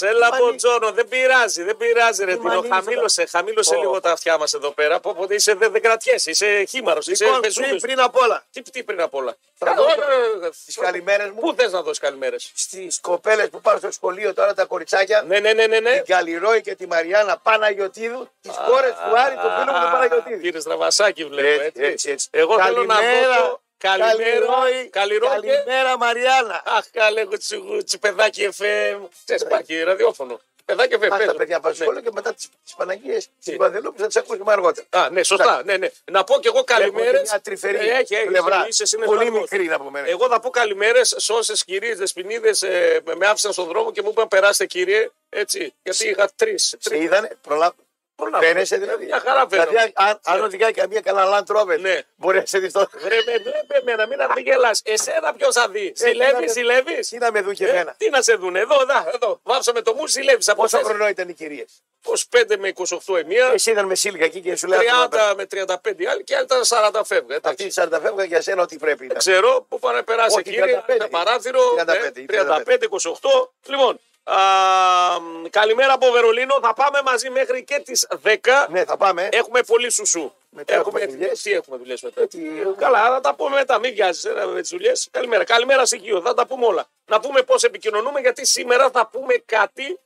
Έλα, Μποντζόνο, δεν πειράζει, δεν πειράζει, ρε Τίνο. μανίλη Χαμήλωσε, χαμήλωσε Ω. λίγο τα αυτιά μας εδώ πέρα. Πω, πω, είσαι, δεν, δεν κρατιέσαι, είσαι χήμαρο, είσαι Λοιπόν, πριν, πεζούλης. πριν απ' όλα, Τι, τι πριν απ' όλα. Θα δώσω τις Τι καλημέρες μου. ε, Πού θες να δώσεις καλημέρες. στις κοπέλες που πάρουν στο σχολείο τώρα τα κοριτσάκια, Ναι, ναι, ναι, ναι. ναι. την Καλλιρόη και τη Μαριάννα Παναγιοτίδου, τις κόρες του Άρη, το φίλο μου τον Παναγιοτίδη. Κύριε Στραβασάκη, βλέπω. Έτσι, Έτσι, έτσι, έτσι. Εγώ θέλω να Καλημέρα, δώσω καλημέρα. Καλλιρόη, Καλημέρα. και- Καλημέρα Μαριάννα. Αχ, καλέ, κουτσουγούτσι, παιδάκι FM. Ξέρεις, υπάρχει ραδιόφωνο. Παιδάκι FM. Αυτά παίζω. Ναι. τα παιδιά πάνε στο Ναι. σχολείο και μετά τις Παναγίες Τι. τη Παδελούπη θα τις ακούσουμε αργότερα. Α, ναι, σωστά. Ναι, ναι. Να πω και εγώ καλημέρε. Έχουμε και μια τρυφερή Έχει, έχει. πλευρά. Είσαι συνεφαρμός. Πολύ μικρή να πούμε. Εγώ θα πω καλημέρες σε όσες κυρίες δεσποινίδες ε, με- με άφησαν στον δρόμο και μου είπαν περάστε κύριε. Έτσι. Γιατί είχα τρεις. Σε είδανε, προλα... φαίνεσαι δηλαδή. Ε, Μια χαρά φαίνομαι. Ε. Δηλαδή, αν, αν οδηγάει καμία καλά Land Rover, Ναι. μπορεί να σε δεις τώρα. Ρε, με βλέπει εμένα, μην αργελά. Εσένα ποιος θα δει. τι Ζηλεύει, να- ζηλεύεις. Τι να με δουν Ε, και Ε, εμένα. τι να σε δουν, εδώ, δα, εδώ. Βάψαμε το μου, ζηλεύεις. Από Πόσο χθες, χρονό ήταν οι κυρίες. 25 με 28 η μία, Εσύ ήταν με σύλληκα εκεί και σου λέει 30 με 35 η άλλη και άλλη ήταν 40 φεύγα. Αυτή Εντάξει. τη 40 φεύγα για σένα ό,τι πρέπει. ήταν. Ξέρω πού πάνε να περάσει Όχι, κύριε, 35. ένα παράθυρο, 35, ναι, 35. 35-28. Λοιπόν, α, μ, καλημέρα από Βερολίνο, θα πάμε μαζί μέχρι και τις 10. Ναι, θα πάμε. Έχουμε πολύ σουσού. Μετά έχουμε δουλειές. Τι έχουμε δουλειές μετά. Τι- Καλά, θα τα πούμε μετά. Μην βιάζεις με τις δουλειές. Καλημέρα. Καλημέρα σε Γιο. Θα τα πούμε όλα. Να πούμε πώς επικοινωνούμε, γιατί σήμερα θα πούμε κάτι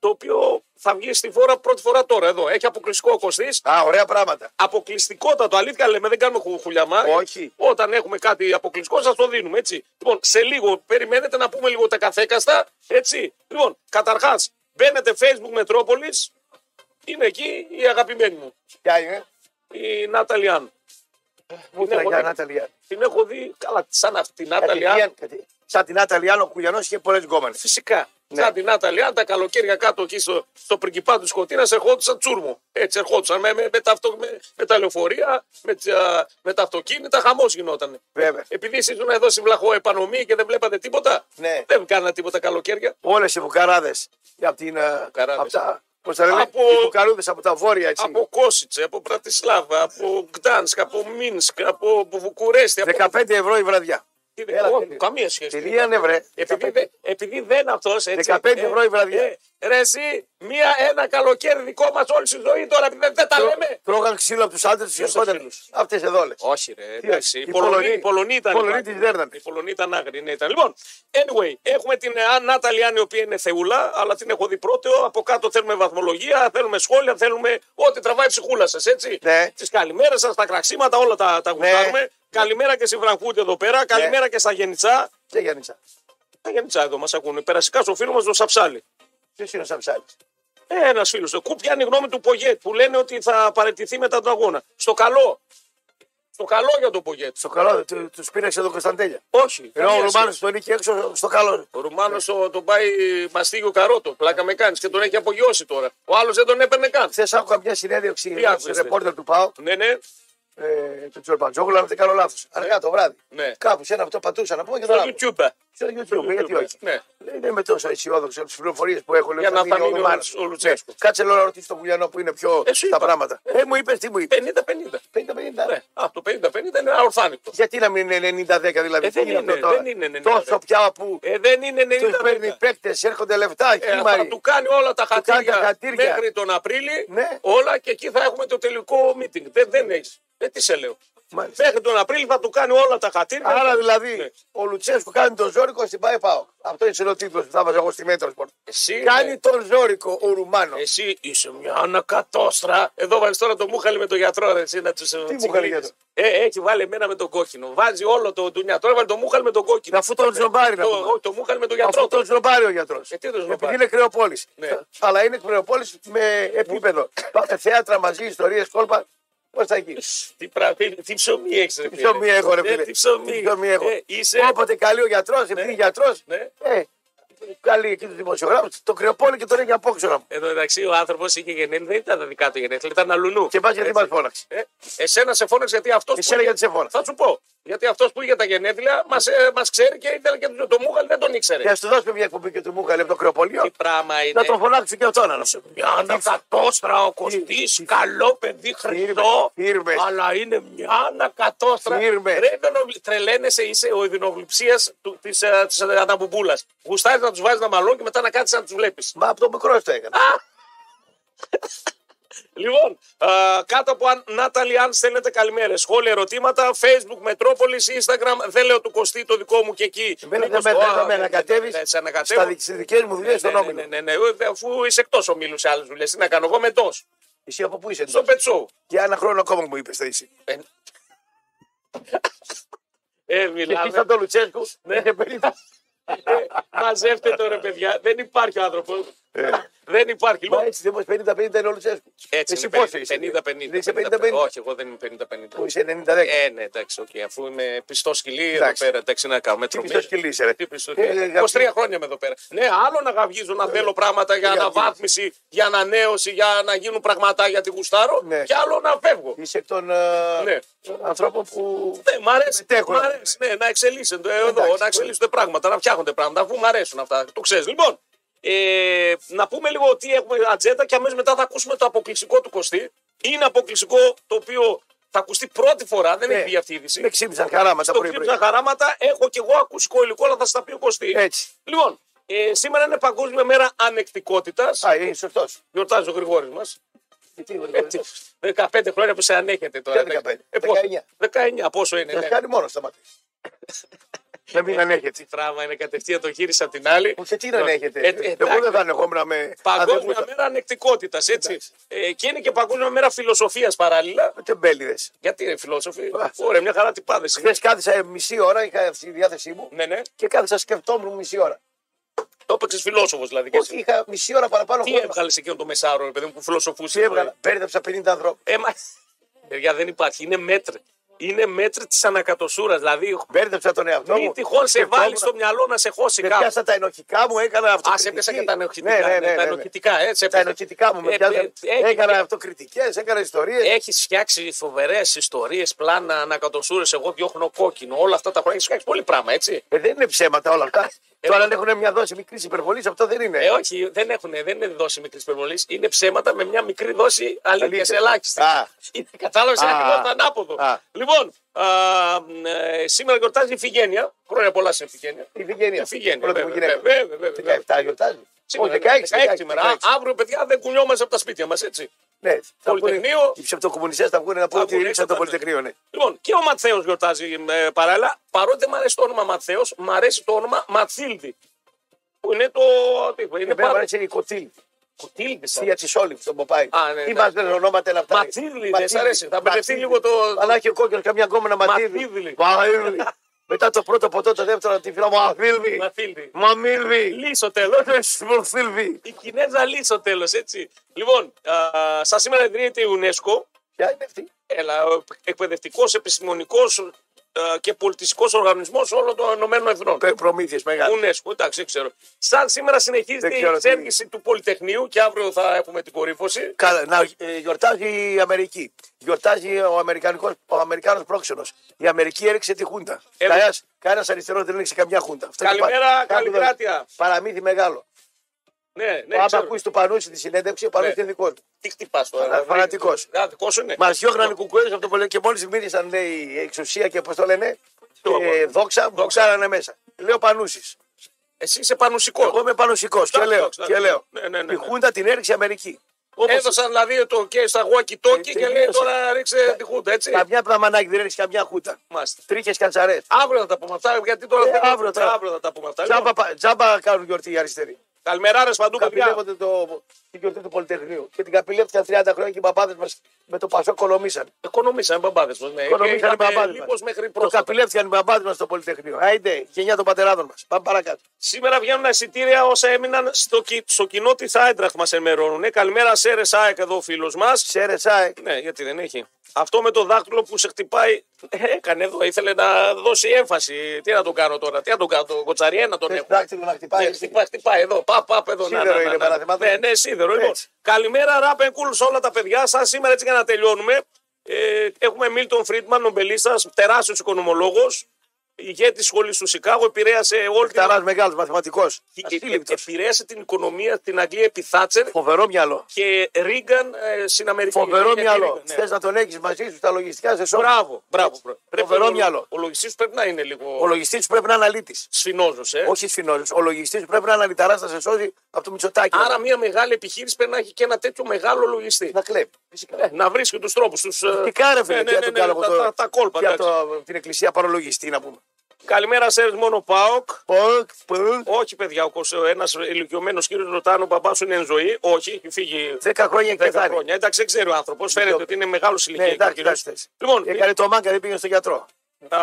το οποίο θα βγει στη φόρα πρώτη φορά τώρα εδώ. Έχει αποκλειστικό ο Κωστής. Α, ωραία πράγματα. Αποκλειστικότατο. Αλήθεια λέμε, δεν κάνουμε χου- χουλιαμά. Όχι. Όταν έχουμε κάτι αποκλειστικό, σας το δίνουμε έτσι. Λοιπόν, σε λίγο περιμένετε να πούμε λίγο τα καθέκαστα. Έτσι. Λοιπόν, καταρχάς, μπαίνετε Facebook Μετρόπολη. Είναι εκεί η αγαπημένη μου Ποια Ναι, είναι. η Νάταλιάν. Πού είναι ήταν η εγώ. Νάταλια. Την έχω δει καλά, σαν αυτή την Νάταλιάν. Κατευθείαν, κατη- Σαν την Νάταλια, ο Κουλιανό είχε πολλές γκόμενες. Φυσικά. Ναι. Σαν την Νάταλιάν, τα καλοκαίρια κάτω εκεί στο, στο πριγκιπά του Σκοτίνας ερχόντουσαν τσούρμο. Έτσι ερχόντουσαν με, με, με, τα, αυτο- με, με τα λεωφορεία, με, τα- με τα αυτοκίνητα, χαμός γινόταν. Βέβαια. Επειδή εσείς ήσουν εδώ στην βλαχό επανομή και δεν βλέπατε τίποτα. Ναι. Δεν κάνατε τίποτα καλοκαίρια. Όλες οι φουκαράδε από την. ε, Φουκαράδες. απ' τα- πώς τα λένε, Από- οι φουκαρούδε από τα βόρεια έτσι. Από Κόσιτσε, από Πρατισλάβα, από Γκτάνσκ, από Μίνσκ, από από Βουκουρέστι. Από... 15 ευρώ η Ε, βραδιά. Έλα, Όχι, τέλει. καμία σχέση. Τελεία ναι, Ε, βρε. Επειδή, δεν- επειδή δεν αυτός έτσι. ε, 15 ευρώ η βραδιά. ρε, εσύ, μία, ένα καλοκαίρι δικό μας όλη τη ζωή τώρα επειδή δεν, δεν τα λέμε. Τρώγαν ξύλο από τους άντρες τους και Ποιος σκότωναν. ξύλος? Αυτές εδώ όλες. Όχι, ρε. εντάξει, Εντάξει, οι οι Πολωνοί, Πολωνοί- οι Πολωνοί ήταν. Πολωνοί άγριοι. τις δέρνανε. Οι Πολωνοί ήταν άγριοι, ναι, ήταν. Λοιπόν, anyway, έχουμε την ε, Νάταλη Άννη, η οποία είναι θεούλα, αλλά την έχω δει πρώτο. Από κάτω θέλουμε βαθμολογία, θέλουμε σχόλια, θέλουμε ό,τι τραβάει η ψυχούλα σας, έτσι. Ναι. Τις καλημέρες σας, τα κραξίματα, όλα τα, τα γουστάρουμε. Καλημέρα και στη Βραγκούτη εδώ πέρα. Καλημέρα και στα Γενιτσά. Και Γιάννησα. Τα Γενιτσά εδώ μας ακούνε. Περασικά στο φίλο μας, το Σαψάλι. Ποιος είναι ο Σαμψάλη. Ένας φίλος. Το κουπ πιάνει γνώμη του Πογέτ που λένε ότι θα παραιτηθεί μετά τον αγώνα. Στο καλό. Στο καλό για τον Πογέτ. Στο καλό, του πήραξε εδώ Κωνσταντέλια. Όχι. Ενώ ο καμία Ρουμάνος σχέση. τον είχε έξω στο καλό. Ο Ρουμάνος τον πάει μαστίγιο καρότο. Πλάκα με κάνεις και τον έχει απογειώσει τώρα. Ο άλλος δεν τον έπαιρνε καν. Χθες άκουγα μια συνέντευξη Τι άκουσες, ενός ρε? ρεπόρτερ του ΠΑΟ, Ναι, ναι. ε, του Τσορπαντζόγλου, αν δεν κάνω λάθος. Αργά το βράδυ. Ναι. Κάπου σε ένα αυτό πατούσα να πούμε και το Στο άλλο. YouTube. Στο YouTube, γιατί YouTube, όχι. ναι. Δεν είμαι τόσο αισιόδοξο από τις πληροφορίες που έχω. λέω, Για θα να μείνει θα μείνει ο Ρουμάνος. Λου- ο Λουτσέσκου. Ναι. Κάτσε λέω να ρωτήσει τον Βουλιανό που είναι πιο Ε, σου τα είπα. πράγματα. Ε, μου είπες τι μου είπες. 50-50. 50-50. Ναι. Α, το 50-50 είναι αορθάνικτο. Γιατί να μην είναι 90-10 δηλαδή. Ε, δεν τι αυτό είναι, τώρα. δεν είναι 90-10. Τόσο πια που Ε, δεν είναι του 90 παίρνει παίκτες, έρχονται λεφτά, ε, θα χήμαροι. του κάνει όλα τα κάνει τα χατήρια, χατήρια. μέχρι τον Απρίλη. Ναι. Όλα και εκεί θα έχουμε το τελικό meeting. Δεν, δεν έχεις. Δεν τι σε λέω. Μάλιστα. Μέχρι τον Απρίλη θα του κάνει όλα τα χατήρια. Άρα δηλαδή Ναι. ο Λουτσέσκου κάνει τον Ζόρικο στην Πάη Πάο. Αυτό είναι ο τίτλος που θα βάζω εγώ στη Μέτρο Σπορτ. Εσύ, ναι. Κάνει τον Ζόρικο ο Ρουμάνος. Εσύ είσαι μια ανακατόστρα. Εδώ βάλει τώρα το μούχαλι με τον γιατρό, ρε, εσύ να τους μούχαλι γιατρό? Ε, έχει βάλει εμένα με τον κόκκινο. Βάζει όλο το ντουνιά. Τώρα βάλει το μούχαλι με τον κόκκινο. Αφού τον ζωμπάρει να το, πούμε. όχι, το μούχαλι με τον γιατρό. Αυτό τον ζομπάρει ο γιατρός. Ε, τι τον ζομπάρει? Επειδή είναι κρεοπόλης. Ναι. Αλλά είναι κρεοπόλης με επίπεδο. Πάτε θέατρα μαζί, ιστορίες, κόλπα. Πώς θα γίνει. Τι, πράγμα, τι ψωμί έχεις, ρε. Τι ψωμί έχω, ρε Ε, φίλε. Τι ψωμί, Τι ψωμί έχω. Ε, είσαι. Όποτε καλεί ο γιατρός, επειδή είναι γιατρός. Ναι. Ε, καλεί εκεί τους δημοσιογράφους, τον κρεοπόλη και τον έχει απόξωνα. Εδώ εντάξει, ο άνθρωπος είχε γενέθλια, δεν ήταν τα δικά του γενέθλια, ήταν αλλουνού. Και πα γιατί Έτσι. μα φώναξε. Ε, εσένα σε φώναξε γιατί αυτός. Εσένα γιατί σε φώναξε. Θα σου πω. Γιατί αυτός που είχε τα γενέθλια μας μας ξέρει και ήθελε και τον- τον Μούχαλ δεν τον ήξερε. Και ας του δώσουμε μια εκπομπή και του Μούχαλη από το κρεοπολιό. Τι πράγμα είναι. Να τον φωνάξει και αυτόν να Μια κατόστρα ο Κωστής, καλό παιδί χρυσό. Φύρμες. Αλλά είναι μια ανακατόστρα. Φύρμες. Ρε, Ιδενοβλη- τρελαίνεσαι, είσαι ο ειδηνοβληψία τη Αναμπομπούλα. Γουστάρει ε, να τους βάζεις να μαλώνει και μετά να κάτσει να τους βλέπεις. Μα από το μικρό το έκανα. Λοιπόν, α, κάτω από αν, Νάταλι, αν στέλνετε καλημέρες, σχόλια, ερωτήματα, Facebook, Μετρόπολη, Instagram, δεν λέω του Κωστή το δικό μου και εκεί. Εμένα Νίκος, δεν με- α, δεν με ναι, ανακατεύεις ναι, ναι, σε ανακατεύω. Στα δικ- στις δικές μου δουλειές στον Ναι, ναι, Όμιλο. ναι, ναι, ναι, ε, αφού είσαι εκτός ομίλου σε άλλες δουλειές, τι να κάνω εγώ με τόσο. Εσύ από πού είσαι Στο εντός? πετσό. Για ένα χρόνο ακόμα μου είπες θα είσαι. Ε, Ε, Και εσύ μιλάμε. σαν τον Λουτσέσκου. Ναι. είναι περίπου- ε, μαζεύτε τώρα, παιδιά. Δεν υπάρχει άνθρωπος. Ε. Δεν υπάρχει. Μα Λοιπόν, έτσι δεν μπορείς, 50-50 είναι ο Λουτσέσκου. έτσι Εσύ είναι, πόσο περι- είσαι. 50-50. Δεν Είσαι 50-50. 50-50. Όχι, εγώ δεν είμαι 50-50. Που είσαι 90-10. Ε, ναι, εντάξει, οκ, αφού είμαι πιστός σκυλί εδώ Εντάξει. πέρα, εντάξει, να κάνουμε Τι τρομή. πιστός σκυλί είσαι ρε. Τι πιστός Ε, σκυλί. ε, 23 χρόνια είμαι εδώ πέρα. Ναι, άλλο να γαυγίζω, να θέλω πράγματα για γαυγίζω. αναβάθμιση, για ανανέωση, για να γίνουν πραγματά γιατί γουστάρω. Ναι. Και άλλο να φεύγω. Είσαι εκ των ε, Ναι. ανθρώπων που... Ναι, μ' αρέσει, Μετέχω. μ' αρέσει ναι, να εξελίσσονται εδώ, Εντάξει, να πολύ. εξελίσσονται πράγματα, να φτιάχνονται πράγματα, αφού μου αρέσουν αυτά. Το ξέρεις. Λοιπόν, ε, να πούμε λίγο ότι έχουμε ατζέντα και αμέσως μετά θα ακούσουμε το αποκλειστικό του Κωστή. Είναι αποκλειστικό το οποίο θα ακουστεί πρώτη φορά, δεν Ναι. έχει βγει αυτή η είδηση. Με ξύπνησαν χαράματα Το πρωί κλείψα πρωί. χαράματα, έχω κι εγώ ακουστικό υλικό, αλλά θα στα πει ο Κωστή. Έτσι. Λοιπόν, ε, σήμερα είναι Παγκόσμια Μέρα Ανεκτικότητας. Α, είναι σωστός. Ε, Γιορτάζει ο Γρηγόρης μας. Τι γρήγορα. 15 χρόνια που σε ανέχεται τώρα. Ποια 15? Ε, πόσο- 19. 19, πόσο είναι. Θα ναι. ε, κάνει μόνος στα μάτια. Να μην ανέχεται. Τραύμα είναι κατευθείαν το γύρισα από την άλλη. Όχι, τι να ανέχεται. Ε, ε, Εγώ εντάξει. δεν θα ανεχόμουν με Παγκόσμια αδερφούσα. μέρα ανεκτικότητας, έτσι. Εντάξει. Ε, και είναι και παγκόσμια μέρα φιλοσοφίας παράλληλα. Με τεμπέληδες. Γιατί είναι φιλόσοφοι. Α. Ωραία, μια χαρά τυπάδες. Χθες κάθισα ε, μισή ώρα, είχα στη διάθεσή μου Ναι, ναι. και κάθισα σκεφτόμουν μισή ώρα. Το έπαιξες φιλόσοφος δηλαδή. και εσύ. Όχι, είχα μισή ώρα παραπάνω. Τι χρόνο. έβγαλες εκείνο το μεσάρο, ρε παιδί μου, που δηλαδή? φιλοσοφούσες. Τι έβγαλα. Πέρδεψα 50 ανθρώπους. Ε, μα... Παιδιά, δεν υπάρχει. Είναι μέτρη. Είναι μέτρη της ανακατοσούρας. Δηλαδή, Μπέρδεψα τον εαυτό μην μου. τυχόν σε Σκεφτόμουν. βάλει στο μυαλό να σε χώσει Με κάπου. πιάσα τα ενοχικά μου, έκανα αυτό. Α, σε έπιασα και τα ενοχητικά. Ναι, ναι, ναι, ναι, τα ναι, ναι. ενοχητικά, έτσι. Τα έπιασε. ενοχητικά μου Ε, με πιάσαν. ε, έχει- Έκανα αυτοκριτικές, έκανα ιστορίες. Έχεις φτιάξει φοβερές ιστορίες, πλάνα, ανακατοσούρες. Εγώ διώχνω κόκκινο. Όλα αυτά τα χρόνια έχεις φτιάξει πολύ πράγμα, έτσι. Ε, Δεν είναι ψέματα όλα αυτά. Ε, Τώρα ε, αν έχουν μια δόση μικρής υπερβολής, αυτό δεν Ε, είναι. όχι, δεν έχουν, δεν είναι δόση μικρής υπερβολής. Είναι ψέματα με μια μικρή δόση αλήθειας Αλήθεια. ελάχιστη. Α. Κατάλαβε Α, ένα α. ακριβώ ανάποδο. Α. Λοιπόν, α, μ, ε, σήμερα γιορτάζει η Φιγένεια. Χρόνια πολλά στην Φιγένεια. Η Βιγένεια. Η Φιγένεια. Πρώτη μου βέβαια, γυναίκα. βέβαια, βέβαια, βέβαια. 17 γιορτάζει. Σήμερα, Όχι, 16. 16 σήμερα. Α, Αύριο, παιδιά, δεν κουνιόμαστε από τα σπίτια μας, έτσι. Ναι, θα πούνε- Πολυτεχνείο. Οι ψευτοκομμουνιστές θα βγουν να πούνε Θα ότι βγουν ρίξαν το έξω, θα βγουν. Πολυτεχνείο. Ναι. Λοιπόν, και ο Ματθαίος γιορτάζει ε, παράλληλα. Παρότι δεν μου αρέσει το όνομα Ματθαίος, μου αρέσει το όνομα Ματσίλδη. Που είναι το. Τι, είπα, είναι Εμένα μου πάρα. αρέσει η Κοτσίλη. Κουτίλδη. σαν. Θεία τη Όλυμπ, τον Ποπάη. Α, ναι, Τι ναι. μα λένε ονόματα είναι αυτά. ρε. Ματσίλη, δεν σ' αρέσει. Θα μπερδευτεί Ματσίλη. λίγο το- Αλλά έχει ο κόκκινος καμιά γκόμενα Ματσίλη. Ματσίλη. Ματσίλη. Μετά το πρώτο ποτό, το δεύτερο τη φύλλα. Μαθίλβι. Ματσίλδη. Μαμίλβι. Λύσο τέλο. Σμορθίλβι. Η Κινέζα λύσο τέλος, έτσι. Λοιπόν, α, σας σήμερα ιδρύεται η UNESCO. Ποια είναι αυτή. Έλα, εκπαιδευτικός, επιστημονικός και πολιτιστικός οργανισμός όλων των Ηνωμένων Εθνών. Ε, Προμήθειες μεγάλες. UNESCO, εντάξει, δεν ξέρω. Σαν σήμερα συνεχίζεται η Δεν ξέρω τι εξέργηση του Πολυτεχνείου και αύριο θα έχουμε την κορύφωση. Καλά, να ε, γιορτάζει η Αμερική. Γιορτάζει ο Αμερικανικός, ο Αμερικάνος πρόξενος. Η Αμερική έριξε τη Χούντα. Έριξε. Κανένας, κανένας αριστερός δεν έριξε καμιά Χούντα. Αυτό είναι Ε, Καλημέρα, πα- καλή κάποιο κράτεια. Παραμύθι μεγάλο. Ναι, ναι, Άμα ξέρω. ακούσει του Πανούση τη συνέντευξη, ο Πανούση Ναι. είναι δικός του. Τι χτυπάς τώρα. Φανα- δεν- φανατικός. Α, δικός σου είναι. Μας διώχναν οι κουκουέδε από το πολέμο και μόλις μίλησαν λέει, η εξουσία και πώς το λένε. Το Ε, αγώνα. δόξα, δόξαρανε μέσα. Λέω πανούσης. Εσύ είσαι πανουσικός. Εγώ είμαι πανουσικός και Εντάξει, λέω. εντάξει, Και λέω. ναι, ναι, ναι, ναι. Η Χούντα την έριξε η Αμερική. Όπως Έδωσαν δηλαδή το και στα walkie talkie Ε, και λέει τελείωσε. Ε, τώρα ρίξε τη χούντα, έτσι. καμιά πραμανάκι δεν έριξε καμιά Χούντα. Μάλιστα. Τρίχες κατσαρέ. Αύριο θα τα πούμε αυτά, γιατί τώρα Ε, δεν- αύριο τώρα. αύριο θα τα πούμε αυτά. Λοιπόν, Τζάμπα, πα- τζάμπα κάνουν γιορτή οι αριστεροί. Καλημεράρες παντού, παιδιά. Καπηλεύονται το, την γιορτή του Πολυτεχνείου. Και την καπηλεύτηκαν 30 χρόνια και οι παπάδε μας με το πασό κολομήσαν. Οικονομήσαν οι μπαμπάδες μας. Ναι. Οικονομήσαν οι Ε, Είχαμε μπαμπάδες λίπος μέχρι Το πρόσφατα. καπηλεύτηκαν οι μπαμπάδες μας στο Πολυτεχνείο. Άιντε, γενιά των πατεράδων μας. Πάμε παρακάτω. Σήμερα βγαίνουν εισιτήρια όσα έμειναν στο, κι- στο κοινό της Άιντραχτ μας ενημερώνουν. Ε, Καλημέρα, Σέρε Σάεκ εδώ, φίλος μας. Σέρεσα, Ναι, γιατί δεν έχει. Αυτό με το δάχτυλο που σε χτυπάει. ε, Έκανε εδώ, ήθελε να δώσει έμφαση. Τι να τον κάνω τώρα, τι να τον κάνω, τον κοτσαριέ να τον Θες έχω. δάκτυλο να χτυπάει. Ναι, χτυπάει, χτυπάει εδώ. Παπ, παπ, εδώ. Σίδερο είναι, παραδείγματι. Ναι, ναι, σίδερο. Λοιπόν, Έτσι. καλημέρα, ράπεν κούλ σε όλα τα παιδιά σας. Σήμερα έτσι για να τελειώνουμε. Ε, έχουμε Μίλτον Φρίντμαν, νομπελίστας, τεράστιος οικονομολόγος, ηγέτης σχολής του Σικάγο, επηρέασε όλη την. Εκταρά μεγάλος μαθηματικός. ε, ε, Επηρέασε την οικονομία στην Αγγλία επί Θάτσερ Φοβερό μυαλό. και Ρίγκαν ε, στην Αμερική. Φοβερό Ρίγκαν, μυαλό. Ρίγκαν, ναι. Θες να τον έχεις μαζί σου τα λογιστικά σε σώμα. Μπράβο, μπράβο. Πρέπει Φοβερό ο- μυαλό. Ο λογιστής πρέπει να είναι λίγο Ο λογιστής πρέπει να είναι αναλύτη. σφινόζος. Ε. Όχι σφινόζος. Ο λογιστής πρέπει να είναι αναλυταρά να σε σώζει από το Μητσοτάκι. Άρα, μια μεγάλη επιχείρηση πρέπει να έχει και ένα τέτοιο μεγάλο λογιστή. να κλέβει. Ε, να βρίσκει τους τρόπους τους. Τι κάρε, Ναι, φίλε, τι να τον κάνω από τα, το- τα, τα κόλπα. Για εντάξει. το, την εκκλησία παρολογιστή να πούμε. Καλημέρα, σε μόνο Πάοκ. Ποκ, ποκ. Όχι, παιδιά, ο ένας ηλικιωμένος κύριος ρωτάνε ο μπαμπάς σου είναι εν ζωή. Όχι, έχει φύγει Δέκα χρόνια και 10 θα είναι. χρόνια. Εντάξει, δεν ξέρει ο άνθρωπος. Φαίνεται ότι είναι μεγάλος Ναι, ηλικία. εντάξει, εντάξει. Ε, Λοιπόν, Έκανε το μάγκα, δεν πήγε στον γιατρό. Α,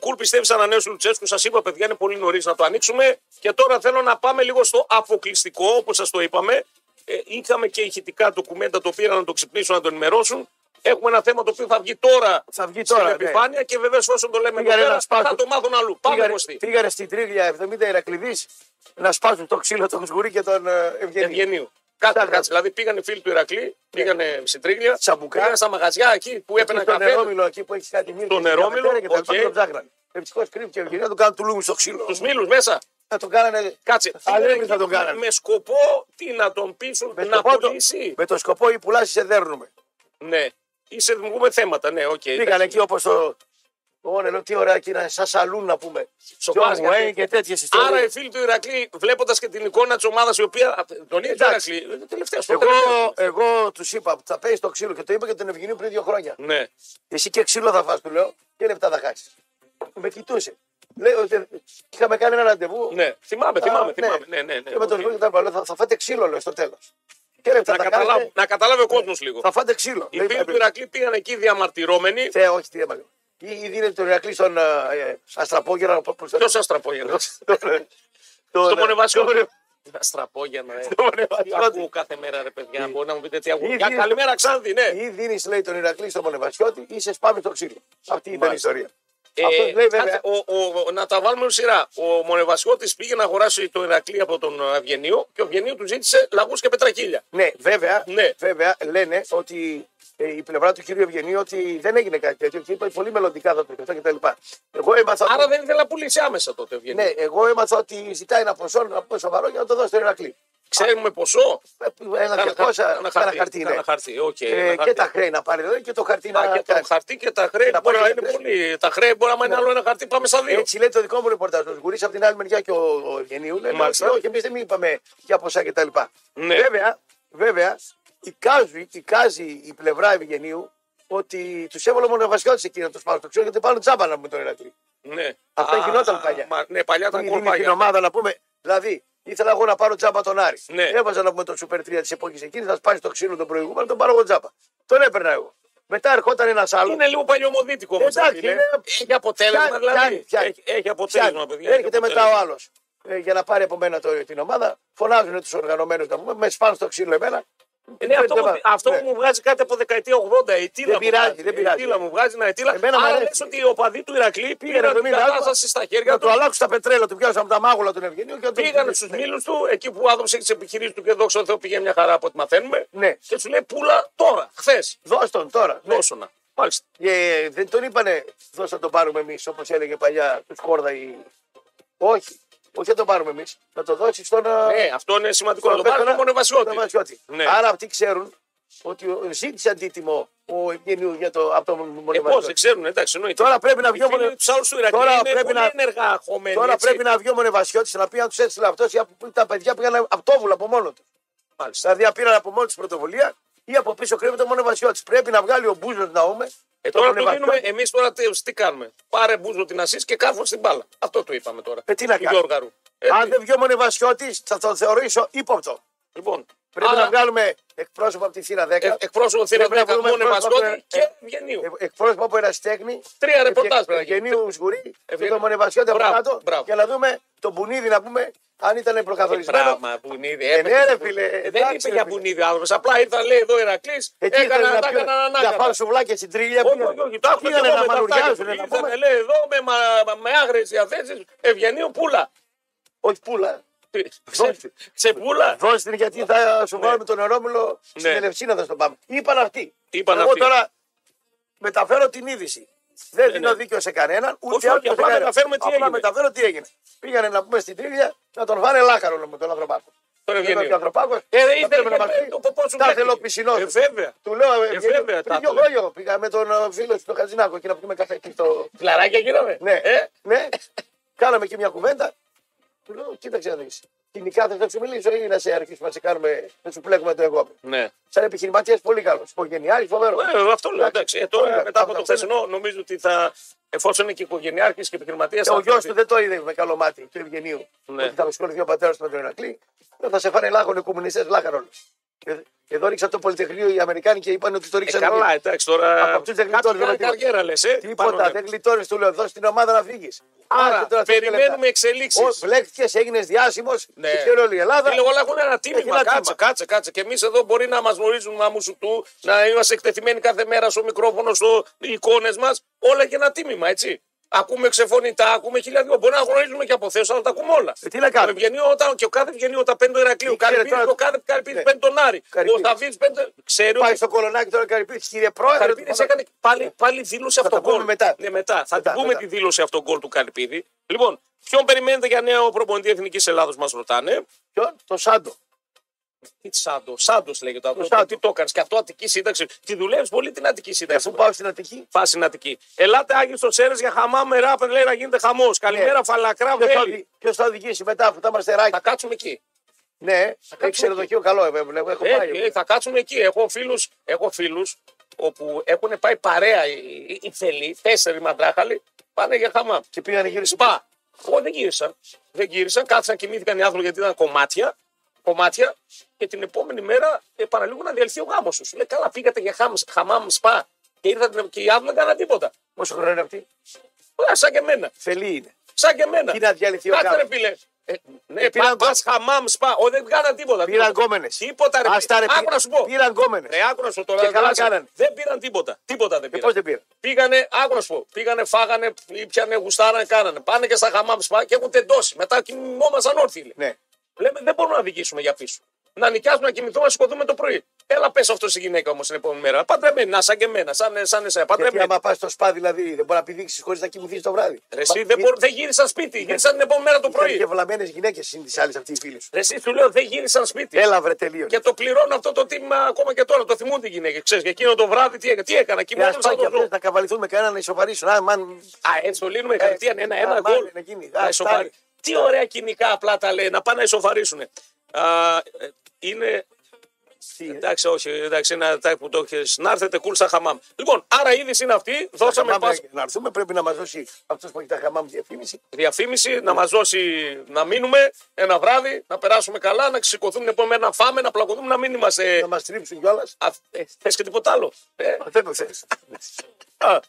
Κουλ πιστεύεις ανανέωση Λουτσέσκου. Σας είπα, παιδιά, είναι πολύ νωρίς να το ανοίξουμε. Και τώρα θέλω να πάμε λίγο στο αποκλειστικό, όπως σας το είπαμε. Ε, είχαμε και ηχητικά ντοκουμέντα το πήραν να το ξυπνήσουν, να το ενημερώσουν. Έχουμε ένα θέμα το οποίο θα βγει τώρα Θα βγει στην τώρα. ναι. επιφάνεια και βεβαίως όσο το λέμε εδώ Πήγανε πέρα να σπάσουν. θα το μάθουν αλλού. Πάμε Πήγανε- Κωστή. Πήγανε στην τρίγλια 70 Ηρακλειδής να σπάσουν το ξύλο των Σγουρί και τον ε, Ευγενή. Ευγενίου. Κάτσε, Σταύρο. κάτσε. Δηλαδή πήγαν οι φίλοι του Ναι. Ηρακλή, πήγανε στην Τρίγλια, Τσαμπουκά. πήγανε στα μαγαζιά εκεί που έπαιρναν Στον καφέ. νερόμιλο εκεί που έχεις κάτι μίλη. Στον νερόμυλο, Και τα οκ. πάντα τον ψάχνανε. Ευτυχώ κρύβηκε η Ευγενία, τον κάνουν του λούμι στο ξύλο. Τους μήλους μέσα. Να τον κάνανε. Κάτσε. Αλεύρι Πήγανε θα τον εκεί κάνανε. Με σκοπό τι να τον πείσουν Με να σκοπό το- πουλήσει. Με το σκοπό ή πουλάσεις σε δέρνουμε. Ναι. Ή σε δημιουργούμε θέματα. Ναι, οκ. Πήγαν εκεί όπως το. Ω, λέω, τι ωραία εκεί να σα σαλούν να πούμε. Σοπάζει John Wayne κάτι. και τέτοιες Άρα οι ιστορίε. φίλοι του Ηρακλή, βλέποντας και την εικόνα της ομάδας η οποία. Τον ίδιο του Εντάξει. Ηρακλή. ε, Τελευταία στο Εγώ, τελευταίο. εγώ τους είπα, θα παίζεις το ξύλο και το είπα και τον Ευγενή πριν δύο χρόνια. Ναι. Εσύ και ξύλο θα φας, του λέω, και λεπτά θα χάσεις. Με κοιτούσε. Λέω ότι είχαμε κάνει ένα ραντεβού. Ναι. Θυμάμαι, Α, θυμάμαι. ναι. θυμάμαι. Ναι, ναι, ναι. και με τον οκ. Σβόγκο τα είπα, λέω, θα, θα φάτε ξύλο, λέω, στο τέλος. Και λεπτά Να θα καταλάβω- χάσετε, Να καταλάβει ο κόσμος λίγο. Ναι. Θα φάτε ξύλο. Οι φίλοι του Ηρακλή πήγαν εκεί διαμαρτυρώμενοι. Θε, όχι, τι έβαλε. Ή ή δίνεται τον Ηρακλή στον ε, ε, Αστραπόγερα. πώς τον- Ποιο αστραπόγενο. τον- τον- ε, Στο Μονεβασικό. τον- Αστραπόγεννα, ε. τον Μονεβασικό. Τι ακούω κάθε μέρα, ρε παιδιά. Μπορεί να μου πείτε τι ακούω. Ναι. Ήδη- Κα- Καλημέρα, Ξάνθη, ναι. Ή δίνεις, λέει, τον Ηρακλή στον Μονεβασιώτη ή σε σπάμε στο ξύλο. Αυτή ήταν η Μάλιστα. ιστορία. Ε, Αυτό λέει βέβαια. κάτσε, ο- ο- ο- να τα βάλουμε σειρά. Ο Μονεβασιώτης πήγε να αγοράσει το Ηρακλή από τον Αυγενείο και ο Αυγενείο του ζήτησε λαγούς και πετραχίλια. Ναι, βέβαια, Ναι. βέβαια λένε ότι ε, η πλευρά του κυρίου Ευγενή ότι δεν έγινε κάτι τέτοιο και είπα πολύ μελλοντικά θα το πει αυτό κτλ. Εγώ έμαθα. Άρα ότι, δεν ήθελε να πουλήσει άμεσα τότε ο Αυγενείο. ναι, εγώ έμαθα ότι ζητάει ένα ποσό να πούμε σοβαρό για να το δώσει στον Ηρακλή. Ξέρουμε ποσό. Ε, Ένα διακόσια, ένα χαρτί. ναι. Ένα χαρτί, οκ. Ε, ένα και χαρτί. τα χρέη να πάρει εδώ και το χαρτί Α, να και το κάνει. χαρτί και τα χρέη Να μπορεί να πάει είναι και τα πολύ. Τα χρέη μπορεί να είναι άλλο ένα χαρτί, πάμε στα δύο. Ε, Έτσι λέει το δικό μου ρεπορτάζ. Ο Σγουρή από την άλλη μεριά και ο, ο Ευγενίου λένε ότι Μάλιστα. όχι, εμείς δεν είπαμε για ποσά κτλ. Ναι. Βέβαια, βέβαια εικάζει, εικάζει η πλευρά Ευγενίου ότι τους έβαλε ο μονοβασιώτη εκεί να τους πάρουν το ξύλο γιατί πάνω τσάμπα να μου τον Ηρακλή. Ναι. Αυτά Α, γινόταν παλιά. μα- Ναι, παλιά ήταν Είναι την κολπάγια. ομάδα να πούμε. Δηλαδή, ήθελα εγώ να πάρω τσάμπα τον Άρη. Ναι. Έβαζα να πούμε τον Super 3 της εποχής εκείνης, θα σπάσει το ξύλο τον προηγούμενο, τον πάρω εγώ τσάμπα. Τον έπαιρνα εγώ. Μετά ερχόταν ένας άλλος. Είναι λίγο παλιωμοδίτικο όμως. Εντάξει, είναι- Έχει αποτέλεσμα Πιάνει, δηλαδή. πιάνει, πιάνει. Έχει, έχει αποτέλεσμα, Πιάνει. παιδιά. έχει Έρχεται μετά ο αποτέλεσμα. άλλος. για να πάρει από μένα το, την ομάδα, φωνάζουν τους οργανωμένους να πούμε, με σπάνε στο ξύλο εμένα. Ε, ναι, αυτό, Δεν μου, πα- αυτό ναι. μου βγάζει κάτι από δεκαετία 80. Η αιτήλα Δεν μου πειράζει, βγάζει. δεν Η πειράζει. αιτήλα μου βγάζει ένα αιτήλα. Εμένα μ' Άρα αρέσει. λες ότι οι οπαδοί του Ηρακλή Πήγανε πήραν την 70 άτομα, κατάσταση στα χέρια Να τους του. αλλάξουν τα πετρέλα, του πιάσαν από τα μάγουλα τον Ευγενείο και να τον- Πήγανε στους μήλους του, εκεί που άδοψε τις επιχειρήσεις του και δόξα τω Θεώ πήγε μια χαρά από ό,τι μαθαίνουμε. Ναι. Και σου λέει πουλα τώρα, χθες. Δώσ' τον τώρα. ναι. Δώσονα. Μάλιστα. Ε, δεν τον είπανε, δώσ' να τον πάρουμε εμείς, όπως έλεγε παλιά τους Κόρδα. Η... Όχι, όχι να τον πάρουμε εμείς. Να το δώσει στον. ε, Ναι, αυτό είναι σημαντικό. Να το πάρει μόνο Βασιώτη. Ναι. Άρα αυτοί ξέρουν ότι ο- ζήτησε αντίτιμο ο Ευγενίου για το, από τον Ε, πώς Μονεβασιώτη. δεν ξέρουν, εντάξει, εννοείται. Τώρα πρέπει να βγει ο Μονε- του άλλου του Ηρακλή. Τώρα είναι πρέπει πολύ να- ενεργά χωμένοι. Τώρα έτσι. πρέπει να βγει ο Μονεβασιώτη να πει αν τους έστειλε αυτός ή από- τα παιδιά πήγαν αυτόβουλα από μόνο τους. Μάλιστα. Δηλαδή αν πήραν από μόνο τους πρωτοβουλία ή από πίσω κρύβεται ο Μονεβασιώτη. Πρέπει να βγάλει ο Μπούζος να ούμε. Ε, τώρα του δίνουμε, εμείς τώρα τι, τι κάνουμε. Πάρε μπουζο την ασής και κάρφω στην μπάλα. Αυτό του είπαμε τώρα. Ε, τι να Του κάνουμε. Γιώργαρου. Ε, Αν τι- δεν βγει ο Μονεβασιώτη θα τον θεωρήσω ύποπτο. Λοιπόν, Πρέπει άρα, να βγάλουμε εκπρόσωπο από τη θύρα 10. ε, εκπρόσωπο θύρα Πρέπει να 10 βρούμε μόνο εκπρόσωπο Βασιώτη από- και ε, Ευγενίου. ε, Εκπρόσωπο από Εραστέχνη. Τρία ρεπορτάζ πρέπει να γίνουν. Ευγενίου Σγουρή και Ευγενίου. τον Μονεβασιώτη από Μπράβο, κάτω. μπράβο. Για να δούμε τον Μπουνίδη να πούμε αν ήταν Ε, προκαθορισμένο. Πράγμα που είναι ήδη. Ε, έπαιξε. ναι, ρε, φίλε, Ε, Δεν εντάξει, είπε ρε, για Ε, φίλε. μπουνίδι άνθρωπος. Απλά ήρθα λέει εδώ ο Ερακλής. Εκεί Έκανα ήθελε να να τα πιω- έκανα για ανάκατα. φάνε σουβλάκια στην τρίγλια. Όχι, όχι, όχι. Τα έχουμε Πήγανε και εγώ να με τα φτάκια. μανουριάζουν. να πούμε. Ήρθαμε, λέει, εδώ με, μα- με άγριε διαθέσεις Ευγενίου Πούλα. Όχι πουλα. Τι, Δώστε. Σε Πούλα. Δώστε την γιατί θα σου Ναι. βάλουμε τον νερόμιλο στην Ναι. Ελευσίνα θα στον πάμε. Είπαν αυτοί. Είπαν Εγώ αυτοί. τώρα μεταφέρω την είδηση. Δεν Ναι, δίνω ναι. δίκιο σε κανέναν, ούτε Όχι, όχι, άλλο σε απλά κανέναν. μεταφέρουμε τι Απλά έγινε. μεταφέρω τι έγινε. Πήγανε να πούμε στην Τρίγλια να τον φάνε λάχαρο λέμε, τον Ανθρωπάκο. Τον Τον Ευγενείο. Ανθρωπάκος. Ε, θα ρε, ήθελε πρέπει να και μας πει, το πω πώς σου Τα βρέθηκε. θέλω πισινό. Ε, βέβαια. Του λέω, Ε, Ευγενείο, βέβαια, πριν τα δύο θέλω. χρόνια εγώ πήγα με τον ε, φίλο του Χατζινάκο και να πούμε καφέ εκεί στο. Φιλαράκια γίναμε. Ναι, Ε, ναι. Κάναμε και μια κουβέντα. Του λέω, κοίταξε να δεις. Κοινικά θες να σου μιλήσω ή να σε αρχίσουμε να σε κάνουμε, να σου πλέκουμε το εγώ. ναι. Σαν επιχειρηματίας πολύ καλός. Οικογενειάρχη, φοβερός. Ε, αυτό λέω. Εντάξει. Ε, τώρα Ωραία, μετά από αυτά το τα χθεσινό νομίζω ότι θα. Εφόσον είναι και οικογενειάρχη και επιχειρηματίας. Ε, Ο γιο του δεν το είδε με καλό μάτι του Ευγενίου. ε, Ναι. Ότι θα ασχοληθεί ο πατέρας του με τον Ερακλή. Δεν θα σε φάνε λάχωνε οι κομμουνιστέ λάχαρο. Εδώ ρίξαν το Πολυτεχνείο οι Αμερικάνοι και είπαν ότι το Ε, ρίξαν. καλά, εντάξει τώρα. Από αυτούς δεν γλιτώνει Κάτι τίποτα. καριέρα λες. Ε, πάνω, Τίποτα, ναι. δεν γλιτώνεις, του λέω. Δώσε την ομάδα να φύγεις. Άρα περιμένουμε εξελίξει. Βλέκτηκε, έγινες διάσημος. Ναι. Και ξέρει όλη η Ελλάδα. Λίγο όλα έχουν ένα Έχει τίμημα. ένα Κάτσε, τίμημα. κάτσε, κάτσε. Και εμείς εδώ μπορεί να μας γνωρίζουν μαμού σου του, να είμαστε εκτεθειμένοι κάθε μέρα στο μικρόφωνο, στο εικόνες μας. Όλα έχει ένα τίμημα, έτσι. Ακούμε ξεφωνητά, ακούμε χιλιάδιο. Μπορεί να γνωρίζουμε και από θέσει, αλλά τα ακούμε όλα. Ε, τι να Ο κάνουμε. Ευγενείο, όταν, και ο κάθε Ευγενείο όταν παίρνει το Ηρακλείο, Ε, κάνει ξέρε, πίρι, τώρα- ο κάθε Καρυπίδης Ναι. παίρνει τον Άρη. Ο Καρυπίδης. Σταβίδη παίρνει. τον- Ξέρει Πάει ότι στο κολονάκι τώρα Καρυπίδης, κύριε ο Πρόεδρε. Καρυπίδης έκανε πάλι, πάλι δήλωσε Θα τα αυτό πούμε γκολ. μετά. Ναι, μετά. Θα Μετά, την πούμε μετά. τη δήλωση αυτό γκολ του Καρυπίδη. Λοιπόν, ποιον περιμένετε για νέο προπονητή Εθνικής Ελλάδος, μας ρωτάνε. Ποιον? Το Σάντο. Τι Σάντο, Σάντος λέγεται αυτό. Σάντο. Ναι, Τι το έκανες και αυτό Αττική σύνταξη. Τη δουλεύεις πολύ την Αττική σύνταξη. Αφού πάω στην Αττική. Φάση στην Αττική. Ελάτε Άγιος στο Σέρε για χαμά με ράπερ, λέει να γίνεται χαμός. Ναι. Καλημέρα, φαλακρά, Ποιος θα, βέλη. οδη- ποιος θα οδηγήσει μετά αφού τα Θα μαστεράκια. κάτσουμε εκεί. Ναι, έχει ξενοδοχείο καλό. ε, βλέπω, Έχω Ε, πάει. ε, θα κάτσουμε εκεί. Έχω φίλους, έχω φίλους όπου έχουν πάει παρέα οι, οι- οι θελοί, τέσσερι μαντράχαλοι, πάνε για χαμά. Και πήγανε γύρω στο Σπα. Εγώ δεν γύρισαν. Δεν γύρισαν, κάτσαν, κοιμήθηκαν οι άνθρωποι γιατί ήταν κομμάτια. Κομμάτια και την επόμενη μέρα ε, παραλίγο να διαλυθεί ο γάμος τους. Λέει καλά, πήγατε για χαμ, χαμάμ σπα και ήρθατε και οι άνθρωποι δεν κάναν τίποτα. Πόσο χρόνο είναι αυτή. Ωραία, σαν και εμένα. Θελή είναι. Σαν και εμένα. Τι να διαλυθεί ο Κάτσε, γάμος. ρε φίλε. Ε, ναι, ε, πα, πήραν πας χαμάμ σπα. Ω, δεν κάναν τίποτα. Πήραν τίποτα. κόμενες. Τίποτα, ρε. Ας τα ρε, φίλε. Άκου πή- να σου πω. Πήραν κόμενες. Ρε, άκου να σου τώρα. Και καλά τώρα, κάνανε. Δεν πήραν τίποτα. Τίποτα δεν Ε, πήραν. Πώς δεν πήραν. Πήγανε, άκου να σου πω. Πήγανε, φάγανε, πιάνε, γουστάρανε, κάνανε. Πάνε και στα χαμάμ σπα και έχουν τεντώσει. Μετά κοιμόμασταν όρθιοι. Ναι. Λέμε, δεν μπορούμε να δικήσουμε για πίσω. Να νοικιάσουμε, να κοιμηθούμε, να σηκωθούμε το πρωί. Έλα, πες αυτό στη γυναίκα όμως την επόμενη μέρα. Παντρεμένη, να σαν και εμένα, σαν, σαν εσένα. Γιατί Παντρεμένη. άμα πας στο σπα δηλαδή δεν μπορεί να πηδήξεις χωρίς να κοιμηθείς το βράδυ. Ρε, εσύ, δεν, μπορούν, δεν γύρισαν σπίτι, γύρισαν την επόμενη μέρα το πρωί. πρωί. Και βλαμμένες γυναίκες είναι τις άλλες αυτοί οι φίλοι σου. Ρε, εσύ σου λέω δεν γύρισαν σπίτι. Έλα βρε τελείω. Και το πληρώνω αυτό το τίμημα ακόμα και τώρα. Το θυμούνται οι γυναίκες. Ξέρεις, και εκείνο το βράδυ τι έκανα. Τι έκανα Για κοιμόμουν να σαν πάει το Ε, και ζώο. αυτέ να καβαληθούν με κανέναν να ισοπαρίσουν. Α, μαν. Α, έτσι το λύνουμε. Ε, Κατευθείαν ένα-ένα α, γκολ. μάλλον εκείνη. Να Α, ισοφαρί- φτάνει. Τι ωραία κοινικά απλά τα λέει, να πάνε να ισοφαρίσουν. Είναι. Τι, ε. Εντάξει, όχι, εντάξει, είναι ένα τάκ που το έχεις. Να έρθετε κουλ στα χαμάμ. Λοιπόν, άρα η είδηση είναι αυτή. Δώσαμε Χαμάμ, πάσα να- Να έρθουμε πρέπει να μας δώσει αυτός που έχει τα χαμάμ διαφήμιση. διαφήμιση, να μας δώσει να μείνουμε ένα βράδυ, να περάσουμε καλά, να ξεσηκωθούμε την επόμενη μέρα, να φάμε, να πλακωθούμε, να μην είμαστε. Να μας τρίψουν κιόλας. Α, ε, θες και τίποτα άλλο. Ε, Δεν το θες. Α,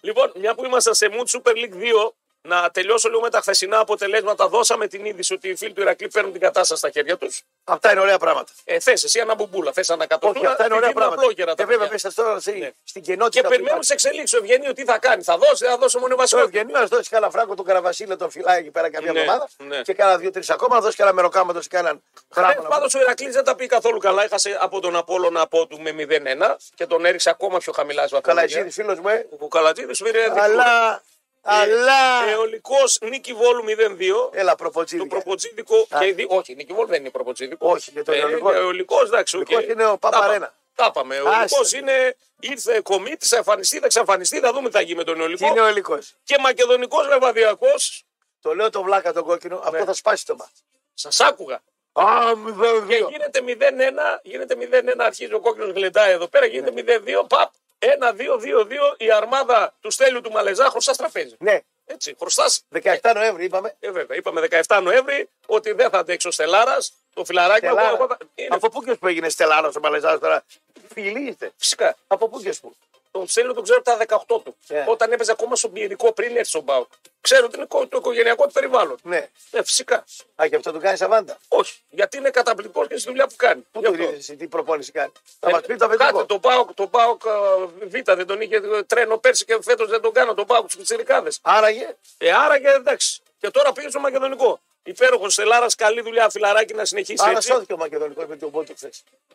λοιπόν, μια που ήμασταν σε Mood Super League 2, να τελειώσω λίγο με τα χθεσινά αποτελέσματα. Δώσαμε την είδηση ότι οι φίλοι του Ηρακλή παίρνουν την κατάσταση στα χέρια τους. Αυτά είναι ωραία πράγματα. Ε, θες εσύ αναμπουμπούλα, θε ανακατοπούλα. Όχι, αυτά είναι ωραία πράγματα. Και βέβαια Και, μέσα τώρα σε- στην Ναι. και κοινότητα. που περιμένουμε σε εξελίξεις. Ο Ευγενείο τι θα κάνει, θα δώσει, θα δώσει μόνο Το βασικό. Ε, Ευγενείο να δώσει κανένα φράγκο τον Καραβασίλη, τον φυλάει εκεί πέρα καμιά Ναι, εβδομάδα. ναι. Ε, Και κάνα δύο-τρει ακόμα, να δώσει κανένα μεροκάματο και κανέναν πράγμα. Πάντως ο Ηρακλής δεν τα πήγε καθόλου καλά. Έχασε από τον Απόλλωνα από του με 0-1 και τον έριξε ακόμα πιο χαμηλά στο Καλά, εσύ φίλος μου, ε. Ο Καλατζίδης πήρε διπλό. Αλλά. Αλλά. Ε, Εολικό νίκη βόλου 0-2. ε, Έλα, Το προποτζίδι. προποτσίδικο. Και δι... Όχι, Νικηβόλ δεν είναι προποτσίδικο. Όχι, για το αιωλικό. Ε, αιωλικός, εντάξει. οκ. Αιωλικός είναι ο Παπα Τα είπα- Ρένα. Τα είπαμε. Ο αιωλικό Άστα. είναι. Ήρθε κομίτης, θα εμφανιστεί, θα εξαφανιστεί, θα δούμε τι θα γίνει με τον Τι αιωλικό. είναι ο υλικό. Και μακεδονικός λεβαδιακό. Το λέω το βλάκα τον κόκκινο, Ναι. αυτό θα σπάσει το μάτι. Σας άκουγα. Α, μη Και γίνεται 0-1, γίνεται 0-1, αρχίζει ο κόκκινος γλεντάει εδώ πέρα, Ναι. γίνεται 0-2, παπ. 1-2-2-2 η αρμάδα του Στέλιου του Μαλεζά χρωστά τραπέζι. Ναι, Έτσι, χρωστάς 17 Νοέμβρη είπαμε. Ε, βέβαια. Είπαμε 17 Νοέμβρη ότι δεν θα αντέξει ο Στελάρας. Το φιλαράκι Στελάρα. εγώ- εγώ θα- είναι Από πού και ως που έγινε Στελάρας ο Μαλεζάς τώρα. Φίλοι είστε. φυσικά. Από πού και ως πού. Τον Στέλιο τον ξέρω από τα 18 του. Ναι. Όταν έπαιζε ακόμα στον πυρηνικό πριν έρθει στον Μπάουκ. Ξέρω ότι είναι κο- το οικογενειακό του περιβάλλον. Ναι. Ναι, φυσικά. Α, και αυτό του κάνει σαβάντα. Όχι. Γιατί είναι καταπληκτικός και στη δουλειά που κάνει. Πού Γι' το αυτό. ρίζει, τι προπόνηση κάνει. Ε, Θα μας πει το Κάτσε αφεντικό. τον Μπάουκ, τον Μπάουκ α, Β δεν τον είχε ε, τρένο πέρσι και φέτος δεν τον κάνω τον Μπάουκ στου Πιτσυρικάδε. Άραγε, Ε, άρα και εντάξει. Και τώρα πήγε στο Μακεδονικό. Υπέροχος Στελάρα, καλή δουλειά, φιλαράκι να συνεχίσει. Άρα έτσι. σώθηκε ο Μακεδονικός με τον Πόντο χθε.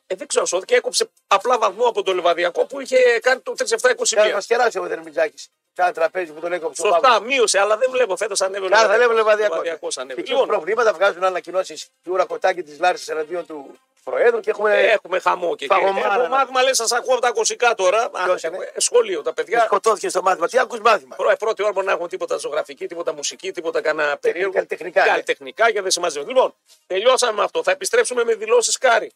Ε, δεν ξέρω, σώθηκε. Έκοψε απλά βαθμό από τον Λεβαδιακό που είχε κάνει το 37-21. Κάνα μα κεράσει ο Δερμιτζάκη. Κάνα τραπέζι που τον έκοψε. ο Παύλος. Σωστά, μείωσε, αλλά δεν βλέπω φέτος ανέβαινε. Άρα θα λέμε λεβαδιακό. ανέβαινε. Εκεί Λοιπόν, προβλήματα βγάζουν ανακοινώσεις του Ρακοτάκη της Λάρσης εναντίον του Προέδρου και έχουμε. ε, έχουμε χαμό και εκεί. Ε, Παγωμάρα, Έχω ναι. μάθημα, λες, σας ακούω από τα κοσικά τώρα. Α, Ποιος είναι? ε, Σχολείο τα παιδιά. Σκοτώθηκε στο μάθημα. Τι άκου μάθημα. Πρώτη, πρώτη ώρα μπορεί να έχουν τίποτα ζωγραφική, τίποτα μουσική, τίποτα κανένα περίεργο. καλλιτεχνικά, ναι. Καλλιτεχνικά και δεν συμμαζεύουν. Λοιπόν, τελειώσαμε με αυτό. Θα επιστρέψουμε με δηλώσεις Κάρι.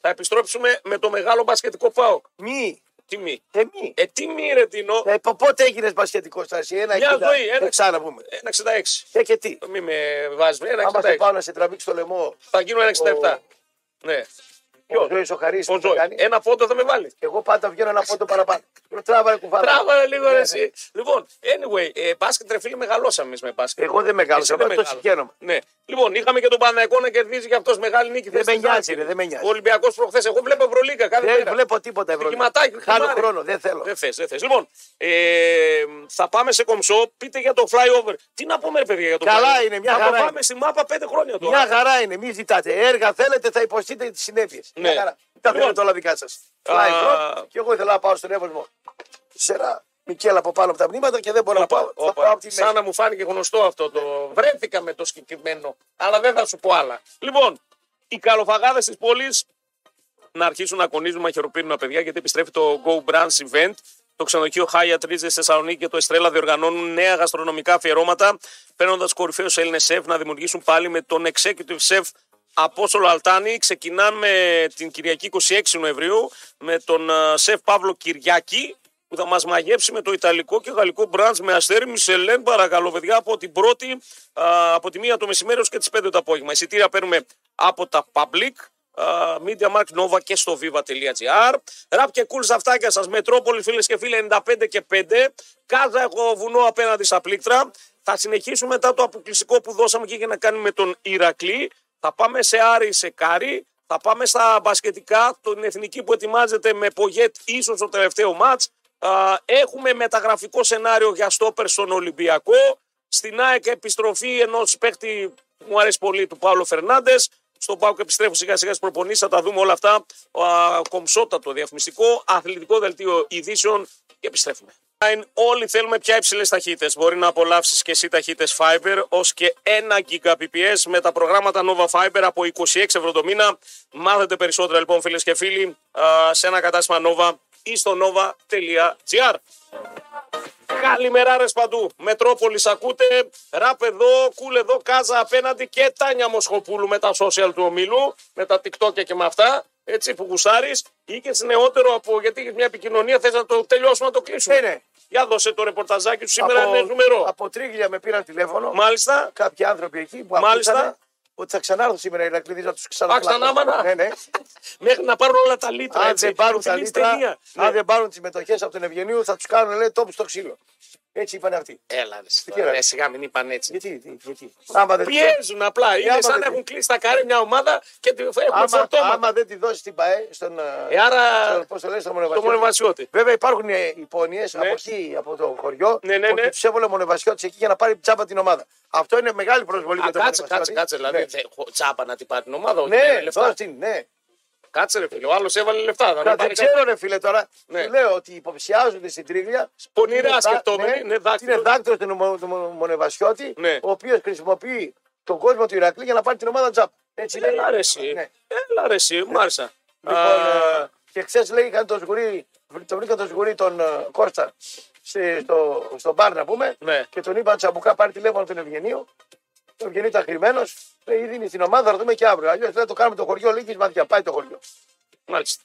Θα επιστρέψουμε με το μεγάλο μπασκετικό ΠΑΟΚ. Μη. Τιμή. Ε, μη. Ε, τιμή ρε Τινό. Ε, πο- πότε έγινες πασχετικό στάση. Ένα Ε, Μια εκεί. ζωή, ένα- Δεν ξαναπούμε. 1,66. Ε, και τι. Μην με ε, βάζει. Άμα στο 1,66. πάω να σε τραβήξει το λαιμό. Θα γίνω 1,67. Ο- Ναι. Ο Ζωής ο Χαρί. Ο Ζώη. Ένα πόντο θα με βάλει. Εγώ πάντα βγαίνω ένα πόντο παραπάνω. Λέω, Τράβα ρε, κουβάλα. Τράβα λίγο Ναι. ρε, εσύ. Λοιπόν, anyway, ε, μπάσκετ ρε φίλε μεγαλώσαμε εμείς με μπάσκετ. Εγώ δεν Εσύ μεγάλωσα. δεν Εγώ το μεγάλωσες. συγχαίρομαι. Ναι. Λοιπόν, είχαμε και τον Παναγικό να κερδίζει και αυτός μεγάλη νίκη. Δεν χθες με στη νοιάζει, Ζάλγκη. ρε, δεν με νοιάζει. Ο Ολυμπιακός προχθές. Εγώ βλέπω Ευρωλίγκα κάθε Δεν μέρα. βλέπω τίποτα ευρώ. Στοιχηματάκι, Χάνω χυμάρι. χρόνο, δεν θέλω. Δεν θες, δεν θες. Λοιπόν, ε, θα πάμε σε κομψό. Πείτε για το flyover. Τι να πούμε, ρε παιδιά, για το Καλά flyover. είναι, μια Θα το χαρά πάμε είναι. στη μάπα πέντε χρόνια τώρα. Μια χαρά είναι, μην ζητάτε. Έργα θέλετε, θα υποστείτε τις συνέπειες. Ναι. Μια χαρά. Τα Λοιπόν. θέλετε όλα δικά σας. Α. Και εγώ ήθελα να πάω στον εύωσμο. Σε ένα μικέλα από πάνω από τα μνήματα και δεν μπορώ να Όπα, πάω. Θα όπα. πάω από τη μέση. Σαν να μου φάνηκε γνωστό αυτό το. Βρέθηκα με το συγκεκριμένο, αλλά δεν θα σου πω άλλα. Λοιπόν, οι καλοφαγάδες της πόλης να αρχίσουν να κονίζουν μαχαιροπύρουνα παιδιά, γιατί επιστρέφει το Go Brands Event. Το ξενοδοχείο Χάια Τρίζε Θεσσαλονίκη και το Εστρέλα διοργανώνουν νέα γαστρονομικά αφιερώματα, παίρνοντα κορυφαίους Έλληνες σεφ να δημιουργήσουν πάλι με τον Executive Chef Απόστολο Αλτάνη. Ξεκινάμε την Κυριακή 26 Νοεμβρίου με τον ε, σεφ Παύλο Κυριακή, που θα μας μαγεύσει με το ιταλικό και γαλλικό μπραντ με αστέρι Μισελέν. Παρακαλώ, παιδιά, από την πρώτη, α, από τη μία το μεσημέρι έως και τις 5 το απόγευμα. Εισιτήρια παίρνουμε από τα Public. Uh, Media Markt Nova και στο viva.gr. Ραπ και cool ζαφτάκια σας. Μετρόπολη, φίλες και φίλοι, 95 και 5. Κάζα έχω βουνό απέναντι στα πλήκτρα. Θα συνεχίσουμε μετά το αποκλειστικό που δώσαμε και είχε να κάνει με τον Ηρακλή. Θα πάμε σε Άρη, σε Κάρι. Θα πάμε στα μπασκετικά, τον εθνική που ετοιμάζεται με Πογέτ, ίσως το τελευταίο μάτ. Έχουμε μεταγραφικό σενάριο για στόπερ στον Ολυμπιακό. Στην ΑΕΚ επιστροφή ενός παίχτη που μου αρέσει πολύ, του Παύλο Φερνάντες. Στον Πάουκ επιστρέφω σιγά σιγά στις προπονήσεις, θα τα δούμε όλα αυτά. Α, Κομψότατο διαφημιστικό, αθλητικό δελτίο ειδήσεων και επιστρέφουμε. Online, Όλοι θέλουμε πια υψηλές ταχύτητες. Μπορεί να απολαύσεις και εσύ ταχύτητες Fiber ως και 1 Gbps με τα προγράμματα Nova Fiber από 26 ευρώ το μήνα. Μάθετε περισσότερα λοιπόν, φίλες και φίλοι, α, σε ένα κατάστημα Nova ή στο nova.gr. Καλημέρα ρε παντού. Μετρόπολης ακούτε, ραπ εδώ, κούλ εδώ, κάζα απέναντι και Τάνια Μοσχοπούλου με τα social του ομίλου, με τα TikTok και με αυτά, έτσι που γουσάρεις. Είχες νεότερο από, γιατί είχες μια επικοινωνία, θες να το τελειώσουμε, να το κλείσουμε. Ε, ναι. Για δώσε το ρεπορταζάκι του σήμερα, είναι νούμερο. από τρίγλια με πήραν τηλέφωνο. Μάλιστα, Κάποιοι άνθρωποι εκεί που Μάλιστα. ακούσανε ότι θα ξανάρθω σήμερα οι Ηρακλήδε να τους ξαναπλακώ. Α, ξανάμανα. Ναι, ναι. μέχρι να πάρουν όλα τα λίτρα. Αν έτσι, δεν πάρουν τα προφιλής λίτρα, ταινία. αν Ναι. δεν πάρουν τις μετοχέ από τον Ευγενίου, θα τους κάνουν λέει τόπου στο ξύλο. Έτσι είπαν αυτοί. Έλα ρε, Τι σιγά, έλα. ρε, σιγά μην είπαν έτσι. Γιατί, τι- γιατί. Άμα δεν Πιέζουν απλά. Είναι Ε, άμα σαν να δεν- έχουν κλείσει τα καρέ μια ομάδα και τη- έχουν άμα, φορτώματα. άμα δεν τη δώσει την ΠαΕ στον. Ε, άρα Πώς το λε, στο το μονοβασιό. μονοβασιώτη. Βέβαια υπάρχουν ε, υπόνοιες Ναι. από εκεί, από το χωριό, Ναι, ναι, ναι. ότι τους έβαλε ο Μονεβασιώτης εκεί για να πάρει τσάμπα την ομάδα. Αυτό είναι μεγάλη προσβολή Α, για τον κάτσε, κάτσε, Μονεβασιώτη. κάτσε. Δηλαδή, Ναι. θε- χω- τσάμπα να την πάρει την ομάδα. όχι, Ναι, ε, λεφτά. τώρα στην, ναι. Κάτσε, ρε φίλε. Ο άλλος έβαλε λεφτά. Θα Τώρα, την δεν πάρει κάτι. ξέρω, ρε φίλε, τώρα. Ναι. Σου λέω ότι υποψιάζονται στην τρίγλια. Πονηρά Είναι δά- σκεπτόμενοι, ναι, είναι δάκτυλος. Είναι δάκτυλος του Μο- του Μο- Μονεβασιώτη, Ναι. ο οποίος χρησιμοποιεί τον κόσμο του Ηρακλή για να πάρει την ομάδα τσάμπα. Έτσι λέει. Έλα ρε εσύ. Ναι. Έλα ρε εσύ. Μ' άρεσε. Λοιπόν, Α, ε, και χθες λέει είχαν το σγουρί, το βρήκαν το σγουρί τον ε, Κώστα σε- στο, στο μπαρ να πούμε Ναι. και τον είπαν τσαμπουκά πάρει τηλέφωνο τον Ευγενείο. Ο Ευγενείο ήταν κρυμμένος, λέει ήδη είναι στην ομάδα, θα δούμε και αύριο. Αλλιώς δεν το κάνουμε το χωριό, λίγης μαθιά, πάει το χωριό. Μάλιστα.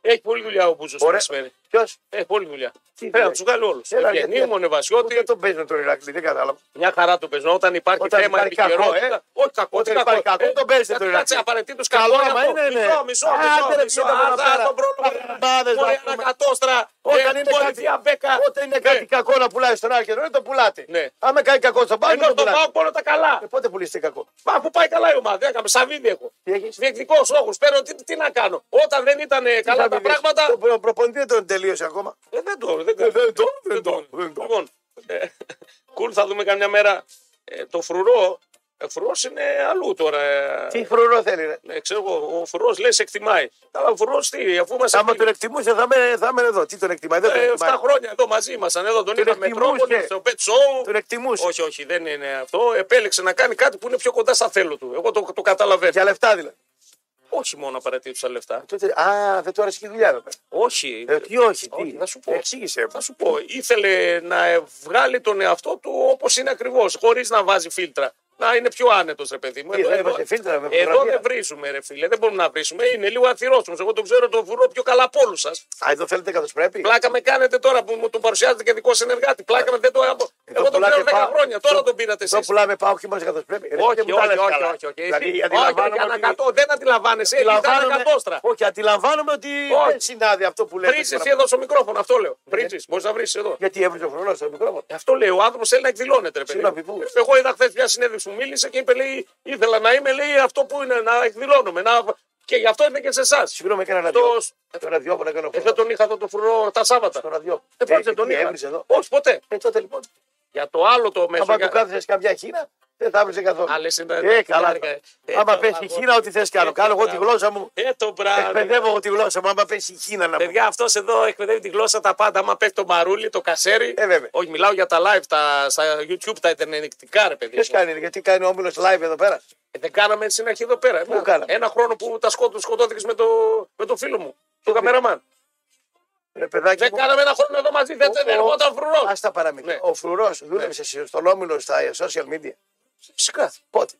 Έχει πολλή δουλειά ο Μπούζος το ε, Ωραία. μεσημέρι. Ποιο Έχει πολλή δουλειά. Πρέπει δουλειά να του βγάλει όλους. Έλα, Ευγενή, γιατί- μονεβασιώτη, δεν τον παίζουν τον Ηρακλή, δεν κατάλαβα. μια χαρά του παίζουν. Όταν υπάρχει Όταν θέμα υπάρχει κακό, επικαιρότητα. ε. Όχι κακό, Όταν τι υπάρχει κακό, Ε, τον παίζετε γιατί τον Κάτσε Ηρακλή. απαραίτητος Καλό καλό άμα να είναι, ναι. Μισό, μισό, Άντε, μισό. ρε, μισό. βγείτε από Α, εδώ πέρα. τον πρόβλημα. Μπάδες, Μπορεί να ένα πούμε. κατόστρα. Όταν ε, είναι, κάτι, πολιτεία, μπέκα. όταν είναι Ναι. κάτι κακό να πουλάει στον Άκη, δεν το πουλάτε. Ναι. Αν με κάνει κακό στον μπαρ, Ενώ δεν το στον πουλάτε. Πάοκ όλα τα καλά. Ε, Πότε πουλήσετε κακό. Μα που πάει καλά η ομάδα. Έκαμε σαβίδι έχω. Τι έχεις? Διεκδικό όχο. Παίρνω τι, τι, να κάνω. Όταν δεν ήταν ε, καλά τα πράγματα. Το προ- προπονητή δεν τον τελείωσε ακόμα. Ε, δεν το. Δεν Ε, το. δεν το, Δεν το. δεν το. Λοιπόν, ε, κουλ θα δούμε καμιά μέρα ε, το φρουρό Εχθρό είναι αλλού τώρα. ε. Τι χρόνο θέλει. Ρε. Ναι, ξέρω εγώ, ο φρουρός λες εκτιμάει. Καλά, ο φρουρός τι, αφού μας Άμα τον εκτιμούσε θα μένε, θα έμενε εδώ. Τι τον εκτιμάει, δεν τον ε, 7 εκτιμάει. χρόνια εδώ μαζί μας. Εδώ τον Τον είδαμε εκτιμούσε. τρόπο στο Pet Show. Τον εκτιμούσε. Όχι, όχι, δεν είναι αυτό. Επέλεξε να κάνει κάτι που είναι πιο κοντά στα θέλω του. Εγώ το, το καταλαβαίνω. Για λεφτά δηλαδή. Όχι μόνο απαραίτητο τα λεφτά. Τότε, α, δεν του άρεσε και η δουλειά εδώ πέρα. Όχι. Ε, τι όχι, όχι, τι. θα σου πω. Εξήγησε. Θα σου πω, ήθελε να ε, βγάλει τον εαυτό του όπως είναι ακριβώς, χωρίς να βάζει φίλτρα. Να είναι πιο άνετος, ρε παιδί μου. Τι, δεν έβαζε φίλτρα, με εδώ φωτογραφία. δεν βρίζουμε, ρε φίλε. Δεν μπορούμε να βρίσουμε. Είναι λίγο αθυρόστομο. Εγώ τον ξέρω τον φουρό πιο καλά από όλους σας. Α, εδώ θέλετε καθώς πρέπει. Πλάκα με κάνετε τώρα που μου τον παρουσιάζετε και δικό συνεργάτη. Πλάκα με δεν το. Εγώ τον πουλάτε ξέρω 10 Ε, πα- χρόνια. Τώρα εδώ- τον πήρατε Εδώ εσείς. πουλάμε πάω και μας καθώς πρέπει. Ρε, Όχι, δεν μου τα όχι, λες όχι, καλά. όχι, όχι. Δηλαδή, Εσύ- όχι, αντιλαμβάνομαι για ότι- ανακατώ. Δεν αντιλαμβάνεσαι. Ήταν αντιλαμβάνομαι- ανακατόστρα. Όχι, αντιλαμβάνομαι ότι Όχι. δεν Ε, συνάδει αυτό που λέτε. Βρίζεις εδώ στο μικρόφωνο, αυτό λέω. Βρίζεις, μπορείς να βρει εδώ. Γιατί έβριζε ο χρόνος στο μικρόφωνο. Αυτό λέει, ο άνθρωπος θέλει να εκδηλώνεται. Ρε, παιδί. Συγγνώμη, πού? Εγώ είδα χθες μια συνέντευξη που μίλησε και είπε, λέει, ήθελα να είμαι, λέει, αυτό που είναι, να εκδηλώνομαι. Να... Και γι' αυτό είναι και σε εσάς. Συγγνώμη, έκανα ένα Το... δυο. Το ραδιόφωνο έκανα Ε, δεν χρόνο. τον είχα εδώ το φρουρό τα Σάββατα. Το ραδιόφωνο. Δεν πάτε να τον τι, είχα. Ε, έβριζε εδώ. Όχι, ποτέ. Ε, τότε λοιπόν. Για το άλλο το μέσο. Άμα για- του κάθεσες καμιά χείρα, δεν θα έβριζε καθόλου. Α, λες, είναι- Ε, καλά. είναι- τώρα. ε, Άμα το- πέσει η Χίνα, ό,τι θες κάνω. Ε, Κάνω εγώ τη μπράβο. γλώσσα μου. Ε, το μπράβο. Εκπαιδεύω εγώ τη γλώσσα μου. Άμα πέσει η Χίνα να μου. Παιδιά, αυτός εδώ εκπαιδεύει τη γλώσσα τα πάντα. Άμα πέφτει το μαρούλι, το κασέρι. Ε, βέβαια. Όχι, μιλάω για τα live, τα, στα YouTube, τα ενενικτικά, ρε παιδί. Ποιος κάνει, γιατί κάνει ο όμιλος live εδώ πέρα. Ε, δεν κάναμε στην αρχή εδώ πέρα. Ένα, κάναμε? ένα χρόνο που τα σκότω, σκοτώθηκες με, το, με το φίλο μου, τον καμεραμάν. Ρε παιδάκι Δεν μου. κάναμε ένα χρόνο εδώ μαζί, δεν Ο- δεν ο- ερχόταν φρουρός. Ας τα παραμύθια. Ναι. Ο φρουρός δούλεψε στον όμιλο στα social media. Φυσικά. Πότε.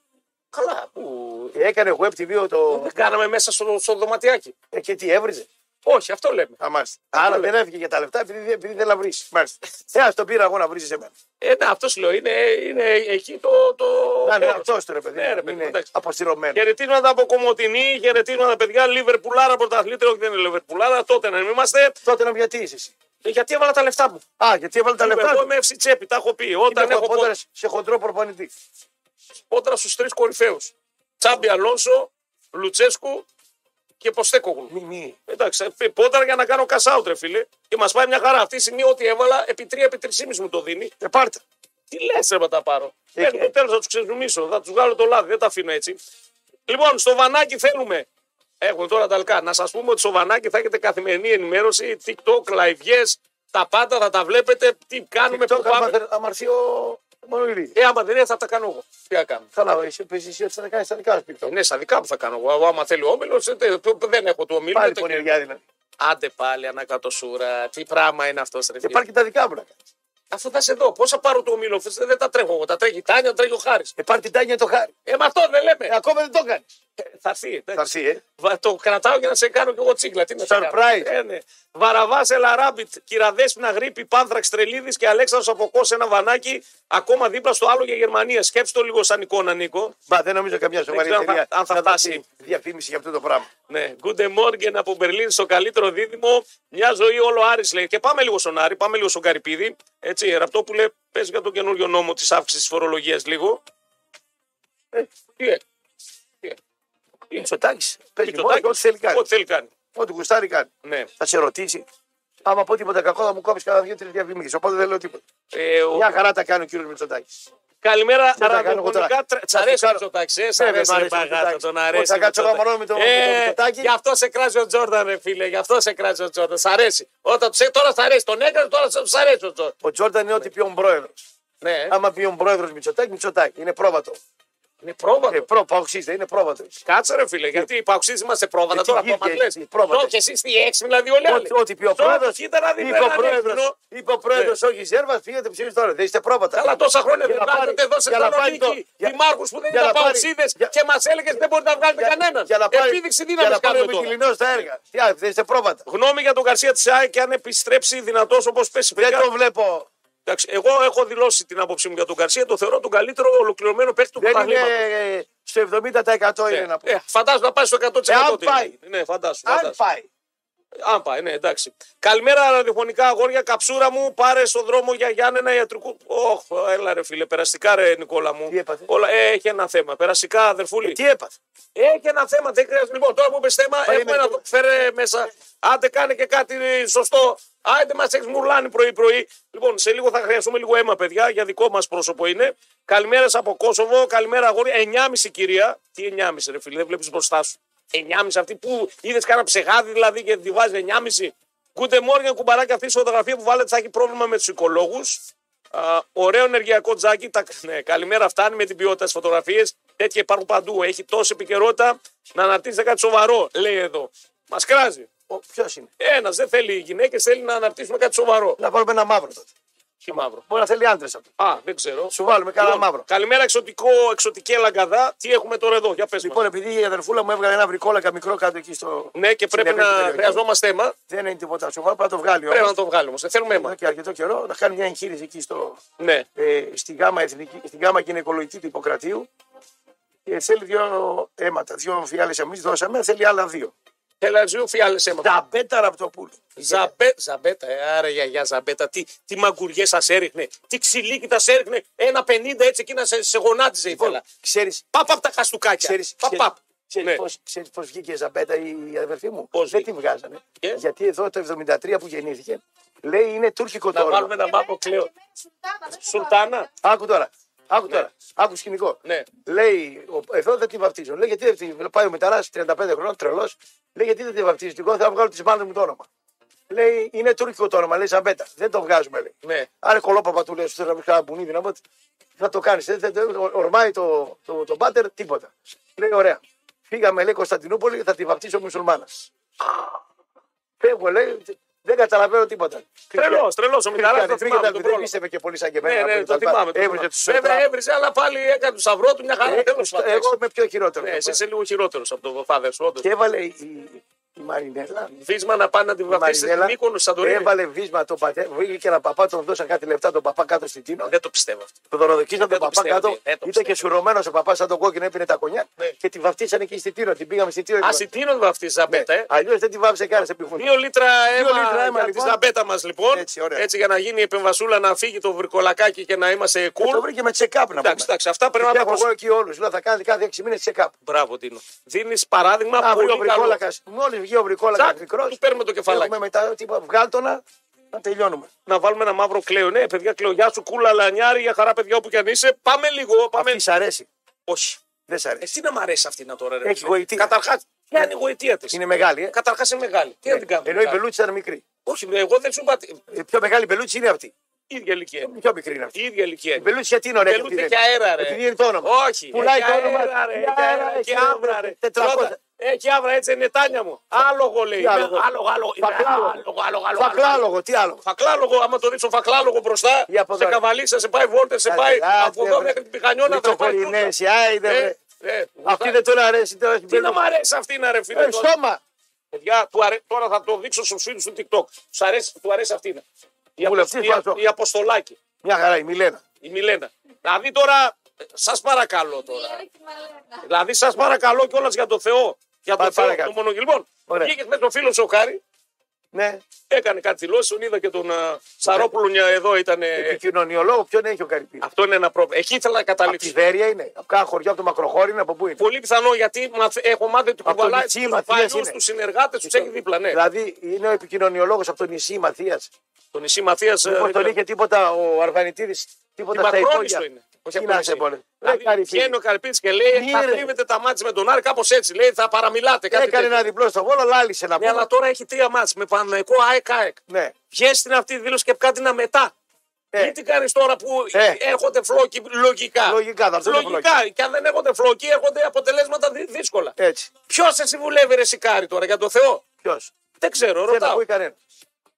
Καλά. Που... Έκανε web TV το. Δεν κάναμε μέσα στο, στο δωματιάκι. Ε, Και τι έβριζε. Όχι, αυτό λέμε. Α, μάλιστα. Άρα λέω. δεν έφυγε για τα λεφτά επειδή, επειδή δεν να βρεις. Μάλιστα. Ε, ας τον πήρα εγώ να βρεις σε μένα. Ε, ναι, αυτός σου λέω. Είναι, είναι εκεί το. το... Να είναι όρος. αυτός το ρε παιδί. Ναι, ρε να παιδί, μην είναι εντάξει. αποστηρωμένος. Χαιρετίσματα από Κομωτινή, χαιρετίσματα παιδιά. Λίβερπουλάρα πρωταθλήτρια, όχι δεν είναι Λίβερπουλάρα. Τότε να μην είμαστε. Τότε να γιατί είσαι. εσύ. Ε, Γιατί έβαλα τα λεφτά μου. Α, γιατί έβαλε τα λεφτά. Εγώ του. είμαι εύση τσέπη, τα έχω πει. Όταν Είμαι έχω κοντρά πόντρα, σε χοντρό προπονητή. πόντρα στους τρεις κορυφαίους. Τσάμπι Αλόνσο, Λουτσέσκου και Ποστέκογλου. Μη, μη. Εντάξει, ε, πόντρα για να κάνω cash out, ρε φίλε. Και μας πάει μια χαρά. Αυτή τη στιγμή ό,τι έβαλα, επί 3 επί 3,5 μου το δίνει. Ε, πάρτε. Τι λες, ρε, μα τα πάρω. Ε, Μέχρι ε. το τέλος θα τους ξεζουμίσω, θα τους βγάλω το λάδι, δεν τα αφήνω έτσι. Λοιπόν, στο βανάκι θέλουμε. Έχουμε τώρα τα λκά. Να σας πούμε ότι στο βανάκι θα έχετε καθημερινή ενημέρωση, TikTok, live τα πάντα θα τα βλέπετε. Τι κάνουμε, Το πού πάμε. έκανα άμα έρθει ο Μανουλίδη. Ε, άμα δεν είναι, θα τα κάνω εγώ. Τι να κάνω. Καλά, εσύ πει εσύ ότι θα κάνει τα δικά σου Ε, TikTok. Ναι, στα δικά μου θα κάνω εγώ. Άμα θέλει ο όμιλος, δεν έχω του ομίλου. Πάλι ούτε το- πονηριά δηλαδή. Άντε πάλι ανακατοσούρα. Τι πράγμα είναι αυτός, ρε Και φίλε. πάρει και τα δικά μου να κάνεις. Αφού θα είσαι εδώ, πόσα πάρω του ομίλου. αφού Δεν τα τρέχω εγώ. Τα τρέχει η Τάνια, τρέχει ο Χάρης. Ε, πάρει την τάνια το χάρι. Ε, με αυτό δεν λέμε. Ε, ακόμα δεν το κάνεις. Ε, θα έρθει. εντάξει. Θα έρθει, ε. Βα- Το κρατάω για να σε κάνω κι εγώ τσίγκλα. Τι να σε κάνω. Surprise. Ε, ναι. Βαραβά, Ελαράμπιτ, Κυραδέσπινα, Γρήπη, Πάνθραξ, Τρελίδης και Αλέξανδρος Αποκό σε ένα βανάκι ακόμα δίπλα στο άλλο για Γερμανία. Σκέψτε το λίγο σαν εικόνα, Νίκο. Μα δεν νομίζω καμιά σοβαρή ξέρω αν θα- εταιρεία αν θα να δώσει φτάσει. διαφήμιση για αυτό το πράγμα. Ναι, Γκούντε Μόργεν από Μπερλίν στο καλύτερο δίδυμο. Μια ζωή όλο Άρης λέει. Και πάμε λίγο στον Άρη, πάμε λίγο στον Καρυπίδη. Έτσι, Ραπτόπουλε, πες για τον καινούριο νόμο της αύξησης της φορολογίας λίγο. Ε, Τι ε, Μητσοτάκη. Παίζει μόνο Μητσοτάκης. και ό,τι θέλει κάνει. ό,τι θέλει κάνει. Ό,τι γουστάρει κάνει. Ναι. Θα σε ρωτήσει. Άμα πω τίποτα κακό θα μου κόψεις κανένα δύο-τρει διαφημίσεις. Οπότε δεν λέω τίποτα. Ε, ο... Μια χαρά τα κάνει ο κύριος Μητσοτάκης. Καλημέρα, θα κάνω εγώ ραδιοφωνικά. τώρα. τρε- Τσ' Θα αρέσει σου κάνω- ο Μητσοτάκης, ε, σ' Ναι, με αρέσει μ' ρε αρέσει ο παγάτα, Μητσοτάκης. τον Όταν αρέσει. κάτσω εγώ Μητσοτάκη. μόνο με τον- Ε, με τον Μητσοτάκη. Γι' αυτό σε κράζει ο Τζόρνταν, ρε φίλε, γι' αυτό σε κράζει ο Τζόρνταν. Σ' αρέσει. Όταν τους- τώρα σ' αρέσει, τον έκανε, τώρα σ' σ' αρέσει ο Τζόρνταν. Ο Τζόρνταν είναι ό,τι πει ο πρόεδρος. Ναι, Άμα πει ο πρόεδρος Μητσοτάκη, Μητσοτάκη. Είναι πρόβατο. είναι πρόβατος. Ε, προ, παοξίστε, είναι πρόβατος. Κάτσε ρε φίλε, γιατί οι παοξίδε είμαστε πρόβατα Γιατί τώρα που βγήκε μα λε. έτσι, πρόβατα. Το και εσεί τι έξι, δηλαδή όλοι οι άλλοι. Ό,τι- Ό,τι πει ο Ζω, πρόεδρος. Κοίτα να δεις Είπε ο πρόεδρο. Είπε ο πρόεδρος, Ναι. όχι Ζέρβας, πήγατε ψήφι τώρα. Δεν είστε πρόβατα. Αλλά τόσα χρόνια Για δεν να πάρει- βγάζετε εδώ σε για να πάρει Θεσσαλονίκη το- για- δημάρχους που δεν για ήταν να πάρει- παοξίδες για- και μας έλεγες δεν μπορείτε να βγάλετε κανέναν. Για να πάρει- Επίδειξη για δύναμη να πάρει ο κάνουμε τώρα. Μητυλινό τα έργα. Τι άλλο, δεν είστε πρόβατα. Γνώμη για τον Καρσία της ΑΕΚ και αν επιστρέψει δυνατός όπως πέσει Δεν παιδιά. το βλέπω. Εντάξει, εγώ έχω δηλώσει την άποψή μου για τον Καρσία. Το θεωρώ τον καλύτερο ολοκληρωμένο παίκτη του Δεν είναι πρωταθλήματος. ε, στο 70% είναι να πω. Ε, φαντάζομαι να πάει στο 100%. Ε, αν ότι είναι. πάει. Ναι, φαντάζομαι. Αν φαντάζομαι. πάει. Αν πάει, ναι, εντάξει. Καλημέρα, ραδιοφωνικά αγόρια. Καψούρα μου, πάρε στον δρόμο για Γιάννενα ιατρικού. Ωχ, έλα ρε φίλε, περαστικά ρε Νικόλα μου. Τι έπαθες? Όλα, ε, έχει ένα θέμα. Περαστικά, αδερφούλη. Τι έπαθες. Έχει ένα θέμα, δεν χρειάζεται. Λοιπόν, τώρα που είπες θέμα, Πάει έχουμε με ένα το- φέρε μέσα. Άντε κάνε και κάτι σωστό. Άντε μας έχεις μουρλάνει πρωί-πρωί. Λοιπόν, σε λίγο θα χρειαστούμε λίγο αίμα, παιδιά, για δικό μας πρόσωπο είναι. Καλημέρα από Κόσοβο, καλημέρα αγόρια. 9,5 κυρία. Τι 9,5 ρε φίλε, δεν βλέπεις μπροστά σου. 9,5 αυτή που είδες κάνα ψεγάδι δηλαδή και τη βάζει 9,5. Κούτε μόρια κουμπαράκι αυτή η φωτογραφία που βάλετε θα έχει πρόβλημα με τους οικολόγους. Α, ωραίο ενεργειακό τζάκι. Τα, ναι, καλημέρα, φτάνει με την ποιότητα στις φωτογραφίες. Τέτοια υπάρχουν παντού. Έχει τόση επικαιρότητα να αναρτήσετε κάτι σοβαρό, λέει εδώ. Μας κράζει. Ποιος είναι. Ένας δεν θέλει οι γυναίκες, θέλει να αναρτήσουμε κάτι σοβαρό. Να βάλουμε ένα μαύρο τότε. Τι μαύρο. Μπορεί να θέλει άντρες αυτό. Α, δεν ξέρω. Σου βάλουμε κανένα Λοιπόν, μαύρο. Καλημέρα, εξωτικό, εξωτική λαγκαδά. Τι έχουμε τώρα εδώ, για πες Λοιπόν, επειδή η αδερφούλα μου έβγαλε ένα βρικόλακα μικρό κάτω εκεί στο. Ναι, και πρέπει στην να ευρύτερη περιοχή. χρειαζόμαστε αίμα. Δεν είναι τίποτα σοβαρό, πρέπει να το βγάλει. Πρέπει Όμως. να το βγάλουμε. Σε θέλουμε αίμα. Εδώ και αρκετό καιρό να κάνει μια εγχείρηση εκεί στο, Ναι. ε, στην, γάμα εθνική, στην γάμα γυναικολογική του Ιπποκρατίου. Και θέλει δύο αίματα. Δύο φιάλε εμείς δώσαμε, θέλει άλλα δύο. Τελαζίου φιάλε αίμα. Ζαμπέτα Ραπτοπούλου. Ζαμπέ, ζαμπέτα, ε, άρα γιαγιά ζαμπέτα, τι, τι μαγκουριές σας έριχνε, τι ξυλίκι σας έριχνε, ένα 50 έτσι εκεί να σε, σε γονάτιζε η φέλα. Ξέρεις Παπ απ' τα χαστούκάκια. Λοιπόν, Ξέρεις, παπ, παπ. ξέρεις, ξέρεις Ναι. πώς, ξέρεις πώς βγήκε η Ζαμπέτα η η αδερφή μου. Πώς Δεν βγήκε. τη βγάζανε. Και? Γιατί εδώ το 73 που γεννήθηκε λέει είναι τουρκικό το Να όνομα. βάλουμε ένα μάπο κλαίω. Σουλτάνα. Σουλτάνα. Άκου τώρα. Άκου τώρα. Άκου σκηνικό. Ναι. Λέει, ο- εδώ δεν τη βαπτίζω. Λέει γιατί δεν τη Πάει ο Μηταράς 35 χρόνων, τρελός. Λέει γιατί δεν τη βαπτίζει. Εγώ θα βγάλω τη μάνα μου το όνομα. Λέει είναι τουρκικό το όνομα. Λέει Ζαμπέτα. Δεν το βγάζουμε. Λέει. Ναι. Άρα κολόπαπα του λέει, σου θέλω να βρει κανένα μπουνίδι να πω. τι- Θα το κάνεις. Δεν, δεν, δεν- ορμάει το, το, το μπάτερ, τίποτα. Λέει, ωραία. Φύγαμε, λέει, Κωνσταντινούπολη, θα τη βαπτίσω μουσουλμάνας. Φεύγω, λέει, δεν καταλαβαίνω τίποτα. Τρελός, τρελός ο Μιχαλάκη. Το θυμάμαι Χριστιανοί, φύγατε, τον Δεν πρόλαβα. πίστευε και πολύ σαν και Ναι, εμένα. ναι, που το τα- θυμάμαι. το Έβριζε θυμάμαι. τους Βέβαια έβριζε, αλλά πάλι έκανε του σαυρό του μια χαρά. Τέλο πάντων. Εγώ είμαι πιο χειρότερο. Ναι, Εσύ είσαι λίγο χειρότερος από τον φάδερ σου, όντω. Και έβαλε η, η Μαρινέλα. Βίσμα να πάνε να την Η βαφτίσει στην Μαρινέλα Μύκονο Σαντορίνη. έβαλε βίσμα τον πατέρα. Βγήκε ένα παπά, τον δώσαν κάτι λεφτά τον παπά κάτω στην Τίνο. Δεν το πιστεύω αυτό. Το δωροδοκίσαν Δεν τον το παπά πιστεύω, κάτω. δεν το Ήταν πιστεύω. και σουρωμένος ο παπάς σαν τον κόκκινο, έπινε τα κονιά. Ναι. Και τη βαφτίσανε εκεί στην Τύρο. Την πήγαμε στην Τύρο. Α, η Τίνο βαφτίζεις ζαμπέτα, ε. Αλλιώς δεν τη βάφτισε κανένα επιφωνή. Δύο λίτρα αίμα, λίτρα αίμα, για λοιπόν. τη ζαμπέτα μας λοιπόν. Έτσι, ωραία. για να γίνει η επεμβασούλα να φύγει το βρικολακάκι και να είμαστε cool. Ε, Το βρήκε με check-up να πούμε. Εντάξει, εντάξει, αυτά πρέπει να Και τα έχω εγώ προσέχουμε. εκεί όλους. Λέω θα κάνετε κάθε 6 μήνες check-up. Μπράβο, Τίνο. Δίνεις παράδειγμα Αύριο ο πολύ καλό. βρικόλακας. Μόλις βγει ο βρικόλακα Τσακ, μικρό. του παίρνουμε το κεφαλάκι. Έχουμε μετά τίποτα. Βγάλτονα να τελειώνουμε. Να βάλουμε ένα μαύρο κλέο. Ναι, παιδιά, κλέο. Γεια σου, κούλα, λανιάρη, για χαρά, παιδιά, όπου κι αν είσαι. Πάμε λίγο. Πάμε... Αυτή σ' αρέσει. Όχι. Δεν σ' αρέσει. Εσύ να μ' αρέσει αυτή να τώρα, ρε. Έχει γοητεία. Καταρχάς, ποια είναι η γοητεία της. Είναι μεγάλη. Ε. Καταρχάς είναι μεγάλη. Τι να την κάνουμε. Ενώ η μεγάλη. πελούτσα ήταν μικρή. Όχι, ρε, εγώ δεν σου είπα. τι- Η πιο μεγάλη πελούτσα είναι αυτή. Η ίδια ηλικία. είναι. Η πιο μικρή είναι αυτή. Η ίδια ηλικία. Η είναι. πελούτσα γιατί είναι ωραία. Πελούτσα επειδή και δεν- αέρα, ρε. Επειδή είναι το όνομα. Όχι. Πουλάει έχει το όνομα. αέρα, ρε, Τι έχει αέρα, αέρα, έχει έχει άβρα, ρε. 400. Πρώτα, Έχει άβρα, έτσι είναι τάνια μου. Άλογο λέει. Τι άλογο? Είμαι Άλογο, άλογο. είμαι Φακλάλογο. Άλογο, άλογο, άλογο. Φακλάλογο, τι άλλο. Φακλάλογο, άμα το δείξω φακλάλογο μπροστά, Για από σε εδώ, ρε. καβαλίσα, σε πάει βόρτε, σε Ε, πάει από εδώ μέχρι την πιχανιώνα. Το θα πάει τούτα. χωρινέ, άιδε. Ε, βρε. ε, Αυτή δεν του αρέσει. τώρα έχει Τι να μπει- μ' αρέσει αυτή να ρε φίλε. Ε, τώρα. Στόμα. Παιδιά, του αρέ- τώρα θα το δείξω στους φίλους του TikTok. Τους αρέσει, του αρέσει αυτή να. Η, Βουλευτής Αποσ- η- Πασόκ. η Αποστολάκη, Μια χαρά η Μιλένα. η Μιλένα. Δηλαδή τώρα, ε, σας παρακαλώ τώρα. Δηλαδή, σας παρακαλώ κιόλας για το Θεό. Για το Πά- Θεό, παρακάτω. το μόνο. Λοιπόν, Ωραία. βγήκε με τον φίλο σου ο Χάρη, Ναι. έκανε κάτι δηλώσεις, τον είδα και τον α, Σαρόπουλο νια- εδώ ήταν. ε, Επικοινωνιολόγο, ποιον έχει ο Καρυπίδης. Αυτό είναι ένα πρόβλημα. Εκεί ήθελα να Από τη καταλήξω. Βέρεια είναι. Από κάνα χωριό, από το Μακροχώρι είναι, από πού είναι. Πολύ πιθανό γιατί μαθ- έχω μάθει ότι το κουβαλάει νησί τους Μαθίας παλιούς είναι. τους συνεργάτες τους έχει δίπλα. Ναι. Ε, Δηλαδή είναι ο επικοινωνιολόγος από το νησί Μαθίας. Το νησί ε, Μαθία. Μήπως τον είχε τίποτα ο Αργανιτίδη, τίποτα στα Μακρόνιστο υπόγεια. είναι. Όχι Τι από το να σε νησί. πω, ρε. Ρε, Δηλαδή, Καρυπίδη. βγαίνει ο Καρπίτη και λέει: Μη Θα ρε. κρύβετε τα μάτια με τον Άρη, κάπως έτσι. Λέει: Θα παραμιλάτε. Κάτι Έκανε τέτοιο. ένα διπλό στο βόλο, λάλησε να Ναι, αλλά πούμε. τώρα έχει τρία μάτια με Παναναϊκό ΑΕΚ. ΑΕΚ. Ναι. Ποιες είναι αυτή η δήλωση και κάτι να μετά. Ε. Μην την κάνεις τώρα που Ε. έρχονται φλόκοι λογικά. Λογικά, θα έρθουν Λογικά. Και αν δεν έρχονται φλόκοι, έρχονται αποτελέσματα δυ- δύσκολα. Έτσι. Ποιος σε συμβουλεύει, ρε Σικάρη, τώρα για το Θεό. Ποιος. Δεν ξέρω, Δεν ρωτάω. ακούει κανένας.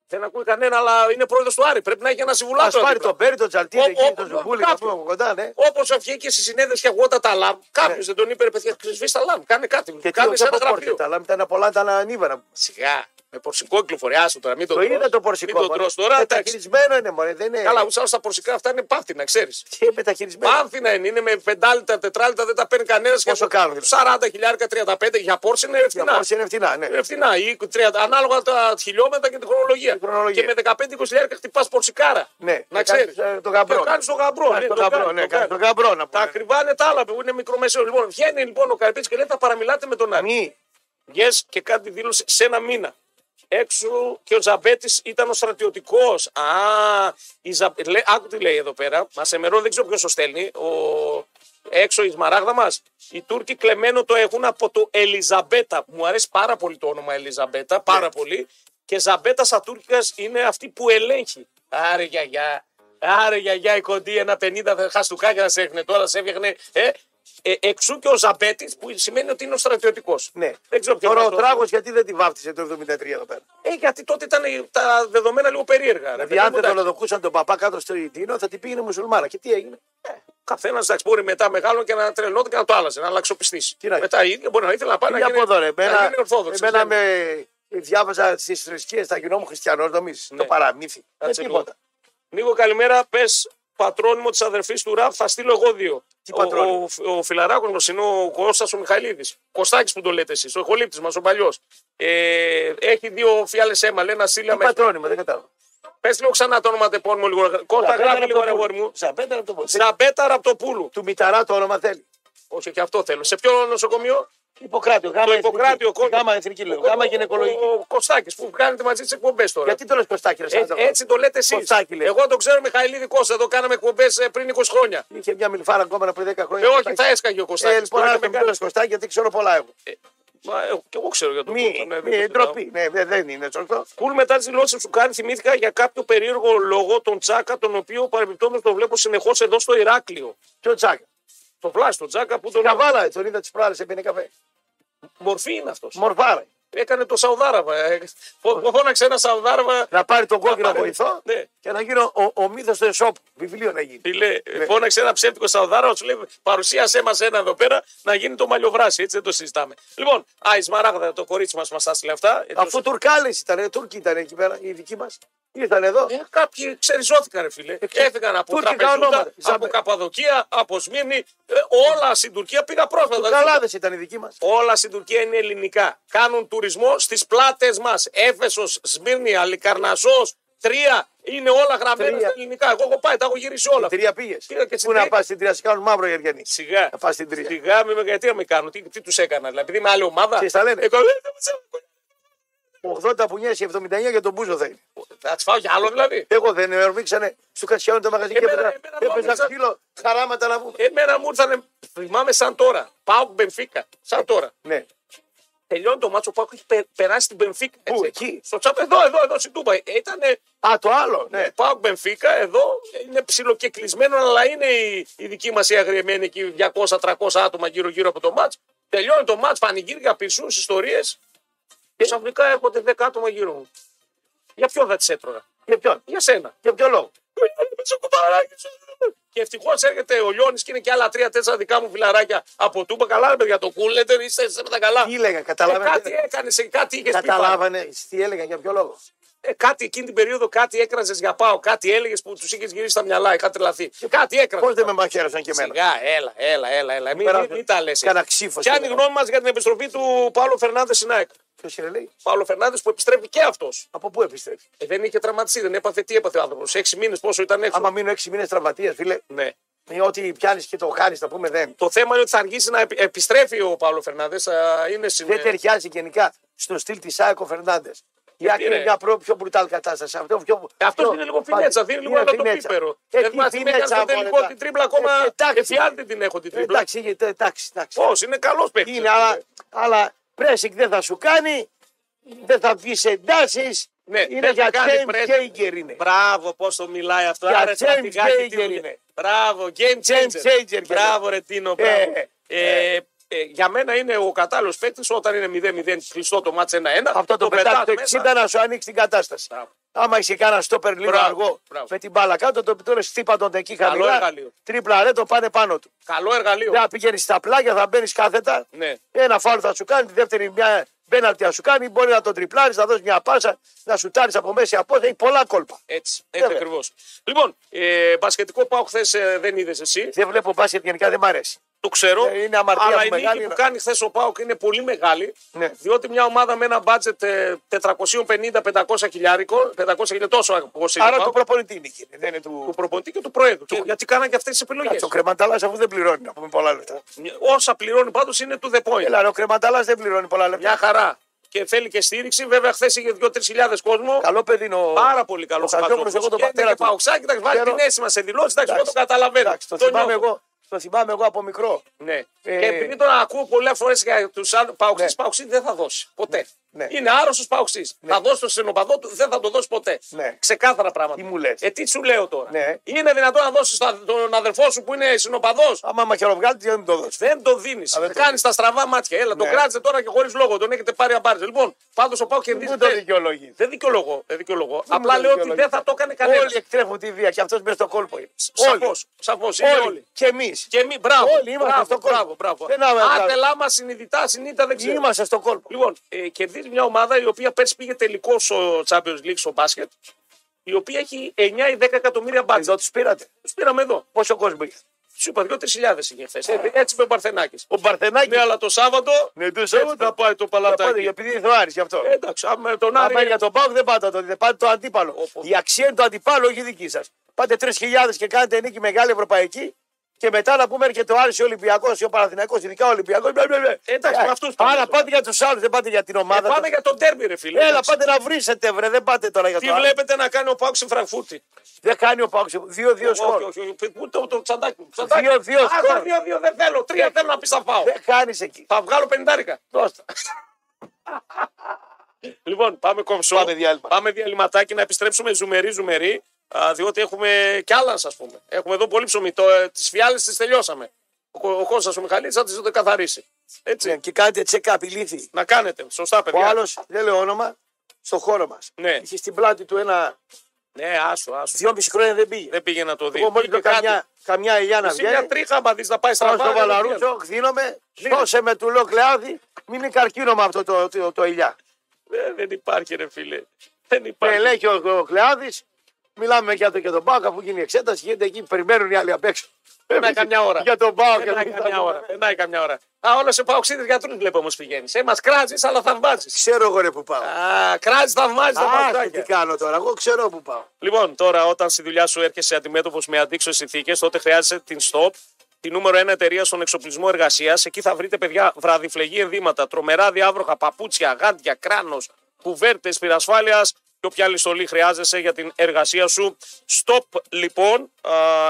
Δεν ακούει κανένας, αλλά είναι πρόεδρος του Άρη. Πρέπει να έχει ένα Α συμβουλάτο. πάρει τον Πέρι, τον Τζαλτίνη, Ο- εκείνη, ο- τον ο- Ζουγκούλη, κάποιον. τον πούμε από κοντά, ναι. Όπω βγήκε στη συνέδρια και αγώτα τα λαμπ, κάποιο Ναι. δεν τον είπε, ρε παιδιά, σβήστε τα λαμπ. Κάνε κάτι. Και τι κάνε σε όχι ένα από γραφείο. πόρτε, αλλά ήταν πολλά, ήταν ανίβαρα. Σιγά. Με πορσικό κυκλοφοριά σου τώρα. Μην το Το τρως. είδα το ναι. Ε, Μην πορσικό. το τρως τώρα. Εντάξει. Μεταχειρισμένο είναι, μωρέ. Δεν είναι. Καλά, ούτω τα πορσικά αυτά είναι πάθη, να ξέρεις. Τι μεταχειρισμένο. Πάνθινα είναι, είναι με πεντάλητα, τετράλητα, δεν τα παίρνει κανένας. Ναι. Πόσο κάνουν, δηλαδή. 40 χιλιάρικα, 35 για πόρση είναι Για ευθυνά. πόρση είναι φτηνά, ναι. Είναι ευθυνά, ή 30, ανάλογα τα χιλιόμετρα και την χρονολογία. Την χρονολογία. Και με 15-20 χιλιάρικα χτυπάς πορσικάρα. Ναι, να και ξέρει. κάνεις, ε, τον γαμπρό. Κάνει τον γαμπρό. Κάνεις ναι, τον το γαμπρό, κάνεις, ναι, το κάνεις κάνεις. τον γαμπρό, να πούμε. Τα κρυβάνε τα άλλα που είναι μικρομεσαίος. Λοιπόν, βγαίνει λοιπόν ο Καρπίτης και λέει: Θα παραμιλάτε με τον Άρη. Μη. Yes, και κάτι δήλωσε σε ένα μήνα. έξω και ο Ζαμπέτη ήταν ο στρατιωτικός. Α, η Ζα... Λέ, άκου τι λέει εδώ πέρα. Μα εμερώνει, δεν ξέρω ποιος το στέλνει. Ο... Έξω η σμαράγδα μας. Οι Τούρκοι κλεμμένο το έχουν από το Ελιζαμπέτα. Μου αρέσει πάρα πολύ το όνομα Ελιζαμπέτα, πάρα πολύ. Και Ζαμπέτα στα Τούρκικα είναι αυτή που ελέγχει. Άρε γιαγιά. Άρε γιαγιά η κοντή, ένα 50 χαστούκάκια να σε έφυγνε τώρα, σε έφτιαχνε. Ε, ε, εξού και ο Ζαμπέτη που σημαίνει ότι είναι ο στρατιωτικός. Ναι. Δεν ξέρω ποιο Τώρα είναι ο αυτό. Τράγος γιατί δεν τη βάφτισε το 73 εδώ πέρα. Ε, γιατί τότε ήταν ε, τα δεδομένα λίγο περίεργα. Δηλαδή, αν δεν δολοδοκούσαν τον παπά κάτω στο Ιττίνο, θα την πήγαινε μουσουλμάνα. Και τι έγινε. Καθένα μπορεί μετά μεγάλο και να τρελνόταν και να το άλλαζε, να αλλαξοπιστήσει. Τι να γίνει. Μετά η ίδια μπορεί να ήθελε να πάει να Τι από εδώ, ρε. να Εμένα, γίνει Ναι. ορθόδοξη. εμένα Δεν- με διάβαζα στις θρησκείες, θα γινόμουν χριστιανός, νομίζεις. Ναι. Το παραμύθι. Δεν Κάτσε λίγο. τίποτα. Νίκο, καλημέρα. Πες πατρόνιμο της αδερφής του Ραπ, θα στείλω εγώ δύο. Τι Ο- πατρόνιμο? Ο, ο, Φιλαράκος είναι ο Κώστας ο Μιχαηλίδη. Κωστάκης που το λέτε εσείς, ο Εχολήπτης μας, ο παλιός. Ε, έχει δύο φιάλες αίμα, λέει να Τι στείλαμε. πατρόνιμο, δεν κατάλαβα. Πες λίγο ξανά το όνομα τεπώνυμο λίγο. Κώστα, γράφει λίγο, ρε αγόρι μου. Ζαμπέτα από το πόδι. Ζαμπέτα Ραπτοπούλου. Του Μηταρά το όνομα θέλει. Όχι, και αυτό θέλω. Σε ποιο νοσοκομείο, Υποκράτιο, γάμα Το εθνική. Ιπποκράτιο, Τι κόσμο. Γάμα εθνική λέω. Γάμα Ο, γυναικολογική. ο Κωστάκης που κάνετε μαζί τι εκπομπές τώρα. Γιατί το λες Κωστάκη, ρε Ε, Σάντρο. έτσι το λέτε εσείς. Κωστάκη λέει. Εγώ τον ξέρω Μιχαηλίδη Κώστα, εδώ κάναμε εκπομπές πριν 20 χρόνια. Είχε μια μιλφάρα ακόμα πριν 10 Ε, χρόνια. όχι, Κωστάκη. θα έσκαγε ο Κωστάκης. Ε, λοιπόν, άρα με κάνει Κωστάκη, γιατί ξέρω πολλά εγώ. Και εγώ ξέρω για τον Μη, Κώστα, ναι, δεν μη, το συζητάω. ντροπή. Ναι, δε- δεν είναι σωστό. Κουλ μετά τι δηλώσει του Κάρι, θυμήθηκα για κάποιο περίεργο λόγο τον Τσάκα, τον οποίο παρεμπιπτόντως τον βλέπω συνεχώς εδώ στο Ηράκλειο. Ποιο Ε, τσάκα. Το φλάσ, τον Τσάκα που τον. Καβάλα, τον είδα τη προάλλες, έπαιρνε καφέ. Μορφή είναι αυτός. Μορφάρα. Έκανε το Σαουδάραβα. ε. Φω- Φώναξε ένα Σαουδάραβα. Να πάρει τον κόκκινο πάρει. βοηθό Ναι. και να γίνω ο, ο μύθος του Εσόπου. Βιβλίο να γίνει. Τι λέει, Ναι. φώναξε ένα ψεύτικο Σαουδάραβα, σου λέει παρουσίασέ μας ένα εδώ πέρα να γίνει το μαλλιοβράσι. Έτσι δεν το συζητάμε. Λοιπόν, α, η Σμαράγδα, το κορίτσι μας μας τα έστειλε αυτά. Ε, Αφού Τουρκάλε ήταν, Τούρκοι ήταν εκεί πέρα, οι δικοί μας. Ήρθαν εδώ. Ε, κάποιοι ξεριζώθηκαν, ρε φίλε. Ε, Έφυγαν από Τούρκικα Τραπεζούντα, ονόματα. από Ζαμπέ. Καπαδοκία, από Σμύρνη. Ε, όλα στην Τουρκία πήγα πρόσφατα. δηλαδή. Τουρκαλάδες ήταν οι δικοί μας. Όλα στην Τουρκία είναι ελληνικά. Κάνουν τουρισμό στις πλάτες μας. Έφεσος, Σμύρνη, Αλικαρνασό, Τρία. Είναι όλα γραμμένα Τρία. στα ελληνικά. Εγώ έχω πάει, τα έχω γυρίσει όλα. Τρία πήγες. Πήγα και στην Πού να τρία. πας στην τρία, σε κάνουν μαύρο οι Αργιανοί. Σιγά. Να πας στην τρία. Σιγά, με, με- γιατί να με κάνουν, τι, τι τους έκανα, δηλαδή, επειδή είμαι άλλη ομάδα. Ξέρεις τα λένε. Εγώ, ε, δεν ξέρω. 80 που νιέσει, 79 για τον Μπούζο θα είναι. Θα τσφάω κι άλλο δηλαδή. Εγώ δεν ε, ορμήξανε στο Κατσιάνο το μαγαζί και Εμένα- έπαιζα- εμένα νόμιζα- έπαιζα ξύλο χαράματα να βγουν. Εμένα μου ήρθανε, θυμάμαι σαν τώρα. Πάω Μπενφίκα, σαν τώρα. Ναι. Τελειώνει το μάτσο, ο Πάκο έχει πε- περάσει την Μπενφίκα. Πού, έτσι. εκεί? Στο τσάπ, εδώ, εδώ, εδώ, στην Τούμπα. Ε, Ήταν Α, το άλλο. Ναι. Πάο Μπενφίκα, εδώ είναι ψιλοκεκλεισμένο, αλλά είναι η, η δική μας η αγριεμένη εκεί 200-300 άτομα γύρω-γύρω από το μάτ. Τελειώνει το μάτ, πανηγύρια, πισούς, ιστορίες. Και ξαφνικά έρχονται 10 άτομα γύρω μου. Για ποιον θα τις έτρωγα, Για ποιον. για σένα. Για ποιο λόγο. Τσοκουπαράκι σου. Και ευτυχώς έρχεται ο Λιώνης και είναι και άλλα τρία-τέσσερα δικά μου φιλαράκια από τούμπα. Καλά, ρε παιδιά, το κούλετερ είστε είστε με τα καλά. Τι λέγανε, Ε, κάτι καταλάβανε. έκανε, κάτι είχες πει. πάνω. Καταλάβανε τι έλεγαν, για ποιο λόγο. Ε, κάτι εκείνη την περίοδο, κάτι έκραζες για πάω. Κάτι έλεγες που τους είχες γυρίσει στα μυαλά, είχα τρελαθεί. Ε, Κάτι έκραζες. Πώς δεν με μαχαίρωσαν και εμένα. Σιγά, έλα, έλα, έλα. έλα. Μην, Πέρα- μην, μην τα λες. Κάνα ξύφος. Ποια είναι η γνώμη μας για την επιστροφή του Παύλο Φερνάνδε στην ΑΕΚ. Ποιος είναι λέει, Παύλο Φερνάνδε που επιστρέφει και αυτός. από πού επιστρέφει. Ε, δεν είχε τραυματιστεί, δεν έπαθε τι έπαθε ο άνθρωπος. Έξι μήνες πόσο ήταν έξω. Άμα μείνω 6 μήνες τραυματίας, φίλε, Ναι. ε, ό,τι πιάνεις και το χάνεις, να πούμε δεν. Το θέμα είναι ότι θα αργήσει να επι- επιστρέφει ο Παύλο Φερνάνδε. Είναι Δεν σημείο. ταιριάζει γενικά στο στυλ της Σάικο Φερνάντες. Η Άκη ρε. είναι μια προ- πιο μπρουτάλ κατάσταση. Αυτό πιο... Αυτός πιο- δίνει Ε, λίγο φινέτσα, δίνει λίγο Είναι ένα το φινέτσα. πίπερο. Ε, Δεν τι μάθει με έκανε φινέτσα, στο μωρέ, τελικό τα- την τρίπλα ακόμα. Ε, εντάξει. Εφιάλτη την έχω την Ε, τρίπλα. Εντάξει, ε, εντάξει, εντάξει. Πώς, είναι καλός παίκτης. Είναι, αλλά, αλλά πρέσικ δεν θα σου κάνει, δεν θα βγεις σε εντάσεις. Ναι, είναι δεν θα για κάνει James pressing. Jager είναι. Μπράβο, πώς το μιλάει αυτό. Για Άρα, James στρατηγάκι, τι Jager δουλειά. είναι. Μπράβο, game Game changer. changer, Μπράβο, ρε Τίνο, Ε, μπράβο. ε, Ε, ε, για μένα είναι ο κατάλληλος παίκτης όταν είναι 0-0 κλειστό το μάτς 1-1. Αυτό το, πετάς το 60 μέσα. να σου ανοίξει την κατάσταση. Μπράβο. Άμα είσαι κάνα στόπερ λίγο Μπράβο, αργό μπράβο. με την μπάλα κάτω, το πιτόρε χτύπα τον εκεί Καλό χαμηλά. εργαλείο. Τρίπλα ρε, το πάνε πάνω του. Καλό εργαλείο. Δεν πηγαίνεις στα πλάγια, θα μπαίνεις κάθετα. Ναι. Ένα φάουλ θα σου κάνει, τη δεύτερη μια μπέναλτι θα σου κάνει. Μπορεί να τον τριπλάρεις, να δώσεις μια πάσα, να σου τάρει από μέση απόσταση. Έχει πολλά κόλπα. Έτσι, έτσι Ε, Βέβαια. ακριβώς. Λοιπόν, ε, μπασκετικό πάω χθες δεν είδες εσύ. Δεν βλέπω μπάσκετ γενικά, δεν μ' αρέσει. Το ξέρω. Ε, είναι αμαρτία αλλά η μου νίκη μεγάλη, που ναι. κάνει χθε ο Πάοκ είναι πολύ μεγάλη. Ναι. Διότι μια ομάδα με ένα ε, μπάτζετ 450-500 χιλιάρικο, 500 χιλιάρικο, τόσο όπω είναι. Άρα το του προπονητή νίκη. Δεν είναι του του. προπονητή και του προέδρου. Και- γιατί κάνανε και αυτές τις επιλογές. Κάτσε, ο κρεμανταλά αφού δεν πληρώνει, να πούμε πολλά λεφτά. Όσα πληρώνει πάντως είναι του δεπόη. Έλα, ρε, ο κρεμανταλά δεν πληρώνει πολλά λεφτά. Μια χαρά. και θέλει και στήριξη. Βέβαια, χθες είχε 2-3 κόσμο. Καλό παιδί είναι ο. Πάρα πολύ καλό Ο Χατζόπουλος, εγώ τον πατέρα Και του. παουξάκι, εντάξει, βάλει Ξέρω. την αίσθημα σε δηλώσεις. Εντάξει, εγώ το Εντάξει. καταλαβαίνω. Εντάξει, το, Το θυμάμαι νιώθω. εγώ, το θυμάμαι εγώ από μικρό. Ναι. Ε, και επειδή τον ακούω πολλές φορές για τους άλλους παοξή, Ναι. δεν θα δώσει. Ποτέ. Ναι. Είναι άρρωστος παοξή. Θα δώσει το συνοπαδό του, δεν θα το δώσει ποτέ. Ναι. Ξεκάθαρα πράγματα. Τι μου λες. Ε, τι σου λέω τώρα. Ναι. Είναι δυνατόν να δώσεις τον αδερφό σου που είναι συνοπαδός. Άμα μαχαιροβγάλει, δεν μου το δώσεις. Δεν το δίνεις. δεν το Κάνεις τα στραβά μάτια. Έλα, τον Ναι. κράτησε τώρα και χωρίς λόγο. Τον έχετε πάρει αμπάρζε. Λοιπόν, πάντως ο Πάο Δεν κερδίζει. μου το χθες. δικαιολογείς. Δεν δικαιολογώ. Δεν δικαιολογώ. μου Απλά το λέω ότι δικαιολογείς. δεν θα το έκανε κανένας. Όλοι εκτρέφουν τη βία και αυτός μέσα στο κόλπο είναι. Σαφώ. Σαφώς. Είναι όλοι. Και εμείς. Και εμείς, μπράβο. Όλοι είμαστε μπράβο, στο κόλπο. μπράβο, μπράβο. Δεν άμε- Άτελά μα συνειδητά, συνείδητα δεν ξέρω. Είμαστε στο κόλπο. Λοιπόν, ε, κερδίζει μια ομάδα η οποία πέρσι πήγε τελικός στο Champions League στο μπάσκετ, η οποία έχει 9 ή 10 εκατομμύρια μπάτζα. Εδώ του πήρατε. Τους πήραμε εδώ. Πόσο κόσμος είχε. Σου είπα, 2-3 είχε χθες. Έτσι είπε ο Παρθενάκη. Ο Μπαρθενάκης. Ναι, αλλά το Σάββατο. Ναι, το έτσι Σάββατο. θα πάει το Πάτε, παλατάκι. επειδή είναι ο Άρης γι' αυτό. Ε, Εντάξει, άμα τον Αν πάει Άρη. για τον Πάουκ δεν πάτε τότε. Πάτε το αντίπαλο. Όπως. Η αξία είναι το αντίπαλο, όχι η δική σας. Πάτε 3.000 και κάνετε νίκη μεγάλη ευρωπαϊκή και μετά να πούμε έρχεται ο Άρης ο Ολυμπιακός ή ο Παναθηναϊκός, ειδικά ο Ολυμπιακός. Εντάξει, με αυτούς πάμε Ε, Άρα τώρα. πάτε για τους άλλους, δεν πάτε για την Ε, ομάδα. πάμε σας. για τον τέρμι, ρε φίλε. Έλα, Εντάξει. πάτε να βρίσετε, βρε, δεν πάτε τώρα για Τι το άλλο. βλέπετε να κάνει ο Πάουξ στη Φραγκφούρτη. Δεν κάνει ο Πάουκ. Δύο-δύο Όχι, όχι, σκορ. όχι, όχι. Ούτε το- το τσαντάκι μου. Τσαντάκι. Δύο- δύο Ναι. Άστα, σκορ. δύο-δύο, δεν θέλω. Τρία θέλω να πεις θα πάω. Δεν κάνεις εκεί. Θα βγάλω πεντάρικα. Δώστα. Λοιπόν, πάμε κομψό. Πάμε διάλειμμα. Πάμε διαλυματάκι να επιστρέψουμε ζουμερί, ζουμερί. α, διότι έχουμε κι άλλα, ας πούμε. Έχουμε εδώ πολύ ψωμί. Το, ε, τις φιάλες τις τελειώσαμε. Ο, Κο- ο Κώστας ο Μιχαλής θα τις το καθαρίσει. Έτσι. Ναι, Και κάνετε check-up, ηλίθιοι. Να κάνετε. Σωστά, Ο παιδιά. άλλος, δεν λέω όνομα, στο χώρο μας. Ναι. Είχε στην πλάτη του ένα Ναι, άσου, άσου. δυόμιση χρόνια δεν πήγε. Δεν πήγε να το δει. Εγώ μόλις Πήγε το κάτι. καμιά, καμιά ελιά να Εσύ μια βγαίνει. τρίχα, άμα δεις να πάει Πάω στο στραβά. βαλαρούτσο, χδίνομαι, σώσε με του λέω κλεάδι, μην είναι καρκίνωμα αυτό το, το, το ηλιά. Ε, δεν υπάρχει, ρε φίλε. Δεν Με υπάρχει. Ε, ελέγχει ο, ο κλεάδι, μιλάμε για το και τον Πάουκ, αφού γίνει η εξέταση, γίνεται εκεί, περιμένουν οι άλλοι απ' έξω. Περνάει καμιά ώρα. Για τον Πάουκ, Περνάει καμιά ώρα. Περνάει καμιά ώρα. Α, όλα σε πάω ξύδι γιατρού βλέπω όμως πηγαίνεις. Ε, μας κράζεις, αλλά θαυμάζεις. Ξέρω εγώ ρε που πάω. Α, κράζεις, θαυμάζεις τα Α, τι παγκάκια. κάνω τώρα, εγώ ξέρω που πάω. Λοιπόν, τώρα όταν στη δουλειά σου έρχεσαι αντιμέτωπος με αντίξωε συνθήκες, τότε χρειάζεσαι την STOP, τη νούμερο 1 εταιρεία στον εξοπλισμό εργασίας. Εκεί θα βρείτε, παιδιά, βραδιφλεγή ενδύματα, τρομερά διάβροχα, παπούτσια, γάντια, κράνος, κουβέρτες, πυρασφάλειας και όποια άλλη στολή χρειάζεσαι για την εργασία σου. STOP, λοιπόν,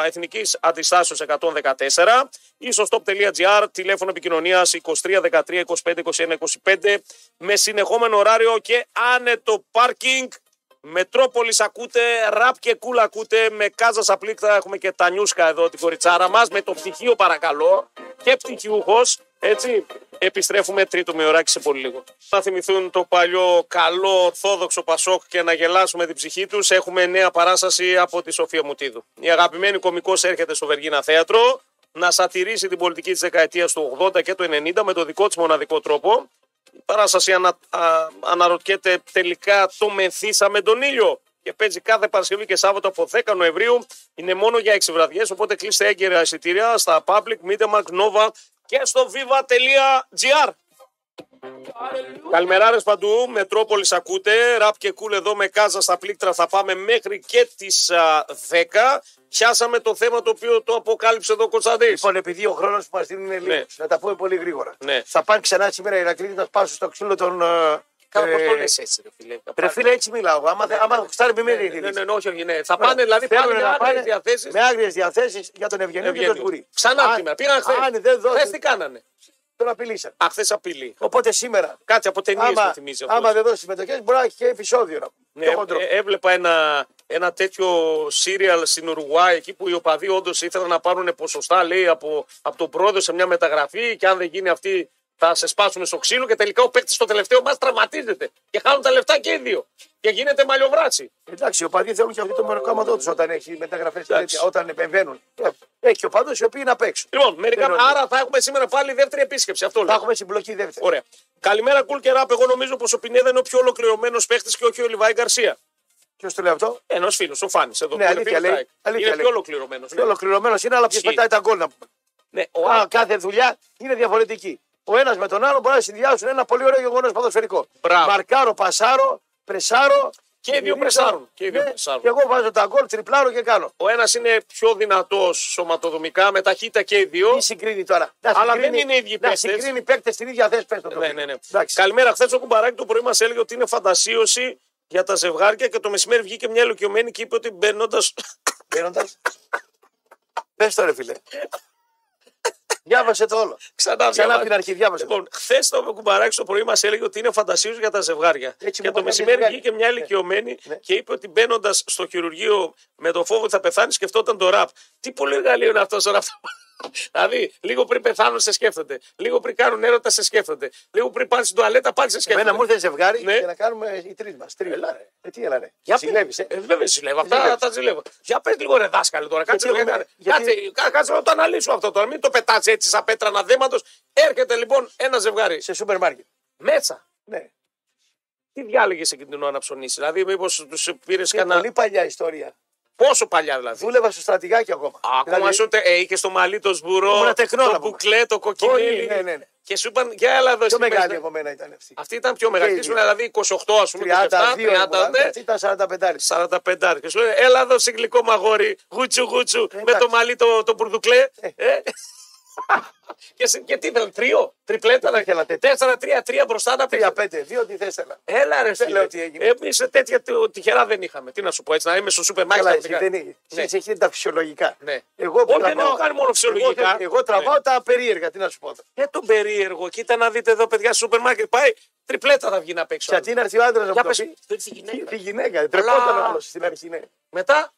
Εθνικής Αντιστάσεως 114 ή στο stop.gr, τηλέφωνο επικοινωνία 23 13 25 21 25 με συνεχόμενο ωράριο και άνετο πάρκινγκ. Μετρόπολης ακούτε, ραπ και κούλ ακούτε, με κάζας σαπλίκτα έχουμε και τα νιούσκα εδώ την κοριτσάρα μας, με το πτυχίο παρακαλώ και πτυχιούχος, έτσι, επιστρέφουμε τρίτο με ωράκι σε πολύ λίγο. Θα θυμηθούν το παλιό καλό ορθόδοξο Πασόκ και να γελάσουμε την ψυχή τους, έχουμε νέα παράσταση από τη Σοφία Μουτίδου. Η αγαπημένη κομικός έρχεται στο Βεργίνα Θέατρο, να σατυρήσει την πολιτική της δεκαετίας του 80 και του 90 με το δικό της μοναδικό τρόπο η παράσταση ανα, α, αναρωτιέται τελικά το μεθύσαμε τον ήλιο. Και παίζει κάθε Παρασκευή και Σάββατο από 10 Νοεμβρίου. Είναι μόνο για 6 βραδιές, οπότε κλείστε έγκαιρα εισιτήρια στα Public, Media Nova και στο viva.gr. Καλημεράρε παντού, Μετρόπολης ακούτε. Ραπ και κούλ εδώ με κάζα στα πλήκτρα. Θα πάμε μέχρι και τις 10. Πιάσαμε το θέμα το οποίο το αποκάλυψε εδώ ο Κωνσταντής. Λοιπόν, επειδή ο χρόνος που μας δίνουν είναι λίγος, Ναι. να τα πούμε πολύ γρήγορα. Ναι. Θα πάνε ξανά σήμερα οι Ηρακλήδη να σπάσουν στο ξύλο των. ε, Κάπως ε, το λες έτσι, ρε φίλε. Ρε φίλε, έτσι μιλάω. Άμα, ναι, άμα χουστάρει, μη με Ναι, ναι, δίνεις. ναι, ναι, όχι, όχι, ναι. Θα πάνε δηλαδή Θέλουν πάλι με να πάνε άγριες διαθέσεις. Με άγριες διαθέσεις για τον Ευγενή και τον Ευγένιο. Σκουρί. Ξανά Αν- σήμερα. Πήγαν χθες. Αν δεν Χθες δώσει, τι κάνανε. τον απειλήσαν. Α, χθες απειλή. Οπότε σήμερα, Κάτι από ταινίες άμα, μου θυμίζει αυτός. άμα δεν δώσει συμμετοχές, μπορεί να έχει και επεισόδιο να πούμε. Ναι, Πιο χοντρό. ε, έβλεπα ένα, ένα τέτοιο σύριαλ στην Ουρουάη εκεί που οι οπαδοί όντως ήθελαν να πάρουν ποσοστά λέει, από, από τον πρόεδρο σε μια μεταγραφή και αν δεν γίνει αυτή θα σε σπάσουμε στο ξύλο και τελικά ο παίκτης στο τελευταίο μα τραυματίζεται και χάνουν τα λεφτά και οι δύο. Και γίνεται μαλλιοβράτσι. Εντάξει, οι οπαδοί θέλουν και αυτοί το μεροκάματό του όταν έχει μεταγραφές Εντάξει. όταν επεμβαίνουν. Ε, Έχει οπαδού οι οποίοι να παίξουν. Λοιπόν, μερικά, Δεν είναι άρα θα έχουμε σήμερα πάλι δεύτερη επίσκεψη. Αυτό Θα λέω. έχουμε συμπλοκή δεύτερη. Ωραία. Καλημέρα, Κούλ και Ράπ. Εγώ νομίζω πως ο Πινέδα είναι ο πιο ολοκληρωμένος παίχτη και όχι ο Λιβάη Γκαρσία. Ποιος το λέει αυτό. Ενός φίλου, ο Φάνης. Εδώ Ναι, που είναι αλήθεια φίλος λέει, ΑΕΚ. αλήθεια Είναι λέει. πιο ολοκληρωμένος. Πιο ολοκληρωμένος είναι, αλλά ποιος Ισχύει. πετάει τα γκολ να πούμε. Ναι, ο Α, Α, κάθε δουλειά είναι διαφορετική. Ο ένας με τον άλλο μπορεί να συνδυάσουν ένα πολύ ωραίο γεγονός ποδοσφαιρικό. Μπράβο. Μαρκάρο, πασάρο, πρεσάρο Και οι δύο πρεσάρουν. Και οι δύο Ναι, πρεσάρουν. και εγώ βάζω τα γκολ, τριπλάρω και κάνω. Ο ένας είναι πιο δυνατός σωματοδομικά, με ταχύτητα και οι δύο. Ναι, Τι συγκρίνει τώρα. Να Αλλά συγκρίνει- δεν είναι οι ίδιοι Να παίκτες. συγκρίνει παίκτες στην ίδια θέση παίκτες. Ναι, ναι, ναι. Εντάξει. Καλημέρα. Χθες ο κουμπαράκι το πρωί μας έλεγε ότι είναι φαντασίωση για τα ζευγάρια και το μεσημέρι βγήκε μια ηλικιωμένη και είπε ότι μπαίνοντας. Μπαίνοντας. Πες το ρε φίλε. Διάβασε το όλο. Ξανά, Ξανά διαβάζω. από την αρχή διάβασε. Λοιπόν, χθες το κουμπαράκι το πρωί μας έλεγε ότι είναι φαντασίωση για τα ζευγάρια. Έτσι και μου το είπα κάποια μεσημέρι ζευγάρια. βγήκε μια ηλικιωμένη Ναι. και είπε ότι μπαίνοντας στο χειρουργείο με το φόβο ότι θα πεθάνεις, σκεφτόταν το ραπ. Τι πολύ εργαλείο είναι αυτό ο ραπ. δηλαδή, λίγο πριν πεθάνουν σε σκέφτονται. Λίγο πριν κάνουν έρωτα σε σκέφτονται. Λίγο πριν πάνε στην τουαλέτα πάλι σε σκέφτονται. Εμένα μου ήρθε ζευγάρι Ναι. για να κάνουμε οι τρεις μας. Τρία. Έλα, ρε. Ε, τι έλα, ρε. Για Συλλέβεις, ε. πες. Ε, βέβαια ζηλεύω. Αυτά Ζηλεύεις. τα ζηλεύω. Για πες λίγο ρε δάσκαλε τώρα. Κάτσε Γιατί λίγο. εγώ- κάτσε- γιατί- Κάτσε, κά- κάτσε να το αναλύσω αυτό τώρα. Μην το πετάς έτσι σαν πέτρα αναδέματος. Έρχεται λοιπόν ένα ζευγάρι. Σε σούπερ μάρκετ. Μέσα. Ναι. Τι διάλεγες εκείνη την ώρα να ψωνίσεις. Δηλαδή, μήπως τους πήρες Είναι κανένα. πολύ παλιά ιστορία. Πόσο παλιά δηλαδή. Δούλευα στο στρατηγάκι ακόμα. Α, Ακόμα Δηλαδή, σου ε, είχες το μαλλί το σμπουρό, Ήμουνα τεχνόλαβο. το μπουκλέ, το κοκκινέλι. Όλοι, ναι, ναι, ναι. Και σου είπαν για έλα εδώ Πιο στη μεγάλη μέση». από μένα ήταν αυτή. Αυτή ήταν πιο μεγάλη. Και Και οι σου δύο. δηλαδή 28, ας πούμε, 32 27, 30, ήμουνα, ναι. αυτή ήταν 45. 45 και σου λένε Έλα εδώ συγκλικό μαγόρι, γούτσου γούτσου, με Ε, εντάξει. το μαλλί το, το μπουρδουκλέ. Ε. και, σε- και τι ήταν, τρίο, τριπλέτα, Δεν ήθελα τέτοια. τέσσερα, τρία, τρία μπροστά να πει. 35, δύο τι θες έλα. Έλα ρε φίλε, λέω τι έγινε. εμείς ε, τέτοια τι- τυχερά δεν είχαμε. Τι να σου πω έτσι, να είμαι στο σούπερ μάρκετ. Καλά, να εσύ πηγα- δεν είναι. Ναι. Εσύ έχετε τα φυσιολογικά. Ναι. Εγώ που Όχι, τραβάω- δεν έχω κάνει μόνο Εγώ- φυσιολογικά. Ναι. Εγώ τραβάω τα περίεργα, τι να σου πω. Ε, τον περίεργο, κοίτα να δείτε εδώ παιδιά στο σούπερ μάρκετ, πάει τριπλέτα θα βγει να παίξω. Και αντί να έρθει ο άντρας να μου Για το πες, πει, δεν τη γυναίκα. τη γυναίκα. Τρεπόταν Αλλά- όλο στην αρχή. Ναι. Μετά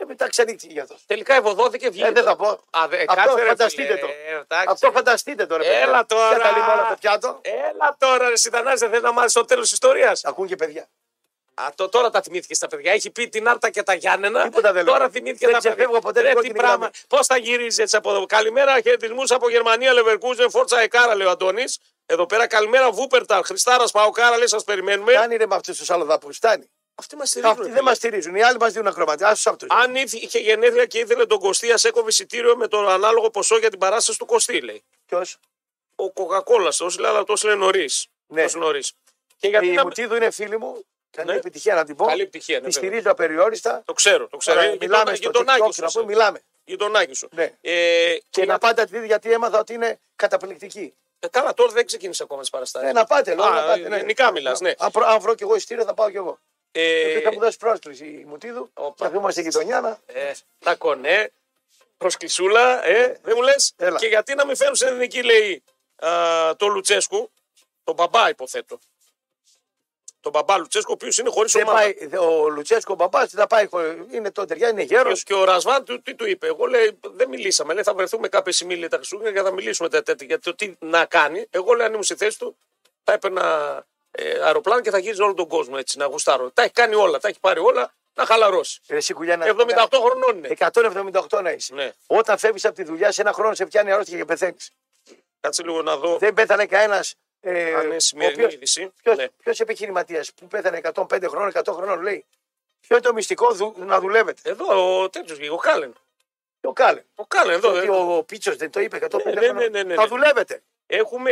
Ε, μετά ξανοίξει για αυτό. τελικά ευωδόθηκε, βγήκε. Ε, δεν θα πω. Α, δε- Αυτό κάτσε, ρε, φανταστείτε φίλε. το. Ε, εντάξει. Αυτό φανταστείτε τώρα. παιδιά. Έλα τώρα. Ποια τα λέμε όλα το πιάτο. Έλα τώρα, ρε Σιτανάζ, δεν θέλει να μάθεις το τέλος της ιστορίας. Ακούν και παιδιά. Α, το, τώρα τα θυμήθηκες στα παιδιά. Έχει πει την Άρτα και τα Γιάννενα. Τίποτα δεν λέω. τώρα θυμήθηκε Δεν τα παιδιά. ξεφεύγω ποτέ, Ρε, την τι κόκκινη πράγμα. γραμμή. Πώς θα γυρίζεις έτσι από εδώ. Καλημέρα, χαιρετισμούς από Γερμανία, Λεβερκούζεν, Φόρτσα Εκάρα, λέει ο Αντώνης. Εδώ πέρα, καλημέρα, Βούπερτα, Χριστάρας, Παοκάρα, λέει, σας περιμένουμε. Φτάνει ρε με αυτούς τους αλλοδαπούς. Φτάνει. Αυτοί μας στηρίζουν. Αυτοί ρε, δεν μα παιδιά. στηρίζουν. Οι άλλοι μας δίνουν ακροματικά. Άσου αυτού. Αν ήθε- είχε γενέθλια και ήθελε τον Κωστή, ας έκοβε εισιτήριο με το ανάλογο ποσό για την παράσταση του Κωστή, λέει. Ποιος. Ο Κοκακόλα, τόσο λέει, αλλά τόσο λέει νωρίς. Ναι. Και γιατί Η να... Μουτίδου είναι φίλη μου. Καλή Ναι. επιτυχία να την πω. Καλή επιτυχία, ναι, Τη βέβαια. στηρίζω απεριόριστα. Το ξέρω, το ξέρω. Τώρα Ε, Μιλάμε γειτονά- στο γειτονάκι TikTok σου να είσαι. πούμε, μιλάμε. γειτονάκι σου. Ναι. Ε, και Και να να... πάτε τη γιατί έμαθα ότι είναι καταπληκτική. ε, Καλά, τώρα δεν ξεκίνησε ακόμα τις παραστάσει. Ε, να πάτε, λέω. Α, να πάτε, γενικά μιλάς, ναι. Αν προ- Αν βρω κι εγώ ειστήριο, θα πάω κι εγώ. Ε, Θα μου δώσει πρόσκληση η Μουτίδου. Όπα. Θα βγούμε στη γειτονιά να. ε, τα κονέ, προσκλησούλα, ε, δεν μου λες. Ναι. Έλα. Και γιατί να μην φέρουν στην ελληνική, λέει, α, το Λουτσέσκου, τον μπαμπά, υποθέτω. Τον μπαμπά Λουτσέσκου, ο οποίος είναι χωρίς Δεν ομάδα. πάει- δε- ο Λουτσέσκο μπαμπά θα πάει, χω- είναι τότε, είναι γέρος. Και ο Ρασβάν του, τι του είπε. Εγώ λέει, δεν μιλήσαμε. Λέει, θα βρεθούμε κάποια στιγμή λέει, τα Χριστούγεννα και θα μιλήσουμε τα τέτοια. Για το τι να κάνει. Εγώ λέω, αν ήμουν στη θέση του, θα έπαιρνα ε, αεροπλάνο και θα γύριζα όλο τον κόσμο έτσι, να γουστάρω. Τα έχει κάνει όλα, τα έχει πάρει όλα, να χαλαρώσει. Ρε εσύ κουλιά να 78 χρονών είναι. 178 να είσαι. Ναι. Όταν φεύγεις από τη δουλειά, σε ένα χρόνο σε πιάνει αρρώστια και πεθαίνεις. Κάτσε λίγο να δω Δεν πέθανε κανένας. Ε, αν είναι ναι, σημερινή είδηση. Ποιος Ναι. επιχειρηματίας που πέθανε 105 χρόνων, 100 χρόνων, λέει. Ποιο είναι το μυστικό δου- να δουλεύετε. Εδώ ο τέτοιος, ο Κάλεν. Το κάλε. Ο Κάλεν, εδώ. Ότι ε. ο, ο Πίτσος δεν το είπε 105 Ναι, ναι, χρόνων. ναι, ναι, ναι, Θα ναι. δουλεύετε. Έχουμε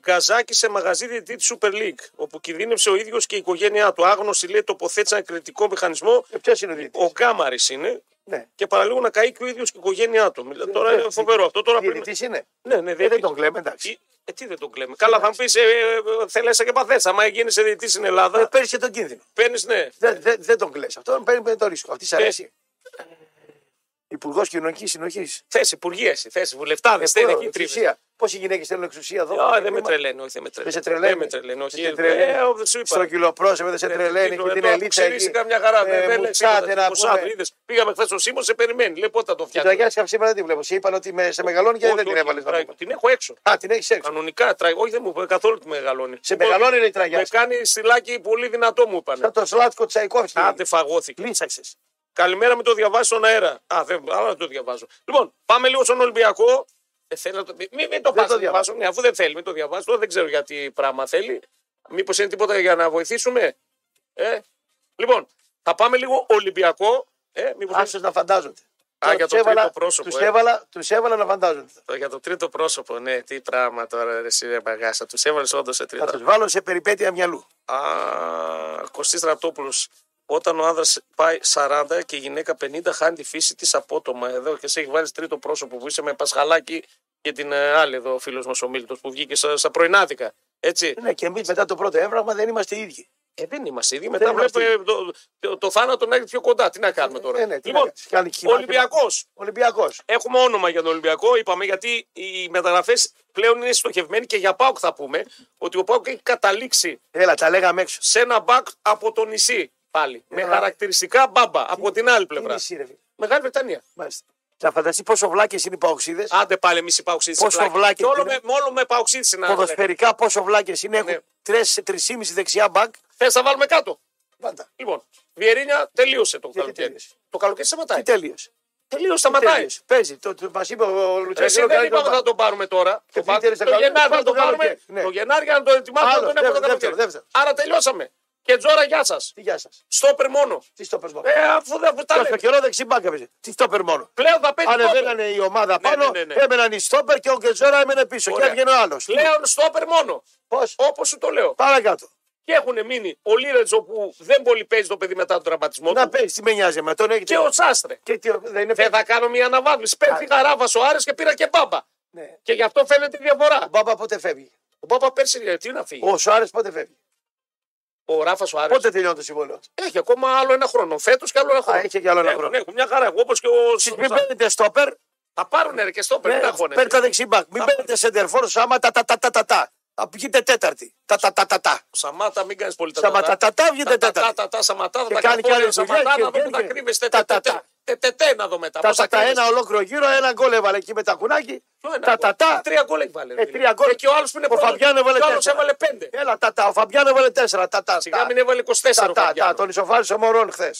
γκαζάκι σε μαγαζί διαιτητή της Super League, όπου κινδύνευσε ο ίδιος και η οικογένειά του. Άγνωστοι λέει τοποθέτησαν κριτικό μηχανισμό. Ε, Ποιος είναι ο διαιτητής? Ο Κάμαρη είναι, Ναι. και παραλίγο να καεί και ο ίδιος και η οικογένειά του. Μιλά, τώρα είναι φοβερό αυτό. Τώρα πριν... Διαιτητής είναι. Ναι, ναι, Ε, δεν δεν τον κλαίμε, εντάξει. Ε, τι δεν τον κλαίμε. Καλά, θα μου πεις, ε, ε, ε, θέλεσαι και παθέσα. Μα γίνει διαιτητή στην Ε, Ελλάδα, Παίρνεις και τον κίνδυνο. παίρνεις, ναι. Δεν, δεν, δεν τον κλαις. Αυτό παίρνει, παίρνει το ρίσκο. Αυτή σ' Ναι. αρέσει. Υπουργός Κοινωνικής Συνοχής. Θες υπουργέ, θες βουλευτάδες, Ε, δεν έχει τρίβε. Πώ οι γυναίκες θέλουν εξουσία εδώ. Α, χρήμα. δεν με τρελαίνει, όχι, δεν με τρελαίνει. σε τρελαίνει. Δεν με τρελαίνει, όχι. Δεν σε τρελαίνει. Ε, ο, σου Στο είπα. κυλοπρόσωπο δεν σε Ε, τρελαίνει. ε, Εκεί την τώρα ελίτσα. ξύρισε εκεί. καμιά χαρά. Ε, δεν λέει μουτσάτε τίποτα, να μουσάτε, πούμε. είδες. Πήγαμε χθες στο Σίμω, σε περιμένει. Λέει πότε θα το Και φτιάξει. το Αγιά σήμερα δεν τη βλέπω. Σε είπαν ότι με, σε μεγαλώνει και Όχι, δεν την όχι, έβαλες. τραγ- Την έχω έξω. Α, την έχεις έξω. Κανονικά, τραγ- όχι δεν μου είπε καθόλου τη μεγαλώνει. Σε μεγαλώνει λέει η τραγιά. Με κάνει στυλάκι πολύ δυνατό μου είπανε. Σαν το Σλάτκο Τσαϊκόφσκι. Άντε φαγώθηκε. Λύσαξες. Καλημέρα με το διαβάσει στον αέρα. Α, δεν, αλλά δεν το διαβάζω. Λοιπόν, πάμε λίγο στον Ολυμπιακό. Δεν θέλω να το... Μην, μην το πας το να διαβάζω. διαβάσω. Ναι, αφού δεν θέλει, μην το διαβάσω. Τώρα Δεν ξέρω γιατί πράγμα θέλει. Μήπως είναι τίποτα για να βοηθήσουμε. Ε? Λοιπόν, θα πάμε λίγο Ολυμπιακό. Ε, μήπως Άσο να φαντάζονται. για τους το τρίτο έβαλα- πρόσωπο, τους ε. έβαλα- Τους έβαλα να φαντάζονται. Το- Για το τρίτο πρόσωπο, ναι, τι πράγμα τώρα, ρε, εσύ, ρε μπαγάσα. Τους έβαλες όντως σε Θα τρίτο. τους βάλω σε περιπέτεια μυαλού. Α, Κωστής Ραπτόπουλος Όταν ο άνδρας πάει 40 και η γυναίκα 50, χάνει τη φύση της απότομα. Εδώ και σε έχει βάλει τρίτο πρόσωπο που είσαι με Πασχαλάκη και την ε, άλλη εδώ, ο φίλος μας ο Μίλτος που βγήκε στα, στα πρωινάδικα. Έτσι. Ναι, και εμείς μετά το πρώτο έμβραγμα δεν είμαστε οι ίδιοι. Ε, δεν είμαστε ήδη. Μετά Δεν είμαστε βλέπουμε το, το, το θάνατο να έρθει πιο κοντά. Τι να κάνουμε τώρα. Ε, ναι, τι να λοιπόν, κάνεις. Κάνει χυμά- Ολυμπιακός. Ολυμπιακός. Έχουμε όνομα για τον Ολυμπιακό, είπαμε, γιατί οι μεταγραφές πλέον είναι στοχευμένοι και για Πάουκ θα πούμε ότι ο Πάουκ έχει καταλήξει Έλα, τα λέγαμε έξω. σε ένα μπακ από το νησί πάλι. Με Έλα. χαρακτηριστικά μπάμπα από την άλλη Τι πλευρά. νησί, ρε φίλε. Μεγάλη Βρετανία. Μάλιστα. Θα φανταστεί πόσο βλάκες είναι οι παοξίδες. Άντε πάλι εμείς οι Παουξίδε. Πόσο βλάκι Και όλο είναι. με, με όλο με Παουξίδε να Ποδοσφαιρικά πόσο βλάκες είναι. Ναι. Έχουν τρεις- 3,5 δεξιά μπακ. Θες να βάλουμε κάτω. Πάντα. Λοιπόν, Βιερίνια τελείωσε το Γιατί καλοκαίρι. τελείωσε? Το καλοκαίρι σταματάει. Τι τέλειωσε. Τελείω σταματάει. Τέλειωσε. Παίζει. Το, το, μας είπε ο Ρε, Εσύ Λουτσέσκο. δεν είπαμε θα τον πάρουμε τώρα. Το, πα- φύγερε το στα καλοκαίρι. Γενάρη να Πάμε τον το καλοκαίρι. πάρουμε. Ναι. Το Γενάρη για να τον ετοιμάσουμε Άλλο, τον έπρεπε το δεύτερο, καλοκαίρι. δεύτερο, Άρα τελειώσαμε. Και τζόρα, γεια σας. Τι γεια σας. Στόπερ μόνο. Τι στόπερ μόνο. Ε, αφού δεν τα Τόσο λέμε. καιρό δεξί μπακ έπαιζε. Τι στόπερ μόνο. Πλέον θα παίζει. στόπερ. Ανεβαίνανε η ομάδα Ναι, πάνω, ναι, ναι, ναι. έμεναν οι στόπερ και ο Γκετζόρα έμενε πίσω. Ωραία. Και έβγαινε ο άλλος. Πλέον στόπερ μόνο. Πώς. Όπως σου το λέω. Παρακάτω. Και έχουν μείνει ο Λίρετζο που δεν πολύ παίζει το παιδί μετά τον τραυματισμό Να του. παίζει, τι με νοιάζει με τον έχει. Και ο Σάστρε. Και τι, δεν είναι Δεν παιδί. θα κάνω μια αναβάθμιση. Πέφτει χαράβα ο Άρης και πήρα και μπάμπα. Ναι. Και γι' αυτό φαίνεται η Ο διαφορά. Μπάμπα πότε φεύγει. Ο Μπάμπα πέρσι τι να φύγει. Ο Σουάρες πότε φεύγει. Ο Ράφα ο Άρης Πότε τελειώνει το συμβόλαιο. έχει ακόμα άλλο ένα χρόνο. Φέτος και άλλο ένα χρόνο. έχει και άλλο ένα Έχουν, χρόνο. Έχουν μια χαρά. Όπως και ο Εσείς Σιμίν. μην παίρνετε στόπερ, Θα πάρουν ρε και στο ναι, περίπου έχουν. παίρνετε δεξιμπάκ. Μην Τα- παίρνετε σεντερφόρ άμα τα τα τα τα τα τα. Θα βγείτε τέταρτη. Τα τα τα τα τα. Σαμάτα, μην κάνεις πολύ τα Στα ματατατά βγείτε τα τα τέταρτη. τα τα σαμάτα, θα Και τα κάνει κάνει κι άλλες δουλειές σαμάτα, και να δούμε βγαίνει τα και- κρύβε. τα- τα- τα. Τετέ να δω μετά. Τα πώς τα τα κρύβεις. ένα ολόκληρο γύρο, ένα γκολ έβαλε εκεί με τα κουνάκι. Ποιο ένα Τα γκολ. τα τα. Τρία γκολ έχει βάλει. ρε Ε, φίλε. τρία γκολ. Ε, Και ο άλλος που είναι Ο Φαβιάν έβαλε Και ο άλλος τέσσερα. έβαλε πέντε. Έλα, τα τα. Ο Φαμπιάν έβαλε τέσσερα. Τα τα. Σιγά τα. μην έβαλε 24 Τα ο τα τα. Φαβιάνο. Τον ισοφάρισε ο Μωρόν χθες.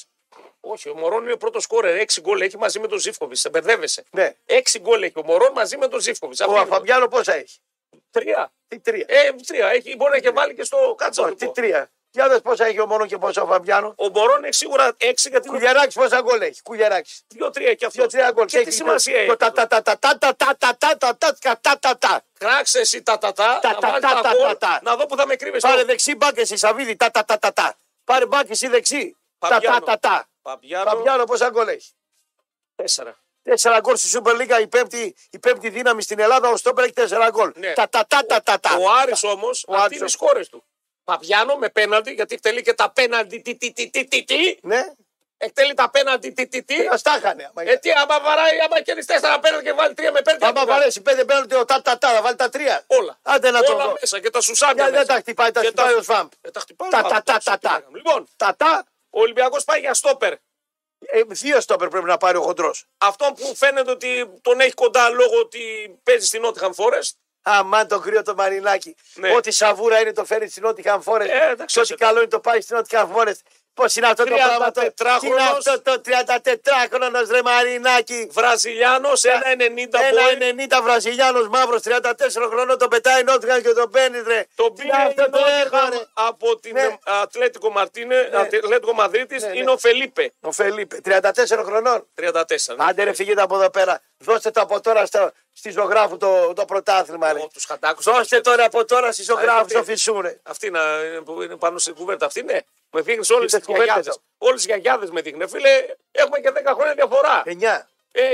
Όχι, ο Μωρόν είναι ο πρώτος κόρε. Έξι γκολ έχει μαζί με τον Ζήφκοβιτ. Σε μπερδεύεσαι. Ναι. Έξι γκολ έχει ο Μωρόν μαζί με τον Ζήφκοβιτ. Ο Φαμπιάνο πόσα έχει. Τρία. Τι τρία. Ε, τρία. Έχει, μπορεί να έχει βάλει και στο κάτσα. Όχι, Τι τρία. Για δες πόσα έχει ο Μωρόν και πόσα ο Φαμπιάνο. Ο Μπορών έχει σίγουρα 6 γιατί είναι Κουλιαράκης πόσα γκολ έχει. Κουλιαράκης. 2-3 και αυτό. Δύο-τρία γκολ. Και τι σημασία έχει. Το τα τα τα τα τα τα τα τα τα τα τα τα τα τα τα. Κράξε εσύ τα τα τα, Τα, να τα, βάλεις τα, τα τα, γκολ, τα, τα. να δω που θα με κρύβεις. Πάρε δεξί μπακ εσύ Σαβίδη. Τα τα τα τα τα. Πάρε μπακ εσύ δεξί. Τα τα Φαμπιάνο. τα τα. Παπιάνο, Φαμπιάνο πόσα γκολ έχει. 4. Τέσσερα γκολ στη Σούπερ Λίγκα, η πέμπτη, η πέμπτη δύναμη στην Ελλάδα, ο Στόπερ έχει τέσσερα γκολ. Ναι. Τα τα τα τα τα. τα. Ο Άρης όμως, Ο αυτή Άρης είναι οι όμως. σκόρες του. Παπιάνο με πέναντι, γιατί εκτελεί και τα πέναντι τι τι τι τι τι τι. Ναι, Εκτελεί τα πέναντι τι τι τι. ας τα είχανε. άμα Ε, ήταν. τι, άμα βαράει, άμα κέρδισε 4 πέναντι και βάλει 3 με 5. Άμα βαρέσει πέντε πέναλτι, ο τα τα τα, θα βάλει τα τρία. ε, Όλα. Άντε να το Όλα δω. μέσα και τα σουσάμια Για, μέσα. Δεν τα χτυπάει, τα Και χτυπάει ο Σβάμπ. Ε, τα χτυπάει, Τα, μα, τα, τα, τα, τα. Λοιπόν, Τα τα, ο Ολυμπιακός πάει για στόπερ. ε, δύο Στόπερ πρέπει να πάρει ο χοντρός. αυτόν που φαίνεται ότι τον έχει κοντά λόγω ότι παίζει στην Nottingham Forest. Αμάν το κρύο το μαρινάκι. Ναι. Ό,τι σαβούρα είναι το φέρνει στην Νότια Φόρεστ. Ε, εντάξει, Και ό,τι εντάξει. καλό είναι το πάει στην Νότια Φόρεστ. Πώς είναι αυτό το πράγμα. Το, 34χρονος. τι είναι αυτό το 34χρονο ρε μαρινάκι. Βραζιλιάνο, ένα 90 πόντ. Ένα 90 Βραζιλιάνος μαύρος 34 χρονών τον πετάει Νότια και τον παίρνει ρε. Το Τι είναι πήρε η Ναι, αυτό το έργο, Nottingham ρε. από την Ναι. ε, Ατλέτικο Μαρτίνε, Ατλέτικο Μαδρίτης, ναι. είναι ο Φελίπε. ναι. Ο Φελίπε, 34 χρονών. 34. Άντε ρε φύγετε από εδώ πέρα. Δώστε το από τώρα στο, στη ζωγράφου το, το πρωτάθλημα. Ρε. Από τους χατάκους. Δώστε τώρα από τώρα στη ζωγράφου Α, στο φυσούρε. Αυτή να, είναι που είναι πάνω στην κουβέρτα. Αυτή ναι. Με δείχνεις όλες Κοίτα τι τις κουβέρτες. γιαγιάδε. Όλες τις γιαγιάδε με δείχνει. Φίλε, έχουμε και 10 χρόνια διαφορά. 9. Ε,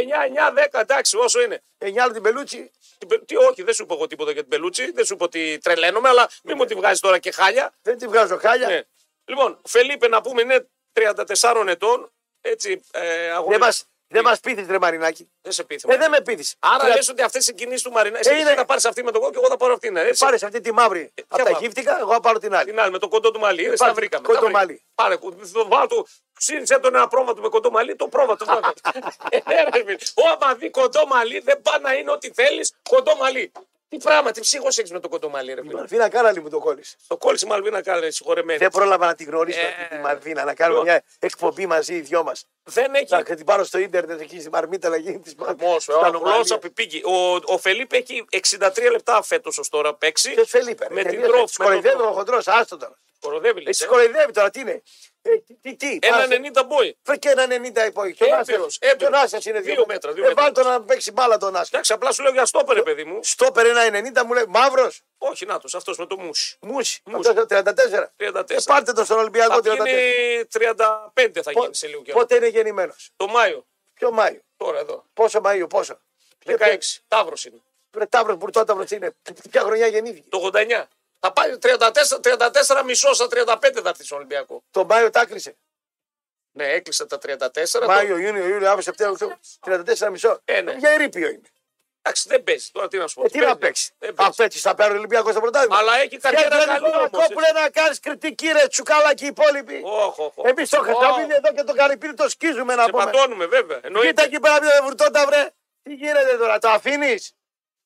9, 9, 10, εντάξει, όσο είναι. 9 άλλο την πελούτσι. Την Πε- Τι, όχι, δεν σου είπα εγώ τίποτα για την Πελούτσι, δεν σου είπα ότι τρελαίνομαι, αλλά μην μου τη βγάζεις τώρα και χάλια. Δεν τη βγάζω χάλια. Ναι. Λοιπόν, Φελίπε να πούμε είναι 34 ετών. Έτσι, ε, αγώνα. Δεν μας, δεν μας πείθεις ρε Μαρινάκη. Δεν σε πείθει. Ε, δεν με πείθεις. Άρα Τρια- λες ότι αυτές οι κινήσεις του Μαρινά. Εσύ είναι- θα πάρεις αυτή με τον κόκκι, εγώ θα πάρω αυτήν. Έτσι. Πάρες αυτή τη μαύρη από τα Ε, μαύρη? γύφτηκα, εγώ θα πάρω την άλλη. Την άλλη, με το κοντό του μαλλί. Είδες, τα πάρε, βρήκαμε. κοντό τα βρήκαμε. μαλλί. Πάρε, κου- το βάτο. Ξύνησε τον ένα πρόβατο με κοντό μαλλί, το πρόβατο. βάτο. Ε, ναι, ρε, φίλε. Όμα δει κοντό μαλλί, δεν πάει να είναι ό,τι θέλεις κοντό μαλλί. Τι πράγμα, τι ψύχο έχεις με το κοντό μαλλί, ρε φίλε. Μαλβίνα Κάραλη μου το κόλλησες. Το κόλλησε μάλλον είναι καλά, συγχωρεμένη. Δεν πρόλαβα να την γνωρίσω Ε, λοιπόν. αυτή τη Μαλβίνα, να κάνουμε μια εκπομπή μαζί οι δυο μας. Δεν έχει Να την πάρω στο ίντερνετ εκεί στη Μαρμίτα να γίνει της Χαμός, στα ο Ρωμανία. γλώσσα πιπίκι. Ο, ο Φελίπε έχει 63 λεπτά φέτος ως τώρα παίξει. Ποιος Φελίπε. Με την τελείωσε. τρόφ, Τις με τον κοροϊδεύει τρόφ. ο χοντρός, άστο τώρα. Κοροδεύει, Ε, τις λέτε. κοροϊδεύει τώρα, τι είναι. Ε, τι, τι, τι, Ένα πάσε. 90 μπόι. Φε και ένα 90 υπόγειο. Και ο Έμπειρος, Νάσερο. Και ο έμπειρος. Νάσερος είναι Δύο δύο μέτρα, δύο Ε, μέτρα. βάλ' το να παίξει μπάλα τον Νάσερο. Εντάξει, απλά σου λέω για στόπερ, ρε παιδί μου. Στόπερ ένα 90 μου λέει Μαύρος. Όχι, να τους, αυτός με το μουσι. Μουσι. Μουσι. Αυτό 34. 34. Ε, πάρτε τον στον Ολυμπιακό Θα 34. γίνει 35 θα Πο- γίνει σε λίγο καιρό. Πότε είναι γεννημένος. Το Μάιο. Ποιο Μάιο. Τώρα εδώ. Πόσο Μαΐου, πόσο. 16. Ταύρος είναι. Ρε Ταύρος, Μπουρτό Ταύρος είναι. Ποια χρονιά γεννήθηκε. Το 89. Θα πάει 34, 34 μισό στα 35 θα έρθει στον Ολυμπιακό. Το Μάιο τάκρισε. Ναι, έκλεισε τα 34. Το... Μάιο, Ιούνιο, Ιούλιο, Αύγουστο, Σεπτέμβριο, Οκτώβριο. 34 μισό. Ε, ναι. Για ερήπιο είναι. Εντάξει, δεν παίζει. Τώρα τι να σου πω. Ε, τι να παίξει. Δεν παίζει. Αυτό έτσι θα παίρνει ο Ολυμπιακός στο πρωτάθλημα. Αλλά έχει Και καριέρα δεν καλή όμως. Κόπουλε να κάνεις κριτική, ρε Τσουκάλα και οι υπόλοιποι. Όχ, όχ, όχ. Εμείς το Ω, χαρταμίδι εδώ και το καρυπίδι το σκίζουμε να Σε ε. πούμε. πατώνουμε βέβαια. Κοίτα Εννοείται. εκεί πέρα πίσω βουρτότα βρε. Τι γίνεται τώρα, το αφήνεις.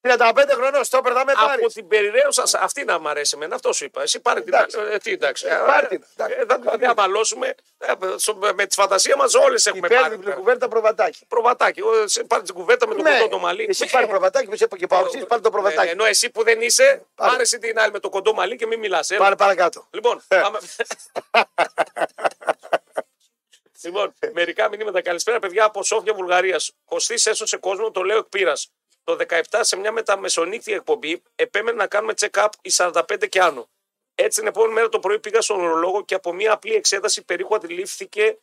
35 χρονών στο περνά με πάρεις. Από την περιραίωσας, σα- αυτή να μ' αρέσει εμένα, αυτό σου είπα. Εσύ πάρε την. Εντάξει. Ε, τι, εντάξει. Ε, πάρε την, εντάξει. Ε, θα την διαβαλώσουμε. Ε, στο- Με τη φαντασία μας όλες έχουμε πάρει. Υπέρβει την κουβέρτα προβατάκι. Ναι. Προβατάκι. Ο- σε- Πάρε την κουβέντα με το κοντό το μαλλί. Ε. εσύ πάρει προβατάκι, μου είπε και παοξή, πάρει το Ναι, ναι, προβατάκι. Ενώ εσύ που δεν είσαι, Πάρε. πάρε εσύ την άλλη με το κοντό μαλλί και μην Ε, μιλά. Πάρε παρακάτω. Λοιπόν, πάμε. λοιπόν, μερικά μηνύματα. Καλησπέρα, παιδιά από Σόφια Βουλγαρίας. Κωστής έσωσε κόσμο, το λέω εκ πείρας. Το 17 σε μια μεταμεσονύχτια εκπομπή επέμενε να κάνουμε check-up οι 45 και άνω. Έτσι την επόμενη μέρα το πρωί πήγα στον ορολόγο και από μια απλή εξέταση περίπου αντιλήφθηκε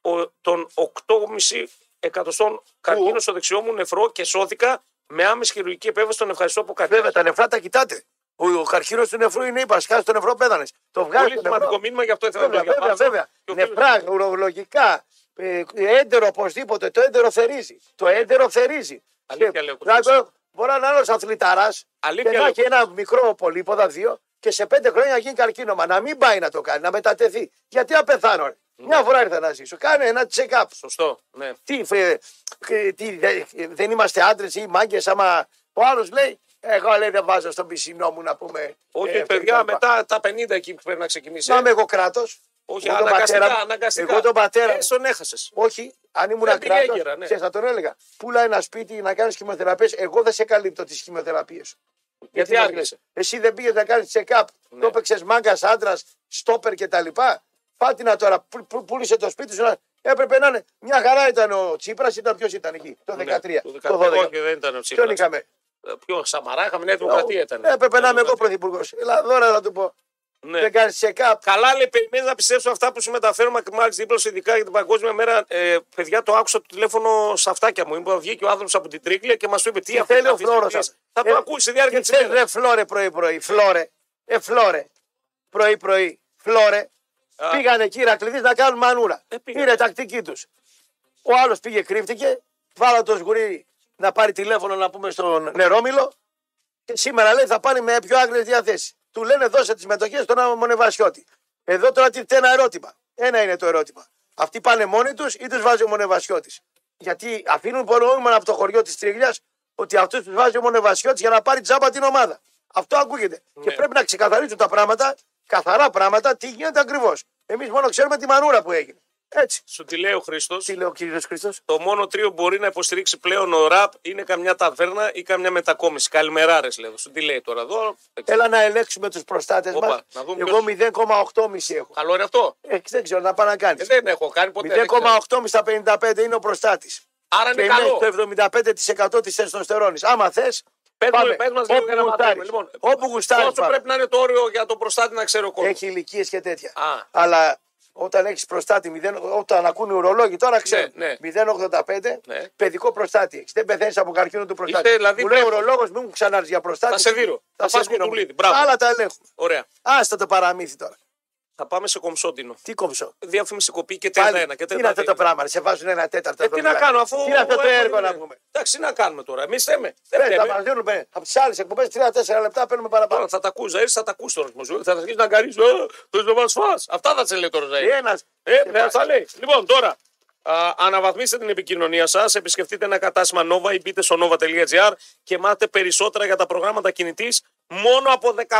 ο- τον 8,5 εκατοστών καρκίνος στο δεξιό μου νεφρό και σώθηκα με άμεση χειρουργική επέμβαση. Τον ευχαριστώ από καρδιά. Βέβαια τα νεφρά τα κοιτάτε. Ο, ο καρκίνος του νεφρού είναι ύπα. Σκάσει το νεφρό, πέθανες. Το βγάζει Πολύ το νεφρό. σημαντικό μήνυμα, γι' αυτό ήθελα να το Βέβαια, βέβαια, διαβάσω. βέβαια. Και ο φίλος- Νεφρά, ουρολογικά, ε, έντερο οπωσδήποτε. Το έντερο θερίζει. Το έντερο θερίζει. Αλήθεια Και- λέει ο Κωστής. Δηλαδή, Μπορεί να είναι άλλος αθληταράς και Αλήθεια να λέει ο έχει ένα μικρό πολύποδα, δύο, και σε πέντε χρόνια να γίνει καρκίνωμα. Να μην πάει να το κάνει, να μετατεθεί. Γιατί να πεθάνω, ρε. Ναι. Μια φορά ήρθα να ζήσω. Κάνε ένα check-up. Σωστό. Ναι. Τι, φε- ε, τι, δε- ε, δεν είμαστε άντρες ή μάγκες, άμα ο άλλος λέει, Εγώ λέει δεν βάζω στον πισινό μου να πούμε. Όχι, ε, παιδιά, κτλ. μετά τα 50 εκεί που πρέπει να ξεκινήσει. ε. Να είμαι εγώ κράτος. Όχι, αναγκαστικά, αναγκαστικά. Εγώ τον πατέρα. μου, Ε, τον έχασες. όχι, αν ήμουν Δεν πήγε κράτο. έγκαιρα, ναι. Θα τον έλεγα. Πούλα ένα σπίτι να κάνει χημειοθεραπείε. Εγώ δεν σε καλύπτω τις χημειοθεραπείε. Γιατί Ναι. μας άργησε. λες, Εσύ δεν πήγες να κάνεις check-up. Το έπαιξες μάγκας, άντρας, στόπερ κτλ. Πάτηνα τώρα, που, που, πούλησε το σπίτι σου. να- Έπρεπε να είναι. Μια χαρά ήταν ο Τσίπρας, ήταν ποιος ήταν εκεί. Το 13. Ναι, το 13. 12. Όχι, δεν ήταν ο Ποιον Τσίπρα. είχαμε. Ποιο, Σαμαρά, είχαμε Νέα Δημοκρατία ήταν. Έπρεπε να είμαι εγώ Δημοκρατία. πρωθυπουργός. Ελά, δώρα να του πω. Ναι. Δεν κάνει check-up. Καλά, λέει, περιμένει να πιστέψω αυτά που σου μεταφέρουμε. Και μάλιστα δίπλα ειδικά για την Παγκόσμια Μέρα. Ε, παιδιά, το άκουσα το τηλέφωνο στα αυτάκια μου. Είπα, βγήκε ο άνθρωπος από την Τρίγλια και μας το είπε. Τι Τι αυτή- θέλει ο αυτή τη Φλόρος στιγμή. σας. Θα Ε, το ακούσει στη διάρκεια Τι τη θες ρε φλόρε πρωί πρωί, φλόρε. Ε φλόρε. Πρωί πρωί, φλόρε. Α. Πήγανε εκεί οι Ηρακλειδείς να κάνουν μανούρα. Ε, πήγανε. Είναι τακτική τους. Ο άλλος πήγε κρύφτηκε, βάλα το σγουρί να πάρει τηλέφωνο να πούμε στον Νερόμιλο και σήμερα λέει θα πάνε με πιο άγριες διαθέσεις. Του λένε δώσε τις μετοχές στον Μονεβασιώτη. Εδώ τώρα τίθεται ένα ερώτημα. Ένα είναι το ερώτημα. Αυτοί πάνε μόνοι τους ή τους βάζει ο Μονεβασιώτης. Γιατί αφήνουν προνοούμενα από το χωριό της Τριγλιάς ότι αυτούς τους βάζει ο Μονεβασιώτης για να πάρει τζάμπα την ομάδα. Αυτό ακούγεται. Ναι. Και πρέπει να ξεκαθαρίσουν τα πράγματα, καθαρά πράγματα, τι γίνεται ακριβώς. Εμείς μόνο ξέρουμε τη μανούρα που έγινε. Έτσι. Σου τη λέει ο Χρήστος. Τι λέει ο κύριος Χριστός. Το μόνο τρίο που μπορεί να υποστηρίξει πλέον ο ραπ είναι καμιά ταβέρνα ή καμιά μετακόμιση. Καλημεράρες, λέω. Σου τι λέει τώρα εδώ. Δεν ξέρω. Έλα να ελέγξουμε τους προστάτες Όπα, μας. να δούμε Εγώ ποιος- 0,8,5 έχω. Καλό είναι αυτό. Ε, δεν ξέρω να πάω να κάνεις. Ε, δεν έχω κάνει ποτέ. δεν ξέρω. 0,8 στα 55 είναι ο προστάτης. Άρα Και είναι είναι καλό. το 75% της τεστοστερόνης. Άμα θες. Πες μου, πες μας λίγο για να όπου γουστάρει. μαθαίνουμε. Λοιπόν, όπου γουστάρεις. Πόσο πρέπει να είναι το όριο για τον προστάτη να ξέρει ο κόσμο. Έχει ηλικίες και τέτοια. Α. Αλλά όταν έχεις προστάτη, 0, όταν ακούνε οι ουρολόγοι, τώρα ξέρουν. ναι. 0,85 Ναι. παιδικό προστάτη. έχεις. Δεν πεθαίνεις από καρκίνο του προστάτη. Είστε, δηλαδή, μου λέει ο πρέπει. ουρολόγος, μην μου ξανάρθεις για προστάτη. Θα σε δίνω. Θα σε φας δίνω. κουτουλίδι. Μπράβο. Άλλα τα ελέγχουμε. Ωραία. Άστα το παραμύθι τώρα. Θα πάμε σε κομψόντινο. Τι κομψό. Διαφήμιση κοπή και Πάλι. τέταρτα ένα. Και τι είναι αυτό το τέταρτα πράγμα, ρε, σε βάζουν ένα τέταρτο. Ε, στο τι να δουλειά. κάνω αφού. Τι είναι αυτό το έχουμε- ε, έργο να πούμε. Εντάξει, τι να κάνουμε τώρα. Εμείς θέμε. Δεν Ναι, τα θέμε. μας δίνουν από τις άλλες εκπομπές 3-4 λεπτά παίρνουμε παραπάνω. Τώρα θα τα ακούσει, θα τα ακούσει τώρα. Ροζαΐρης, Θα αρχίσει να γκαρίζει. Το ζωμά φά. Αυτά θα σε λέει τώρα. Ροζαΐρη. Ένας. Ε, θα τα λέει. Λοιπόν, τώρα. Α, αναβαθμίστε την επικοινωνία σας, επισκεφτείτε ένα κατάστημα Nova ή μπείτε στο nova.gr και μάθετε περισσότερα για τα προγράμματα κινητής μόνο από 13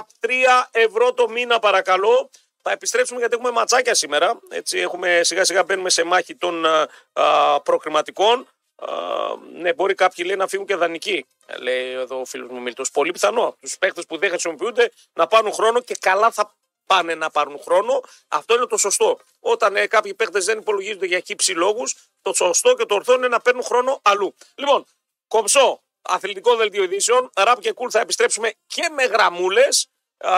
ευρώ το μήνα, παρακαλώ. Θα επιστρέψουμε γιατί έχουμε ματσάκια σήμερα. Έτσι, έχουμε σιγά σιγά μπαίνουμε σε μάχη των α, α, προκριματικών. Α, ναι, μπορεί κάποιοι λέει να φύγουν και δανεικοί, ε, λέει εδώ ο φίλος μου Μίλτος. Πολύ πιθανό. Τους παίχτε που δεν χρησιμοποιούνται να πάρουν χρόνο και καλά θα πάνε να πάρουν χρόνο. Αυτό είναι το σωστό. Όταν ε, κάποιοι παίχτε δεν υπολογίζονται για κύψη λόγους, το σωστό και το ορθό είναι να παίρνουν χρόνο αλλού. Λοιπόν, κομψό, αθλητικό δελτίο ειδήσεων. Ραπ και κουλ θα επιστρέψουμε και με γραμμούλες.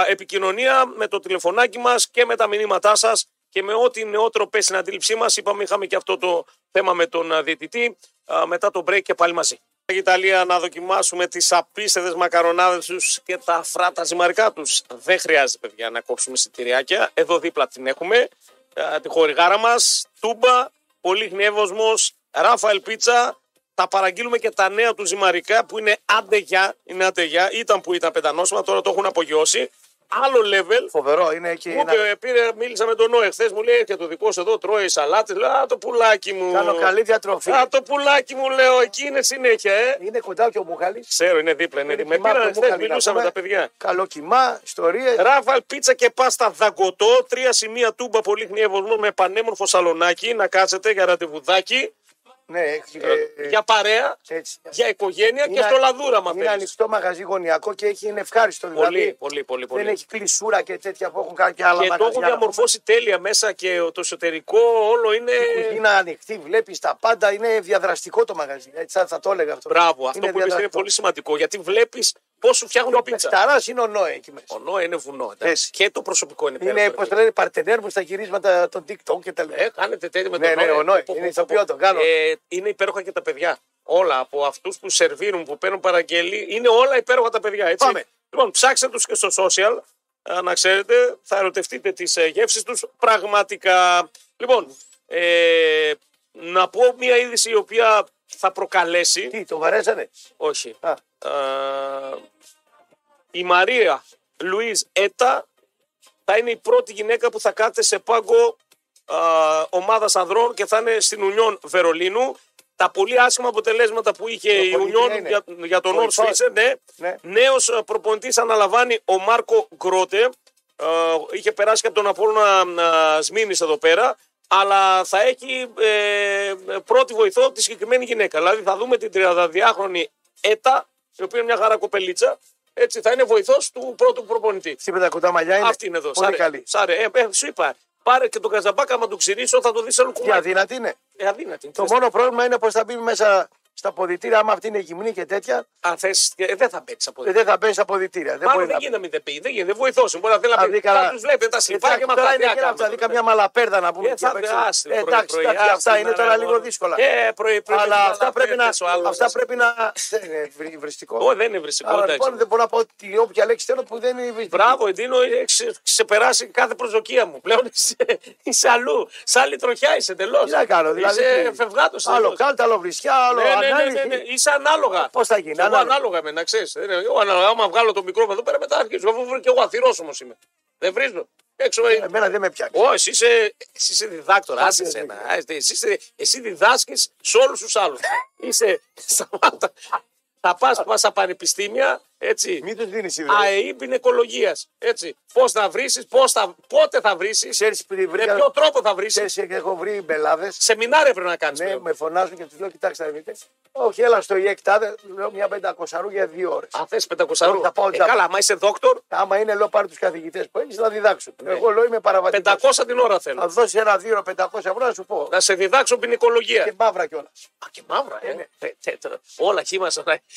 Επικοινωνία με το τηλεφωνάκι μας και με τα μηνύματά σας και με ό,τι νεότερο πέσει στην αντίληψή μας. Είπαμε, είχαμε και αυτό το θέμα με τον α, διαιτητή. Α, Μετά το break και πάλι μαζί. Στην Ιταλία να δοκιμάσουμε τις απίστευτες μακαρονάδες τους και τα αφράτα ζυμαρικά τους. Δεν χρειάζεται, παιδιά, να κόψουμε εισιτηριάκια. Εδώ δίπλα την έχουμε. α, Τη χορηγάρα μας. Τούμπα, πολύ γνεύοσμο. Ράφαελ Πίτσα, θα παραγγείλουμε και τα νέα του ζυμαρικά που είναι άντε για, είναι άντε για, ήταν που ήταν πεντανόσημα, τώρα το έχουν απογειώσει. Άλλο level. Φοβερό είναι εκεί. Μου Ένα... είπε, πήρε, μίλησα με τον Νόε χθες, μου λέει: Έρχεται ο δικό σου εδώ, τρώει σαλάτι. Λέω: Α, το πουλάκι μου. Κάνω καλή διατροφή. Α, το πουλάκι μου, λέω: Εκεί είναι συνέχεια, ε. Είναι κοντά και ο Μπουχαλή. Ξέρω, είναι δίπλα. Είναι Είναι δίπλα. Ε, Με κοιμά πήραν από χθε, Μπούχαλη να μιλούσα με πούμε. τα παιδιά. Ε, Καλό κοιμά, ιστορία. Ράβαλ, πίτσα και πάστα δαγκωτό. Τρία σημεία τούμπα πολύ χνιεύοσμο με πανέμορφο σαλονάκι. Να κάτσετε για ραντεβουδάκι, Ναι, έχει, ε, ε, για παρέα, έτσι. για οικογένεια και Είναι- στο λαδούρα μα Είναι ανοιχτό μαγαζί γωνιακό και έχει, είναι ευχάριστο. Πολύ, δηλαδή, πολύ, πολύ. πολύ. δεν έχει κλεισούρα και τέτοια που έχουν κάνει και άλλα και το μαγαζιά. έχουν διαμορφώσει τέλεια μέσα και το εσωτερικό όλο είναι. Ε, Είναι ανοιχτή, βλέπεις τα πάντα. Είναι διαδραστικό το μαγαζί. Έτσι θα, θα το έλεγα αυτό. Μπράβο, αυτό που είπες είναι διαδραστικό. πολύ σημαντικό γιατί βλέπεις πώς σου φτιάχνουν Ο πίτσα. Πεχταρά είναι ο Νόε εκεί μέσα. Ο Νόε είναι βουνό. εντάξει. Έτσι. Και το προσωπικό είναι Είναι, πέρα. πώς λένε, παρτενέρ μου στα γυρίσματα των TikTok και τα λοιπά. Ε, κάνετε τέτοιο με Ναι, τον ναι, ο Νόε. Πω, πω, Είναι πω, ηθοποιό, πω. τον κάνω. Ε, είναι υπέροχα και τα παιδιά. Όλα από αυτούς που σερβίρουν, που παίρνουν παραγγελί, είναι όλα υπέροχα τα παιδιά. Έτσι. Πάμε. Λοιπόν, ψάξτε τους και στο social. ε, Να ξέρετε, θα ερωτευτείτε τις γεύσεις τους πραγματικά. Λοιπόν, ε, να πω μια είδηση η οποία θα προκαλέσει. Τι, το βαρέσανε. Όχι. Α, Ε, η Μαρία Λουίζ Έτα θα είναι η πρώτη γυναίκα που θα κάθεται σε πάγκο ε, ομάδας ανδρών και θα είναι στην Ουνιόν Βερολίνου. Τα πολύ άσχημα αποτελέσματα που είχε η Προπονητρία Ουνιόν είναι. για, για τον Όρ Κορυφός. Σφίσερ, ναι. Ναι. Νέος ε, προπονητής αναλαμβάνει ο Μάρκο Γκρότε. Ε, είχε περάσει και από τον Απόλλωνα ε, Σμύρνης εδώ πέρα. Αλλά θα έχει ε, πρώτη βοηθό τη συγκεκριμένη γυναίκα. Δηλαδή θα δούμε την 32χρονη Έτα, η οποία είναι μια χαρά κοπελίτσα. Έτσι θα είναι βοηθός του πρώτου προπονητή. Στύπε τα κοντά μαλλιά είναι. Αυτή είναι εδώ. Πολύ Σάρε, καλή. σάρε. Ε, ε, σου είπα, πάρε και τον Καζαμπάκα, άμα τον ξυρίσω, θα το δεις σε άλλο Τι κουμάκι. αδύνατη είναι. Ε, αδύνατη. Το μόνο πρόβλημα είναι πώ θα μπει μέσα στα ποδητήρια. Άμα αυτή είναι γυμνή και τέτοια, Αν θες, ε, δεν θα μπαίνει από ε, εδώ. δεν θα μπαίνει στα ποδητήρια. Δεν Μάλλον μπορεί δεν να γίνεται να μην δεν πει, δεν γίνεται, δεν βοηθώσει. Μπορεί να θέλει να Α, πει. δει καλά. Θα τους βλέπει τα Εντάξει, σλιπάκια και τώρα μαθαίνει. είναι και να δει καμιά μαλαπέρδα να πούμε. Ε, εκεί θα απ' έξω. βρε, άστε, Ε, πρωί, Εντάξει, πρωί, εντάξει, άστε, αυτά είναι να τώρα ρε, λίγο μόνο. δύσκολα. Ε, πρωί, πρωί, Αλλά να αυτά πρέπει να. αναφέρεται ο άλλος. Αυτά πρέπει να. Δεν είναι βρι- βριστικό. Όχι, δεν είναι βρισικό. Άρα εντάξει. λοιπόν δεν μπορώ να πω τη όποια λέξη θέλω που δεν είναι βριστική. Μπράβο, Εντίνο, έχει ξε- ξεπεράσει κάθε προσδοκία μου. Πλέον είσαι, είσαι αλλού. Σαν άλλη τροχιά είσαι εντελώς. Τι να κάνω, δηλαδή. Είσαι τι- φευγάτος. Άλλο κάλτα, άλλο βρισιά, άλλο Ναι, ναι, ναι, ναι, ναι, ανάλυση. Είσαι ανάλογα. Πώς θα γίνει, Εγώ ανάλογα, ανάλογα. με, να ξέρεις. Άμα βγάλω το μικρό μου εδώ πέρα, μετά αρχίζω. Εγώ βρω και εγώ αθυρός όμως είμαι. Δεν βρίζω. Έξω. ε, Εμένα δεν με πιάνεις. Ω, εσύ είσαι, εσύ είσαι διδάκτορας, άσε Άντε, σένα. Άσε, Εσύ, είσαι- εσύ διδάσκεις σε όλους τους άλλους. είσαι. Σταμάτα. Θα πας στα πανεπιστήμια, έτσι. Μην τους δίνεις ιδέα. ΑΕΗ εικολογία. Έτσι. Πώς θα βρει, θα, πότε θα βρει, Ξέρει που με βρήκα. ε, ποιο τρόπο θα βρει. Ξέρεις, ε, έχω βρει μπελάδες. Σεμινάρια πρέπει να κάνεις. Ναι, με φωνάζουν και τους λέω: Κοιτάξτε, να δείτε. Όχι, έλα στο ΙΕΚΤΑΔΕ, λέω μια πεντακοσαρού για δύο ώρες. Αν θες 500 Όχι, θα πάω ε, τζάμπα. καλά, άμα είσαι δόκτωρ, Άμα είναι, λέω πάρει τους καθηγητές που έχεις να διδάξουν. Ναι. Εγώ λέω είμαι παραβατικός. 500 την ώρα θέλω. Θα δώσει ένα δύο 500 ευρώ να σου πω. Να σε διδάξω ποινικολογία. Και μαύρα κιόλας. Α, και μαύρα, ε. ναι. ε, τε- τε- όλα χύμα.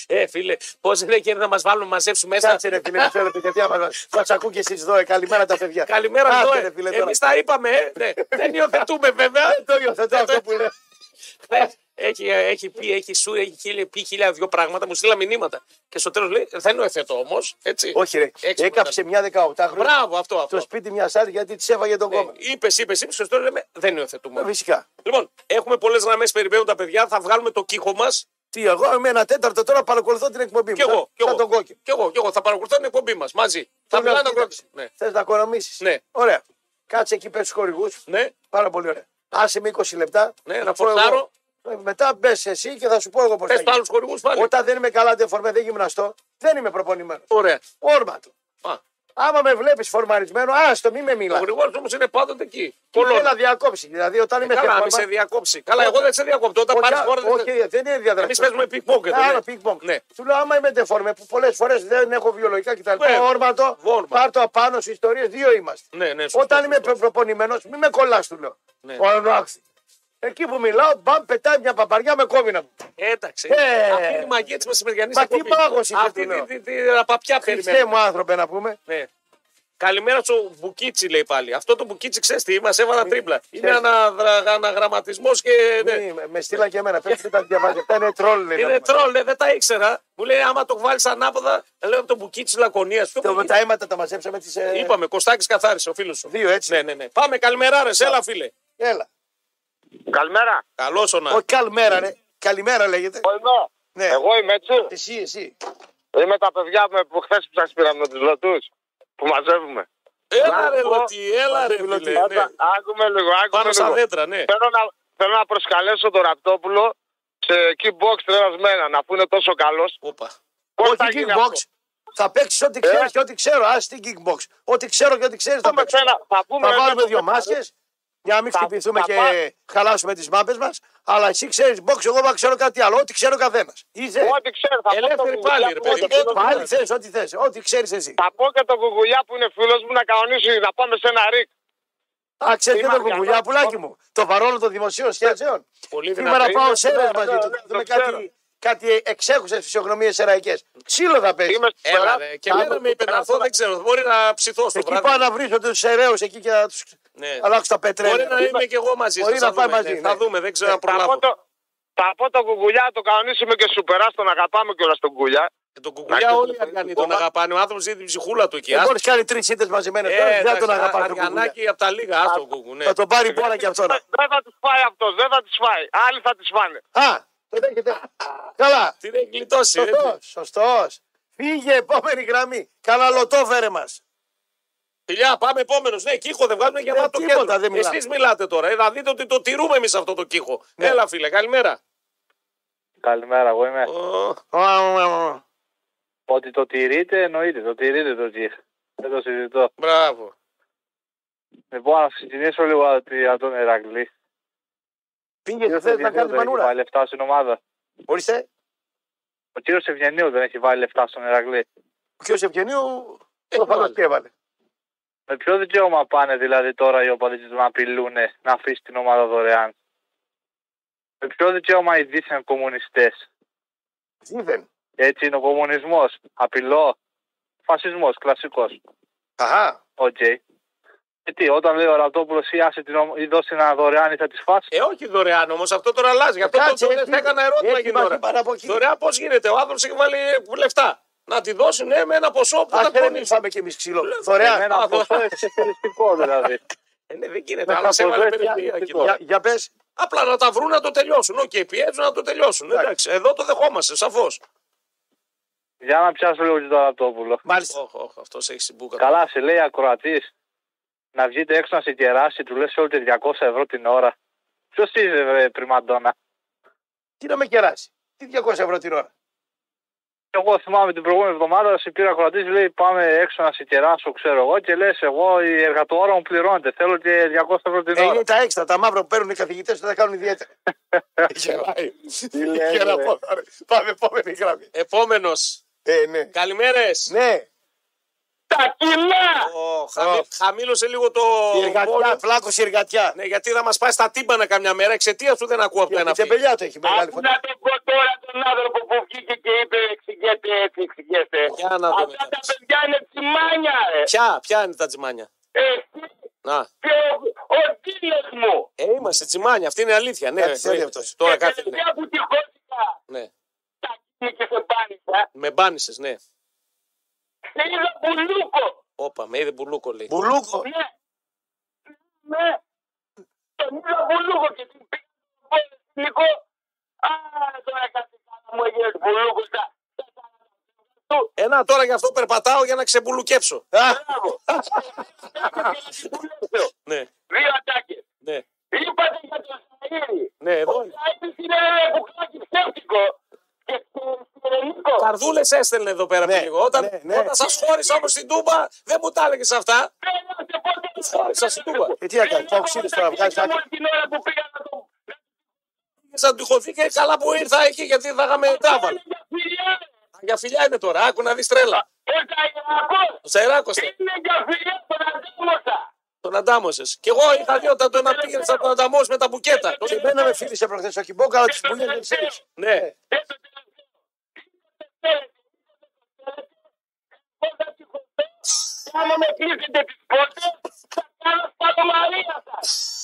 Ε, φίλε, πώς είναι και να μας βάλουν μαζέψουν μέσα. Κάτσε ρε φίλε, μισό λεπτό γιατί άμα θα σα ακούν και εσεί εδώ. ε, Καλημέρα τα παιδιά. Καλημέρα, Κάτσε, Ντόε. ρε φίλε. τώρα. Εμείς τα είπαμε, ε. Ναι. Δεν υιοθετούμε, βέβαια. Δεν το υιοθετώ αυτό που λέω. Έχει, ε, έχει πει, έχει σου, έχει χίλια, πει χίλια δυο πράγματα, μου στείλα μηνύματα. Και στο τέλος λέει, δεν υιοθετώ όμως. Έτσι. Όχι, ρε. Έξυπνο Έκαψε ήταν. μια 18 χρόνια Μπράβο, Ε. αυτό. Ναι, στο αυτό. σπίτι μια άλλη γιατί της έφαγε τον κόμμα. Ε, Είπες, είπες, είπες, στο τέλος λέμε, δεν υιοθετούμε. Φυσικά. Λοιπόν, έχουμε πολλές γραμμές, περιμένουν τα παιδιά, θα βγάλουμε το κύχο μας. Τι, εγώ είμαι ένα τέταρτο τώρα παρακολουθώ την εκπομπή μου. Κι εγώ, Σαν- κι σαν εγώ, τον κόκκινο. κι εγώ, κι εγώ, θα παρακολουθώ την εκπομπή μας μαζί. Θα Του λέω, μιλάω να κοίταξε, κρατήσω. Ναι. Θες να οικονομήσεις. Ναι. Ωραία. Κάτσε εκεί πέρα στους χορηγούς. ναι, Πάρα πολύ ωραία. Άσε με 20 λεπτά. Ναι, θα να πω εγώ. φορτάρω. Ε, Μετά μπες εσύ και θα σου πω εγώ πώς θα πε του γίνει. άλλους χορηγούς πάλι. Όταν δεν είμαι καλά, δεν φορμέ, δεν γυμναστώ, δεν είμαι προπονημένος. Ωραία. Όρματο. Α, Άμα με βλέπεις φορμαρισμένο, άστο, μη με Ο μιλά. Γρηγόρης όμως είναι πάντοτε εκεί. Θέλω Κολόνα. Ε, να διακόψει. Δηλαδή, όταν είμαι Καλά, να μην σε φορμα- διακόψει. Καλά, εγώ δεν σε διακόπτω. Όταν Όχι, πάρεις χώρα. α- δεν- Όχι, δεν είναι διαδραστικό. Εμείς παίζουμε πικ-πόκετ, Άρα, ναι. πικ-πόκετ. Ναι. Του λέω, άμα είμαι τεφόρμε, που πολλές φορές δεν έχω βιολογικά κτλ. Βέβαια. Όρματο, Βόρμα. πάρ το απάνω σε ιστορίες, δύο είμαστε. Ε, Ναι, ναι, σωστό, Όταν είμαι σωστό. προπονημένος, μην με κολλάς, του λέω. Ναι. Ο Ανοάξης. Εκεί που μιλάω, μπαμ, πετάει μια παπαριά με κόβινα. Ένταξε. Ε, Αυτή είναι η μαγεία της μεσημεριανής μα τι μάγος είσαι, Αυτή του λέω. τη- τη- τη ραπαπιά Χριστέ περιμένουμε. μου, άνθρωπε να πούμε. Ναι. Καλημέρα στο Μπουκίτσι, λέει πάλι. Αυτό το Μπουκίτσι, ξέρεις τι, μας έβαλα τρίπλα. Είναι ξέρεις. αναδρα- αναγραμματισμός και. ναι. Μη- με- Με στείλαν και εμένα. Πρέπει να τα διαβάζει. Αυτά είναι τρόλ. λέει, να Είναι πούμε. τρόλ, λέει, δεν τα ήξερα. Μου λέει, άμα το βάλεις ανάποδα, λέω το Μπουκίτσι Λακωνίας. Το- Τα αίματα τα μαζέψαμε τις, ε, Είπαμε, Κωστάκης καθάρισε ο φίλος σου. Δύο έτσι. Ναι, ναι, ναι. Πάμε, καλημέρα, ρε, έλα, φίλε. Έλα. Καλημέρα. Καλό ο να. Όχι καλημέρα, ναι. Καλημέρα λέγεται. Εγώ είμαι. Ναι. Εγώ είμαι έτσι. Εσύ, εσύ. Είμαι τα παιδιά με- που χθες που σας πήραμε με τους λατού. Που μαζεύουμε. Έλα, ρε, Να πω- Λωτή, έλα, ρε, Λωτή, φίλε. ναι. Άκου- Άκουμε λίγο, άκουμε Πάνω στα λίγο. δέντρα, ναι. Θέλω να, θέλω να προσκαλέσω τον Ραπτόπουλο σε kickbox τρελασμένα, αφού είναι τόσο καλός. Όπα. Πώς Όχι θα γίνει αυτό. Ε. kickbox. Θα παίξεις ό,τι ξέρεις και ό,τι ξέρω. Ας την kickbox. Ό,τι ξέρω και ό,τι ξέρεις θα Πούμε παίξω. ένα, θα πούμε Θα ένα- βάλουμε δύο μάσκες για να μην Θα- χτυπηθούμε θα και πά- χαλάσουμε τις μάπες μας. Αλλά εσύ ξέρεις box, εγώ δεν ξέρω κάτι άλλο. Ό,τι ξέρω καθένα. Είσαι. Ε, Ό,τι ξέρω, θα Ελεύθερη πω τον πάλι, Κουγουλιά ρε που είναι παιδί, φίλος μου. Πάλι θες ό,τι θες. Ό,τι ξέρεις εσύ. Θα πω και τον Κουγουλιά που είναι φίλος μου να κανονίσει να πάμε σε ένα ρίκ. Α, ξέρεις και Είμαι τον κουκουλιά, αργανός. πουλάκι μου. Το παρόλο των δημοσίων σχέσεων. Πολύ Σήμερα δυνατή. πάω σε ένα Ναι, μαζί ναι, του. ναι, να δούμε το ξέρω. κάτι, κάτι εξέχουσες φυσιογνωμίες εραϊκέ. Ξύλο θα παίζει. Είμαι στην Έλα, Ελλάδα. ρε. Και εμένα Άκου, με είπε να έρθω, δεν ξέρω. Μπορεί να ψηθώ στο Εκεί πάω βράδυ. να βρίσκω τους Σεραίους εκεί και να τους Ναι. αλλάξω τα Μπορεί πετρέλαια. να είμαι και εγώ μαζί. Μπορεί σας, να θα πάει δούμε, μαζί, ναι. ναι. Θα δούμε, δεν ξέρω αν Θα πω προλάβω. το- Θα πω τον κουγουλιά, το κανονίσουμε και σου περάσει τον αγαπάμε κιόλας τον κουγουλιά. Και Τον κουκουλιά Να- όλοι οι Αργανοί τον Κόμμα. αγαπάνε. Ο άνθρωπος ζει την ψυχούλα του εκεί. Δεν Άστο. μπορεί κάνει τρεις ήττε μαζεμένες. Ε, τώρα, Λοιπόν, Δεν εντάξει, τον αγαπά τον Κουκουλιά. Αργανάκι από τα λίγα. Άστο κουκου, ναι. Θα τον πάρει πόρα και αυτόν. Δεν θα τη φάει αυτό, δεν θα τη φάει. Άλλοι θα τη φάνε. Α, το δέχεται. Καλά. Την έχει γλιτώσει. Σωστός. Σωστός. Φύγε, επόμενη γραμμή. Καλά, λωτό φέρε μας. Φιλιά, πάμε επόμενος. Ναι, κύχο δεν βγάζουμε για Ναι, να το τίποτα κέντρο. δεν μιλάμε. Ναι. Εσείς μιλάτε τώρα. Ε, να δείτε ότι το τηρούμε εμείς αυτό το κύχο. Έλα, φίλε, καλημέρα. Καλημέρα, εγώ Ναι. είμαι. Ω, Ότι το τηρείτε εννοείται, το τηρείτε το τζιχ. Δεν το συζητώ. Μπράβο. Λοιπόν, να ξεκινήσω λίγο από τη- από τον Ερακλή. Πήγε, θε να κάνεις δεν έχει μανούρα. βάλει λεφτά στην ομάδα. Ορίστε. Ο κύριος Ευγενίου δεν έχει βάλει λεφτά στον Ερακλή. Ο κ. Ευγενίου Ε, προφανώς βάλε. και έβαλε. Με ποιο δικαίωμα πάνε δηλαδή τώρα οι οπαδίτε να απειλούν να αφήσει την ομάδα δωρεάν. Με ποιο δικαίωμα οι δίθεν κομμουνιστές. Δίθεν. Έτσι είναι ο κομμουνισμός. Απειλό. Φασισμός, κλασικός. Αχά. Οκ. Ε, τι, όταν λέει ο Ραπτόπουλος ή, άσε την ομ- ή δώσει ένα δωρεάν ή θα τη φάσει. Ε, όχι δωρεάν όμως, αυτό τώρα αλλάζει. Γι' αυτό το, Ε, Κάτσε, το, έχει- το έκανα ερώτημα έχει για μαζί τώρα. πάνω από εκεί. Δωρεάν πώς γίνεται, ο άνθρωπος έχει βάλει ε, λεφτά. Να τη δώσει, ναι, με ένα ποσό που Α θα δεν κονίσει. φάμε κι εμείς ξύλο. Δωρεάν. Εμένα ποσό εξαιρετικό δηλαδή. Ε, ναι, δεν γίνεται, Με αλλά σε ένα έβαλε ποσό περιφερειακή έτσι, τώρα. Για- Για πες. Απλά να τα βρουν να το τελειώσουν. Οκ, πιέζουν να το τελειώσουν. Εντάξει, εδώ το δεχόμαστε, σαφώς. Για να πιάσω λίγο και τον Ανατόπουλο. Μάλιστα. Αυτός έχει συμπούκα. Καλά, σε λέει ακροατής να βγείτε έξω να σε κεράσει, του λες όλο και 200 ευρώ την ώρα. Ποιος είσαι, βρε, πριμαντόνα. Τι να με κεράσει. Τι 200 ευρώ την ώρα. Εγώ θυμάμαι την προηγούμενη εβδομάδα σε πήρε ακροατής, λέει πάμε έξω να σε κεράσω, ξέρω εγώ, και λες εγώ η εργατοώρα μου πληρώνεται. Θέλω και 200 ευρώ την Ε, ώρα. είναι τα έξτρα, τα μαύρα που παίρνουν οι καθηγητές όταν κάνουν ιδιαίτερα. Γελάει. Γελάει. Πάμε επόμενη γραμμή. Επόμενος. Ε, ναι. Καλημέρες. Ναι, Τα κιλά! Ω. Χαμήλωσε λίγο το. η εργατιά, volume. πλάκωση η εργατιά. Ναι, γιατί θα μας πάει στα τύμπανα καμιά μέρα. Εξαιτίας του δεν ακούω από Η ένα φίλο. τεμπελιά το έχει μεγάλη Άκου φωνή. να τον πω τώρα τον άνθρωπο που βγήκε και είπε εξηγέται έτσι, εξηγέται. Για να δούμε Αυτά τα κάποιος. παιδιά είναι τσιμάνια, ρε. Ποια, ποια είναι τα τσιμάνια. Εσύ Να. και ο, ο κύριος μου. Ε, είμαστε τσιμάνια, αυτή είναι η αλήθεια. Ναι, Κάτι θέλει ναι. αυτός. Τώρα Και κάτι. Ναι. τελευταία που τυχώθηκα, ναι. τα και σε πάνησα, Με μπάνισες, ναι. σε είδα πουλούκο. Όπα, με είδε μπουλούκο λέει. Μπουλούκο. Ναι. Ναι. Τον είδα βουλούκο και την πήγα στο πολυεθνικό. Α, τώρα κάτι καλά μου έγινε βουλούκος. τα- τα- τα- του. Ένα τώρα γι' αυτό περπατάω για να ξεμπουλουκέψω. Α, Μπράβο. Και να την βουλέψω. Ναι, Δύο ατάκες. ναι, Είπατε για τον Σαΐρη. ναι, Ο εδώ. Σαΐρης είναι ένα κουκλάκι ψεύτικο. Και στερενίκο. Καρδούλες έστελνε εδώ πέρα Ναι, πριν λίγο. Όταν, ναι, ναι. όταν σας χώρισα όμως στην Τούμπα, δεν μου τα έλεγες αυτά. Τους χώρισα στην Τούμπα. Ε, τι να κάνεις, πάω ξύδες τώρα, βγάζεις άκρη. Όλη την ώρα που πήγα να το... Σαν τυχωθεί και καλά που ήρθα εκεί γιατί θα είχαμε τράβαλ. Είναι για φιλιά, ρε. Για φιλιά είναι τώρα, άκου να δεις τρέλα. Ο Καϊρακός Τον σεράκωσε, είναι για φιλιά τον Αντίμωσα. τον αντάμωσε. Κι εγώ είχα δει όταν τον πήγαινε να τον ανταμώσει με τα μπουκέτα. Και εμένα με φίλησε προχθές ο Κιμπόκα, αλλά τις πουλίες δεν ξέρεις. Ναι, Ε, το τελευταίο. Είτε το θέλετε, είτε το θέλετε. Εγώ θα σηκωθώ και άμα με κλείσετε τις πόρτες, θα κάνω σπατομαρία σας.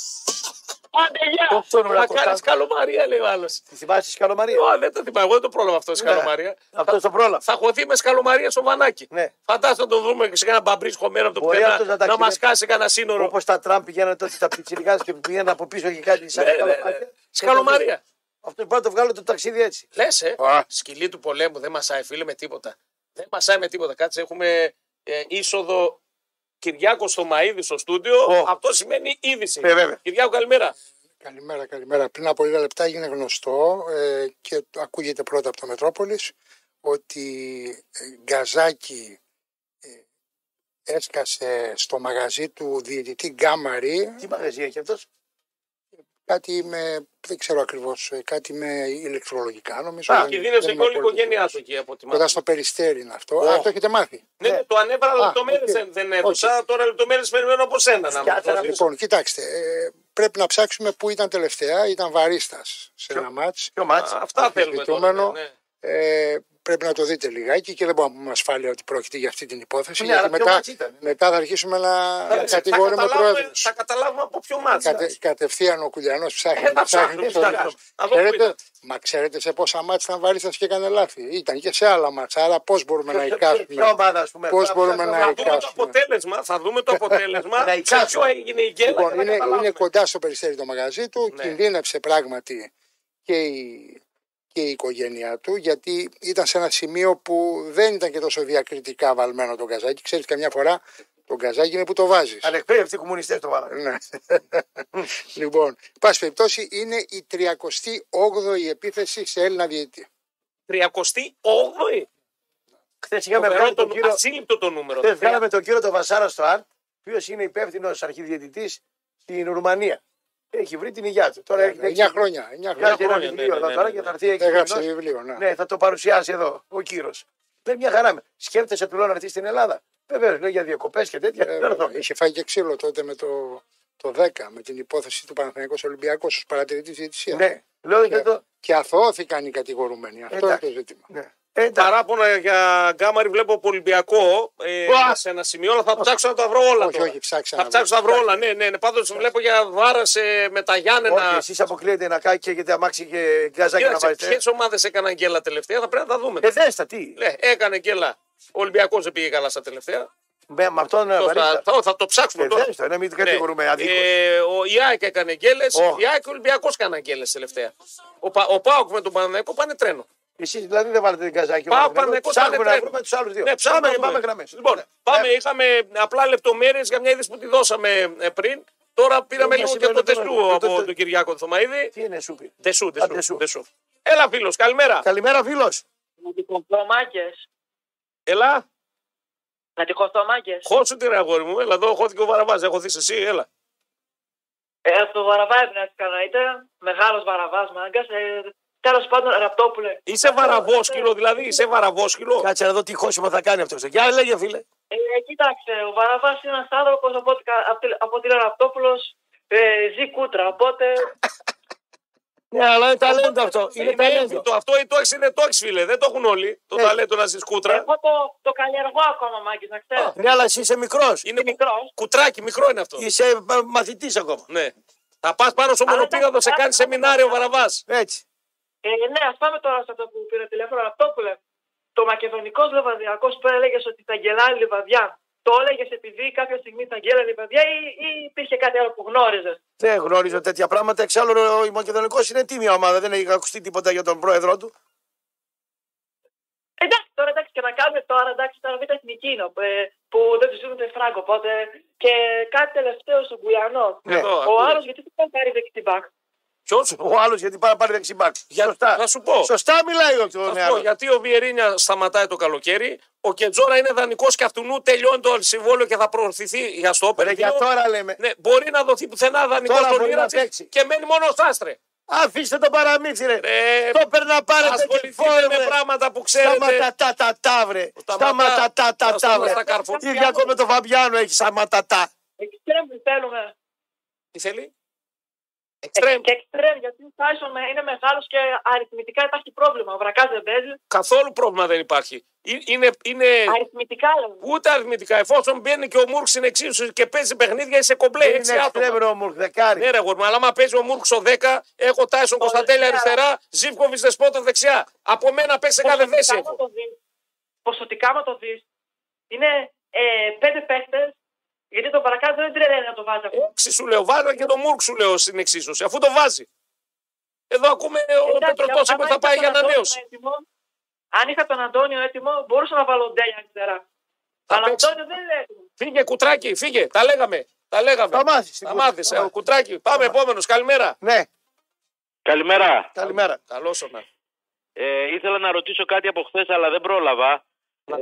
Άντε, γεια. Αυτό είναι να όλα κάνει κοστά. καλομαρία, λέει ο άλλος. Τη θυμάσαι τη σκαλομαρία. Δεν το θυμάμαι, εγώ δεν το πρόλαβα αυτό Ναι. σκαλομαρία. Αυτό το πρόλαβα. Θα χωθεί με σκαλομαρία στο βανάκι. Ναι. Φαντάζομαι να το δούμε σε κανένα μπαμπρί χωμένο από το Μπορεί πουθενά αυτός να τα να, να μα χειρέψει. κάσει κανένα σύνορο. Όπως τα Τραμπ πηγαίνανε τότε τα πιτσιρικάς και πηγαίνανε από πίσω και κάτι σαν Ναι, ναι, ναι. Σκαλομαρία. Αυτό πρέπει να το βγάλω το ταξίδι έτσι. Λες, ε. Α. Σκυλή του πολέμου δεν μασάει, φίλε, με τίποτα. Δεν μασάει με τίποτα. Κάτσε, έχουμε ε, είσοδο Κυριάκο στο Μαίδη στο στούντιο. Ω. Αυτό σημαίνει είδηση. Ε, βέβαια. Κυριάκο, καλημέρα. Καλημέρα, καλημέρα. Πριν από λίγα λεπτά έγινε γνωστό ε, και το ακούγεται πρώτα από το Μετρόπολης ότι ε, Γκαζάκη ε, έσκασε στο μαγαζί του διαιτητή Γκάμαρη Τι μαγαζί έχει αυτός. κάτι με, δεν ξέρω ακριβώς, ε, κάτι με ηλεκτρολογικά νομίζω. Α, δεν- Κινδύνευσε δεν και όλη η είμαι απόλυτα οικογένειά σου σίγουρος. εκεί από τη Κοντά μάτια. στο περιστέρι είναι αυτό. Ω. Α, το έχετε μάθει. Ναι, ναι, το ανέβαλα λεπτομέρειες οκ. δεν, δεν έδωσα. Τώρα λεπτομέρειες περιμένω από σένα να μου Φτιάχτερα δώσεις. Λοιπόν, κοιτάξτε, ε, πρέπει να ψάξουμε που ήταν τελευταία. Ήταν βαρίστας σε ένα μάτς. Ποιο μάτς. Α, Αυτά θέλουμε τώρα. αμφισβητούμενο. ναι, ναι. Ε, πρέπει να το δείτε λιγάκι και δεν μπορούμε να πούμε ασφάλεια ότι πρόκειται για αυτή την υπόθεση. Ναι, γιατί αλλά ποιο μετά, μάτς ήταν, ναι. μετά θα αρχίσουμε να Θα- θα κατηγορούμε καταλάβουμε- πρόεδρους. Θα καταλάβουμε από ποιο μάτσα. Κατε, κατευθείαν ο Κουλιανός ψάχνει. Ε, θα ψάχνει ψάχνουμε, το- θα ψάχνουμε. Να δούμε Ξέρετε- πού ήταν. μα ξέρετε σε πόσα μάτσα ήταν βαρύστα και έκανε λάθη. Ήταν και σε άλλα μάτσα. Άρα πώς μπορούμε να Ποιο- ποιο- Ποια εικάσουμε. ομάδα, ας πούμε. Πώς θα- μπορούμε θα- να- Θα θα- δούμε το εικάσουμε. αποτέλεσμα. Θα δούμε το αποτέλεσμα. Να σε εικάσουμε. ποιο έγινε η γκέλα. Λοιπόν, για να είναι, καταλάβουμε. είναι κοντά στο περιστέρι το μαγαζί του. Ναι. Κινδύνευσε πράγματι και η, και η οικογένειά του, γιατί ήταν σε ένα σημείο που δεν ήταν και τόσο διακριτικά βαλμένο τον καζάκι. Ξέρεις, καμιά φορά τον καζάκι είναι που το βάζεις. Ανεκπαίδευτοι κομμουνιστές το βάλανε. Ναι. λοιπόν, πάση περιπτώσει, είναι η 38η επίθεση σε Έλληνα διαιτητή. 38η. Χθες Το είχαμε βγάλει το τον κύριο ασύλληπτο το νούμερο. Χθες βγάλαμε τον κύριο τον Βασάρα στο ΑΡΤ, ποιο είναι υπεύθυνος αρχιδιαιτητής στην Ρουμανία. Έχει βρει την υγειά του. Τώρα έχει 9 χρόνια. 9 Μια Ναι, χρόνια. Βγάζει ένα χρόνια, ναι, βιβλίο ναι, εδώ ναι, τώρα ναι. και θα έρθει εκεί. Έγραψε βιβλίο. Να. Ναι, θα το παρουσιάσει εδώ ο κύριος. Λέει μια χαρά με. Σκέφτεσαι του λέω να έρθεις στην Ελλάδα. Βεβαίως, λέει για διακοπές και τέτοια. Ε, θα έρθω. είχε φάει και ξύλο τότε με το, το 10, με την υπόθεση του Παναθηναϊκού Ολυμπιακού ως παρατηρητής διαιτησίας. Ναι, λέω για Ε, το. Και αθώθηκαν οι κατηγορούμενοι. Αυτό είναι Εντάξει. το ζήτημα. Ναι. Εντάξει. Παράπονα για γκάμαρη βλέπω από Ολυμπιακό ε, Ουα! σε ένα σημείο, αλλά θα ψάξω να τα βρω όλα. όχι, τώρα. όχι, ψάξα. Θα να ψάξω να βρω. βρω όλα. Ναι, ναι, ναι. Πάντως βλέπω για βάρα σε, με τα Όχι, Γιάννενα. εσεί αποκλείεται να καίγεται αμάξι και γκάζακι να βάζετε. ε. Ποιες ομάδες έκαναν γκέλα τελευταία, θα πρέπει να τα δούμε. Ε, δες τα τι. Ναι, έκανε γκέλα. Ο Ολυμπιακός δεν πήγε καλά στα τελευταία. Με με αυτόν ε, Το- τον θα, Βαρίστα. θα, θα το ψάξουμε Ε, τώρα. δες το, να μην Ναι. κατηγορούμε αδίκως. Ε, ο Ιάκ έκανε γκέλες. Ω. Η Ιάκ και ο Ολυμπιακός έκαναν γκέλες τελευταία. Ο, Πα- ο Πάοκ με τον Παναναναϊκό πάνε τρένο. Εσείς δηλαδή δεν βάλετε την καζάκι. Πάω Παναθηναϊκό, Ψάχνουμε πάνε να τρένο. βρούμε τους άλλους δύο. Ναι, ψάχνουμε Πάμε, να Ναι. δούμε. πάμε γραμμές. Λοιπόν, πάμε, είχαμε απλά λεπτομέρειες για μια είδηση που τη δώσαμε ε, πριν. Τώρα πήραμε Ε, λίγο σήμερα και το το βράδυ. τεστού Ε, από το- το- τον Κυριάκο Θωμαίδη. Τι είναι σούπι. Τεσού, Α, τεσού, τεσού. τεσού. Έλα, φίλος, καλημέρα. Καλημέρα, φίλος. Να τυχωθώ, μάγκες. Έλα, Να τυχωθώ, μάγκες. χώσου την αγόρι μου. Έλα, εδώ χώθηκε ο Βαραβάζ. Έχω δει εσύ, έλα. Ε, στο Βαραβά έπρεπε να τις κάνω, είτε μεγάλος Βαραβάς μάγκας. Ε, τέλος πάντων, Ραπτόπουλε. Είσαι βαραβόσκυλο, δηλαδή, είσαι βαραβόσκυλο. Κάτσε να δω τι χώσιμο θα κάνει αυτός. Γεια, λέγε φίλε. Ε, κοίταξε, ο Βαραβάς είναι ένας άνθρωπος από ό,τι κα- από ό,τι- από ό,τι λέει ο Ραπτόπουλος, ε, ζει κούτρα, οπότε... Ναι, αλλά είναι ταλέντο αυτό. Είναι ταλέντο. Το αυτό ή το έξι είναι το έξι, φίλε. Δεν το έχουν όλοι. Το Ε. ταλέντο να ζεις κούτρα. Εγώ το, το καλλιεργώ ακόμα, Μάγκης, να ξέρεις. Ναι, αλλά εσύ είσαι μικρός. Είναι μικρός. κουτράκι, μικρό είναι αυτό. Είσαι μαθητής ακόμα. Ναι. Θα πας πάνω στο Αλλά μονοπίδαδο, σε εντάξει, κάνει εντάξει. σεμινάριο ο Βαραβάς. Έτσι. Ε, ναι, ας πάμε τώρα σε αυτό που πήρε τηλέφωνο, Ραπτόπουλε. Το μακεδονικός λεβαδιακός που έλεγες ότι θα γελάει λιβαδιά. Το έλεγες επειδή κάποια στιγμή θα γέλα λιβαδιά ή, ή υπήρχε κάτι άλλο που γνώριζες. Δεν γνωρίζω τέτοια πράγματα. Εξάλλου ο Μακεδονικός είναι τίμια ομάδα. Δεν έχει ακουστεί τίποτα για τον πρόεδρό του. Ε, Εντάξει, τώρα εντάξει και να κάνουμε τώρα, εντάξει, τώρα β' εθνική είναι, ε, που δεν τους δίνουν φράγκο. Οπότε και κάτι τελευταίο στον Κουλιανό. Ναι. Εδώ, Ο ακούω. άλλο γιατί δεν πάει πάρει δεξιμπάκ. Ποιος? Ο άλλος γιατί πάει να πάρει δεξιμπάκ. Για- Σωστά. ναι, θα σου πω. Σωστά μιλάει ο Θα ο σου πω, νεαρός. γιατί ο Βιερίνια σταματάει το καλοκαίρι, ο Κεντζόρα είναι δανεικός και αυτού νου τελειώνει το συμβόλαιο και θα προωθηθεί για στο Ρε, όπερ. για τώρα λέμε. Ναι, μπορεί να δοθεί πουθενά δανεικό Τώρα στον μπορεί να Ήρατσι παίξει. και μένει μόνο ο Σάστρε. Αφήστε το παραμύθι, ρε. Ρε, Το ναι. περνά πάρετε και ασχοληθείτε με φόρε, βρε. πράγματα που ξέρετε. Σταματατά τα ταύρε. Σταματά- Σταματατά τα θα στείλω ταύρε. στα καρφωτιά. Κυριακό με τον Φαμπιάνο έχει σταματατά. Εξτρέμ θέλουμε. Τι θέλει. Εξτρέμ. Ε, Εξτρέμ. Και εξτρέμ, γιατί ο Τάισον με- είναι μεγάλος και αριθμητικά υπάρχει πρόβλημα. Ο Βρακάς δεν παίζει. Καθόλου πρόβλημα δεν υπάρχει. Ε- Είναι, είναι Αριθμητικά λέμε. ούτε αριθμητικά. Εφόσον μπαίνει και ο Μούρξ είναι εξίσου και παίζει παιχνίδια, είσαι κομπλέ. Δεν Έξι είναι άτομα. εξτρέμενο ο Μουρκ, δεκάρι. Ναι, ρε γορμα, αλλά άμα παίζει ο Μούρξ ο 10, έχω Τάισον Ωραία. Κωνσταντέλια αριστερά, Ζήφκοβιτ Δεσπότα δεξιά. Από μένα παίζει σε κάθε θέση. Ποσοτικά, άμα έχω. το δεις, ποσοτικά, άμα το δεις, είναι ε, πέντε παίχτες. Γιατί τον Βρακά δεν τρελαίνει να το βάζει αυτό. Έξι σου λέω, βάλε και το Μούρξ σου λέω στην εξίσωση, αφού το βάζει. Εδώ ακούμε ο Εντάξει, Πετροτό άμα είπε θα είχα πάει τον για Αντώνιο ανανέωση. έτοιμο, Αν είχα τον Αντώνιο έτοιμο, μπορούσα να βάλω Ντέλια αριστερά. Θα Αλλά ο παίξει. Αντώνιο δεν είναι έτοιμο. Φύγε, κουτράκι, φύγε. Τα λέγαμε. Τα λέγαμε. Θα μάθεις την Θα κούρτα. μάθεις, Θα ε, μάθεις. κουτράκι. Πάμε επόμενος. Καλημέρα. Ναι, Καλημέρα. καλημέρα. Καλώς ήρθατε. Ε, ήθελα να ρωτήσω κάτι από χθες, αλλά δεν πρόλαβα.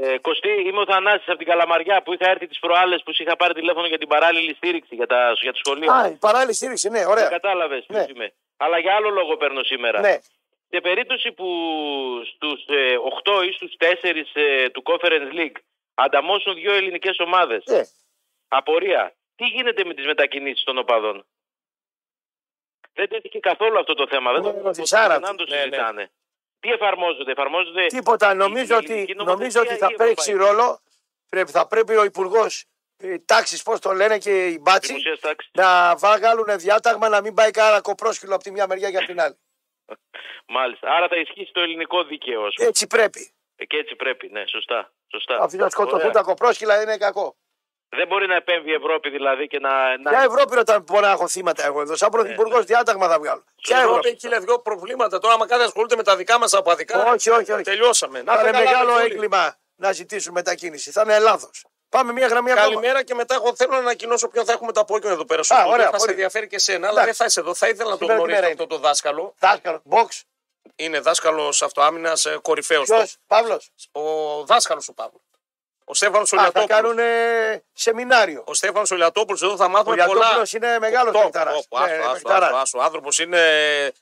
Ε, Κωστή, είμαι ο Θανάσης από την Καλαμαριά που είχα έρθει τις προάλλες που σε είχα πάρει τηλέφωνο για την παράλληλη στήριξη για, τα, για το Ναι. σχολείο. Α, η παράλληλη στήριξη, ναι, ωραία. Κατάλαβες Ναι. είμαι. Αλλά για άλλο λόγο παίρνω σήμερα. Ναι, Σε περίπτωση που στους 8 ή στους 4 ε, του Conference League ανταμώσουν δύο ελληνικές ομάδες. ε, Απορία. Τι γίνεται με τις μετακινήσεις των οπαδών. Δεν τέθηκε καθόλου αυτό το θέμα. Δεν Ναι, το ναι, Σάρα, δεν το ναι, ναι. συζητάνε. Τι εφαρμόζονται, εφαρμόζονται. τίποτα. Νομίζω η ότι, ελληνική νομίζω νομοθεσία ότι ή θα η παίξει ευρωπαϊκή? ρόλο. Πρέπει, θα πρέπει ο υπουργός τάξη, πώς το λένε και οι μπάτσι, Δημοσίας τάξης. να βγάλουν διάταγμα να μην πάει κανένα κοπρόσκυλο από τη μια μεριά για την άλλη. Μάλιστα. Άρα θα ισχύσει το ελληνικό δίκαιο, ας πούμε. Έτσι πρέπει. Ε, Και έτσι πρέπει, ναι, σωστά. σωστά. Αυτοί να σκοτωθούν Ωραία. τα κοπρόσκυλα είναι κακό. Δεν μπορεί να επέμβει η Ευρώπη δηλαδή και να. να... Ποια Ευρώπη όταν μπορώ να έχω θύματα εγώ εδώ. Σαν Ε, ναι. πρωθυπουργό διάταγμα θα βγάλω. Ποια Εδώ Ευρώπη. έχει χίλια δυο προβλήματα. Τώρα, άμα κάτι ασχολούνται με τα δικά μας απαδικά, Όχι, όχι, όχι. τελειώσαμε. Να Θα είστε είναι καλά, μεγάλο Μιχούλη. έγκλημα να ζητήσουν μετακίνηση. Θα είναι λάθος. Πάμε μία γραμμή ακόμα. Καλημέρα και μετά εγώ θέλω να ανακοινώσω ποιον θα έχουμε το απόγευμα εδώ πέρα. στο Α, στούντιο. ωραία, θα σε ωραία. ενδιαφέρει και εσένα, αλλά Εντάξει. δεν θα είσαι εδώ. Θα ήθελα να το Σήμερα τι γνωρίσω μέρα αυτό το δάσκαλο. Δάσκαλος. Μποξ. Είναι δάσκαλος αυτοάμυνας κορυφαίος. Ποιος. Παύλος. Ο δάσκαλος του Παύλου. Ο Στέφανος Α, θα Ολιατόπουλος. κάνουν ε, σεμινάριο. Ο Στέφανος Ολιατόπουλος εδώ θα Ο μάθουμε πολλά. Γιαντόπουλο είναι Ναι, μεγάλο Top, παιχταρά. top, άστο, άστο, άστο, άστο. Ο άνθρωπος είναι.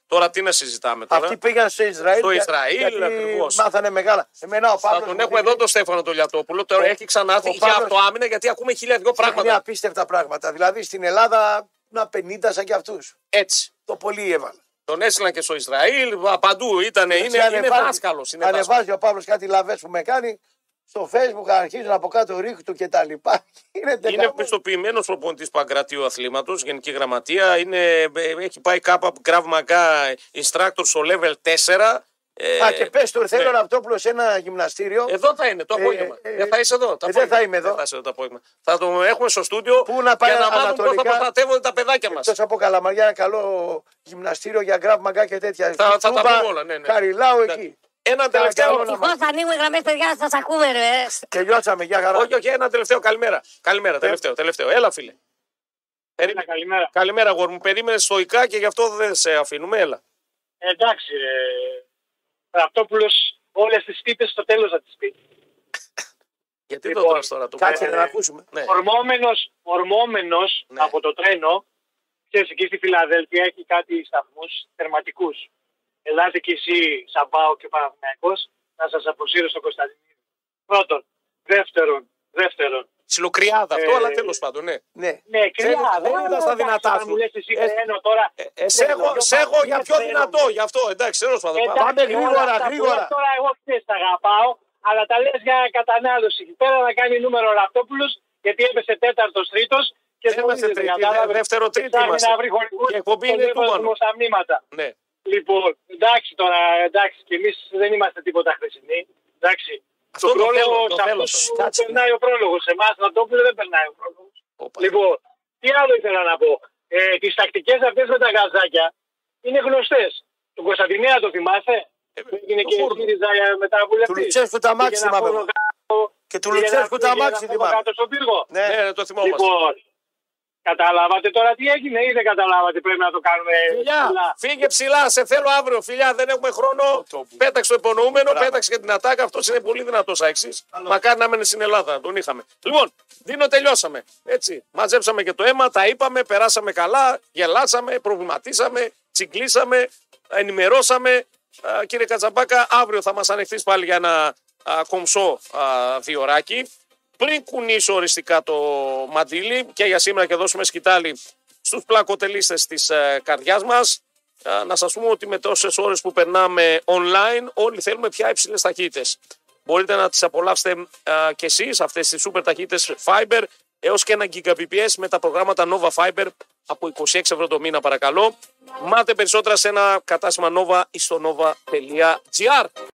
Τώρα τι να συζητάμε τώρα. Αυτοί πήγαν στο Ισραήλ. Στο για- Ισραήλ, γιατί ακριβώς. Μάθανε μεγάλα. Εμένα ο Θα Παύλος τον μου έχουμε δείχνει- εδώ τον Στέφανο τον Λιατόπουλο. Τώρα Ο- έχει ξανάρθει ο για Παύλος- αυτοάμυνα γιατί ακούμε χίλια δυο δείχνει πράγματα. απίστευτα πράγματα. Δηλαδή στην Ελλάδα να 50 σαν κι αυτούς. Έτσι. Το πολύ έβαλα. Τον έστειλαν και στο Ισραήλ, παντού ήταν. Είναι, Εντάξει, είναι ανεβάζει- δάσκαλος. Είναι δάσκαλος. Ανεβάζει ο Παύλος κάτι λαβές που με κάνει. Στο facebook αρχίζουν από κάτω ρίχνουν του και τα λοιπά. Είναι Είναι τελικά. πιστοποιημένο προπονητή Παγκρατίου Αθλήματος, Γενική Γραμματεία. Είναι, ε, έχει πάει κάπου από Krav Maga instructor στο level 4. Ε, Α, και πες του, θέλω ναι. να πτώπλω σε ένα γυμναστήριο. Εδώ θα είναι το Ε, απόγευμα. ε, ε, δεν θα είσαι εδώ. το ε, δεν απόγευμα. θα είμαι εδώ. Δεν θα είσαι εδώ το απόγευμα. Θα το έχουμε στο στούντιο Πού να πάει για να μάθουμε πώς θα ανατολικά. προστατεύονται τα παιδάκια μας. Εκτός από καλαμαριά, ένα καλό γυμναστήριο για γκραβ μαγκά και τέτοια. Θα- Στην θα τα Τούμπα, πούμε όλα, ναι, ναι. Χαριλάου Εντάξει. εκεί. Ένα Καλά, τελευταίο. καλό να Όχι, μάθουμε. Πώ θα ανοίγουμε γραμμές, παιδιά, θα σας ακούμε, ρε. Τελειώσαμε, για χαρά. όχι, ένα τελευταίο. Καλημέρα. Καλημέρα, τελευταίο. τελευταίο. Έλα, φίλε. Περίμενε. Καλημέρα. Καλημέρα, γόρ μου. Περίμενε στοικά και γι' αυτό δεν σε αφήνουμε. Έλα. Ε, Εντάξει, ρε. Ραπτόπουλος, όλες τις τύπε στο τέλος θα τις πει. Γιατί το Λοιπόν, τρως τώρα το Κάτσε πράγμα? να ακούσουμε. Ναι. Ορμόμενος, ορμόμενος Ναι. από το τρένο, ξέρεις, εκεί στη Φιλαδέλφια έχει κάτι σταθμούς τερματικούς. Ελάτε κι εσύ, Σαμπάο και Παναθηναϊκός, να σας αποσύρω στο Κωνσταντινίδη. Πρώτον. Δεύτερον, δεύτερον. Ψιλοκριάδα αυτό, Ε, αλλά τέλος πάντων, ναι. Ναι. Ναι, κρύα, Ξέρεις, δεν δεν ήταν στα δυνατά εντάξει, σου. να Μου λες εσύ Ε, τρένο τώρα. Ε, ε, σε έχω- σε έχω για πιο δυνατό, γι' αυτό. Εντάξει, τέλος πάντων. Ε, Εντάξει, πάμε. πάμε γρήγορα, όλα αυτά που γρήγορα. λες Τώρα εγώ χθες τα αγαπάω, αλλά τα λες για κατανάλωση. Εκεί Πέρα να κάνει νούμερο ο Ραπτόπουλος, γιατί έπεσε τέταρτος τρίτος και Δεν είμαστε γνωρίζετε, τρίτη, κατάλαβες. δε- δεύτερο τρίτη Ψάχνει είμαστε. να βρει χορηγούς Και εκπομπή και είναι δεν τούμπανο. βάζουμε στα μνήματα. Ναι. Λοιπόν, εντάξει τώρα, εντάξει, και εμείς δεν είμαστε τίποτα χρυσινοί. Εντάξει. Αυτό το πρόλογο θέλω, το σε θέλω. αυτούς που Κάτσε. περνάει ο πρόλογος. Σε εμάς, Ραπτόπουλο, δεν περνάει ο πρόλογος. Όπα. Λοιπόν, τι άλλο ήθελα να πω. Ε, Τις τακτικές αυτές με τα γαζάκια είναι γνωστές. Τον Κωνσταντινέα το θυμάσαι. Ε, Που έγινε το και φούρνο. ΣΥΡΙΖΑ ε, μετά βουλευτή. Του Λουτσέσκου τα μάξι θυμάμαι εγώ. Κάτω, Και του πήγε ένα Λουτσέσκου τα φούρνο μάξι κάτω θυμάμαι. στον πύργο. Ναι, ναι, το Ναι, θυμόμαστε. Λοιπόν, Καταλάβατε τώρα τι έγινε ή δεν καταλάβατε πρέπει να το κάνουμε Ε, Φιλιά, φύγε ψηλά, σε θέλω αύριο. Φιλιά, δεν έχουμε χρόνο. Πέταξε το υπονοούμενο, πέταξε και την ατάκα. Αυτός είναι πολύ δυνατός αεξή. Μακάρι να μένει στην Ελλάδα, να τον είχαμε. Λοιπόν, Δίνο, τελειώσαμε. Έτσι. Μαζέψαμε και το αίμα, τα είπαμε, περάσαμε καλά, γελάσαμε, προβληματίσαμε, τσιγκλίσαμε, ενημερώσαμε. Α, κύριε Κατσαμπάκα, αύριο θα μας ανοιχθείς πάλι για ένα α, κομψό α, διωράκι πριν κουνήσω οριστικά το μαντίλι και για σήμερα και δώσουμε σκητάλη στους πλακοτελίστες της ε, καρδιάς μας. Ε, να σας πούμε ότι με τόσες ώρες που περνάμε online όλοι θέλουμε πια υψηλές ταχύτητες. Μπορείτε να τις απολαύσετε ε, και εσείς αυτές τις super ταχύτητες Fiber έως και 1 Gbps με τα προγράμματα Nova Fiber από 26 ευρώ το μήνα παρακαλώ. Μάτε περισσότερα σε ένα κατάστημα Nova ή στο nova.gr.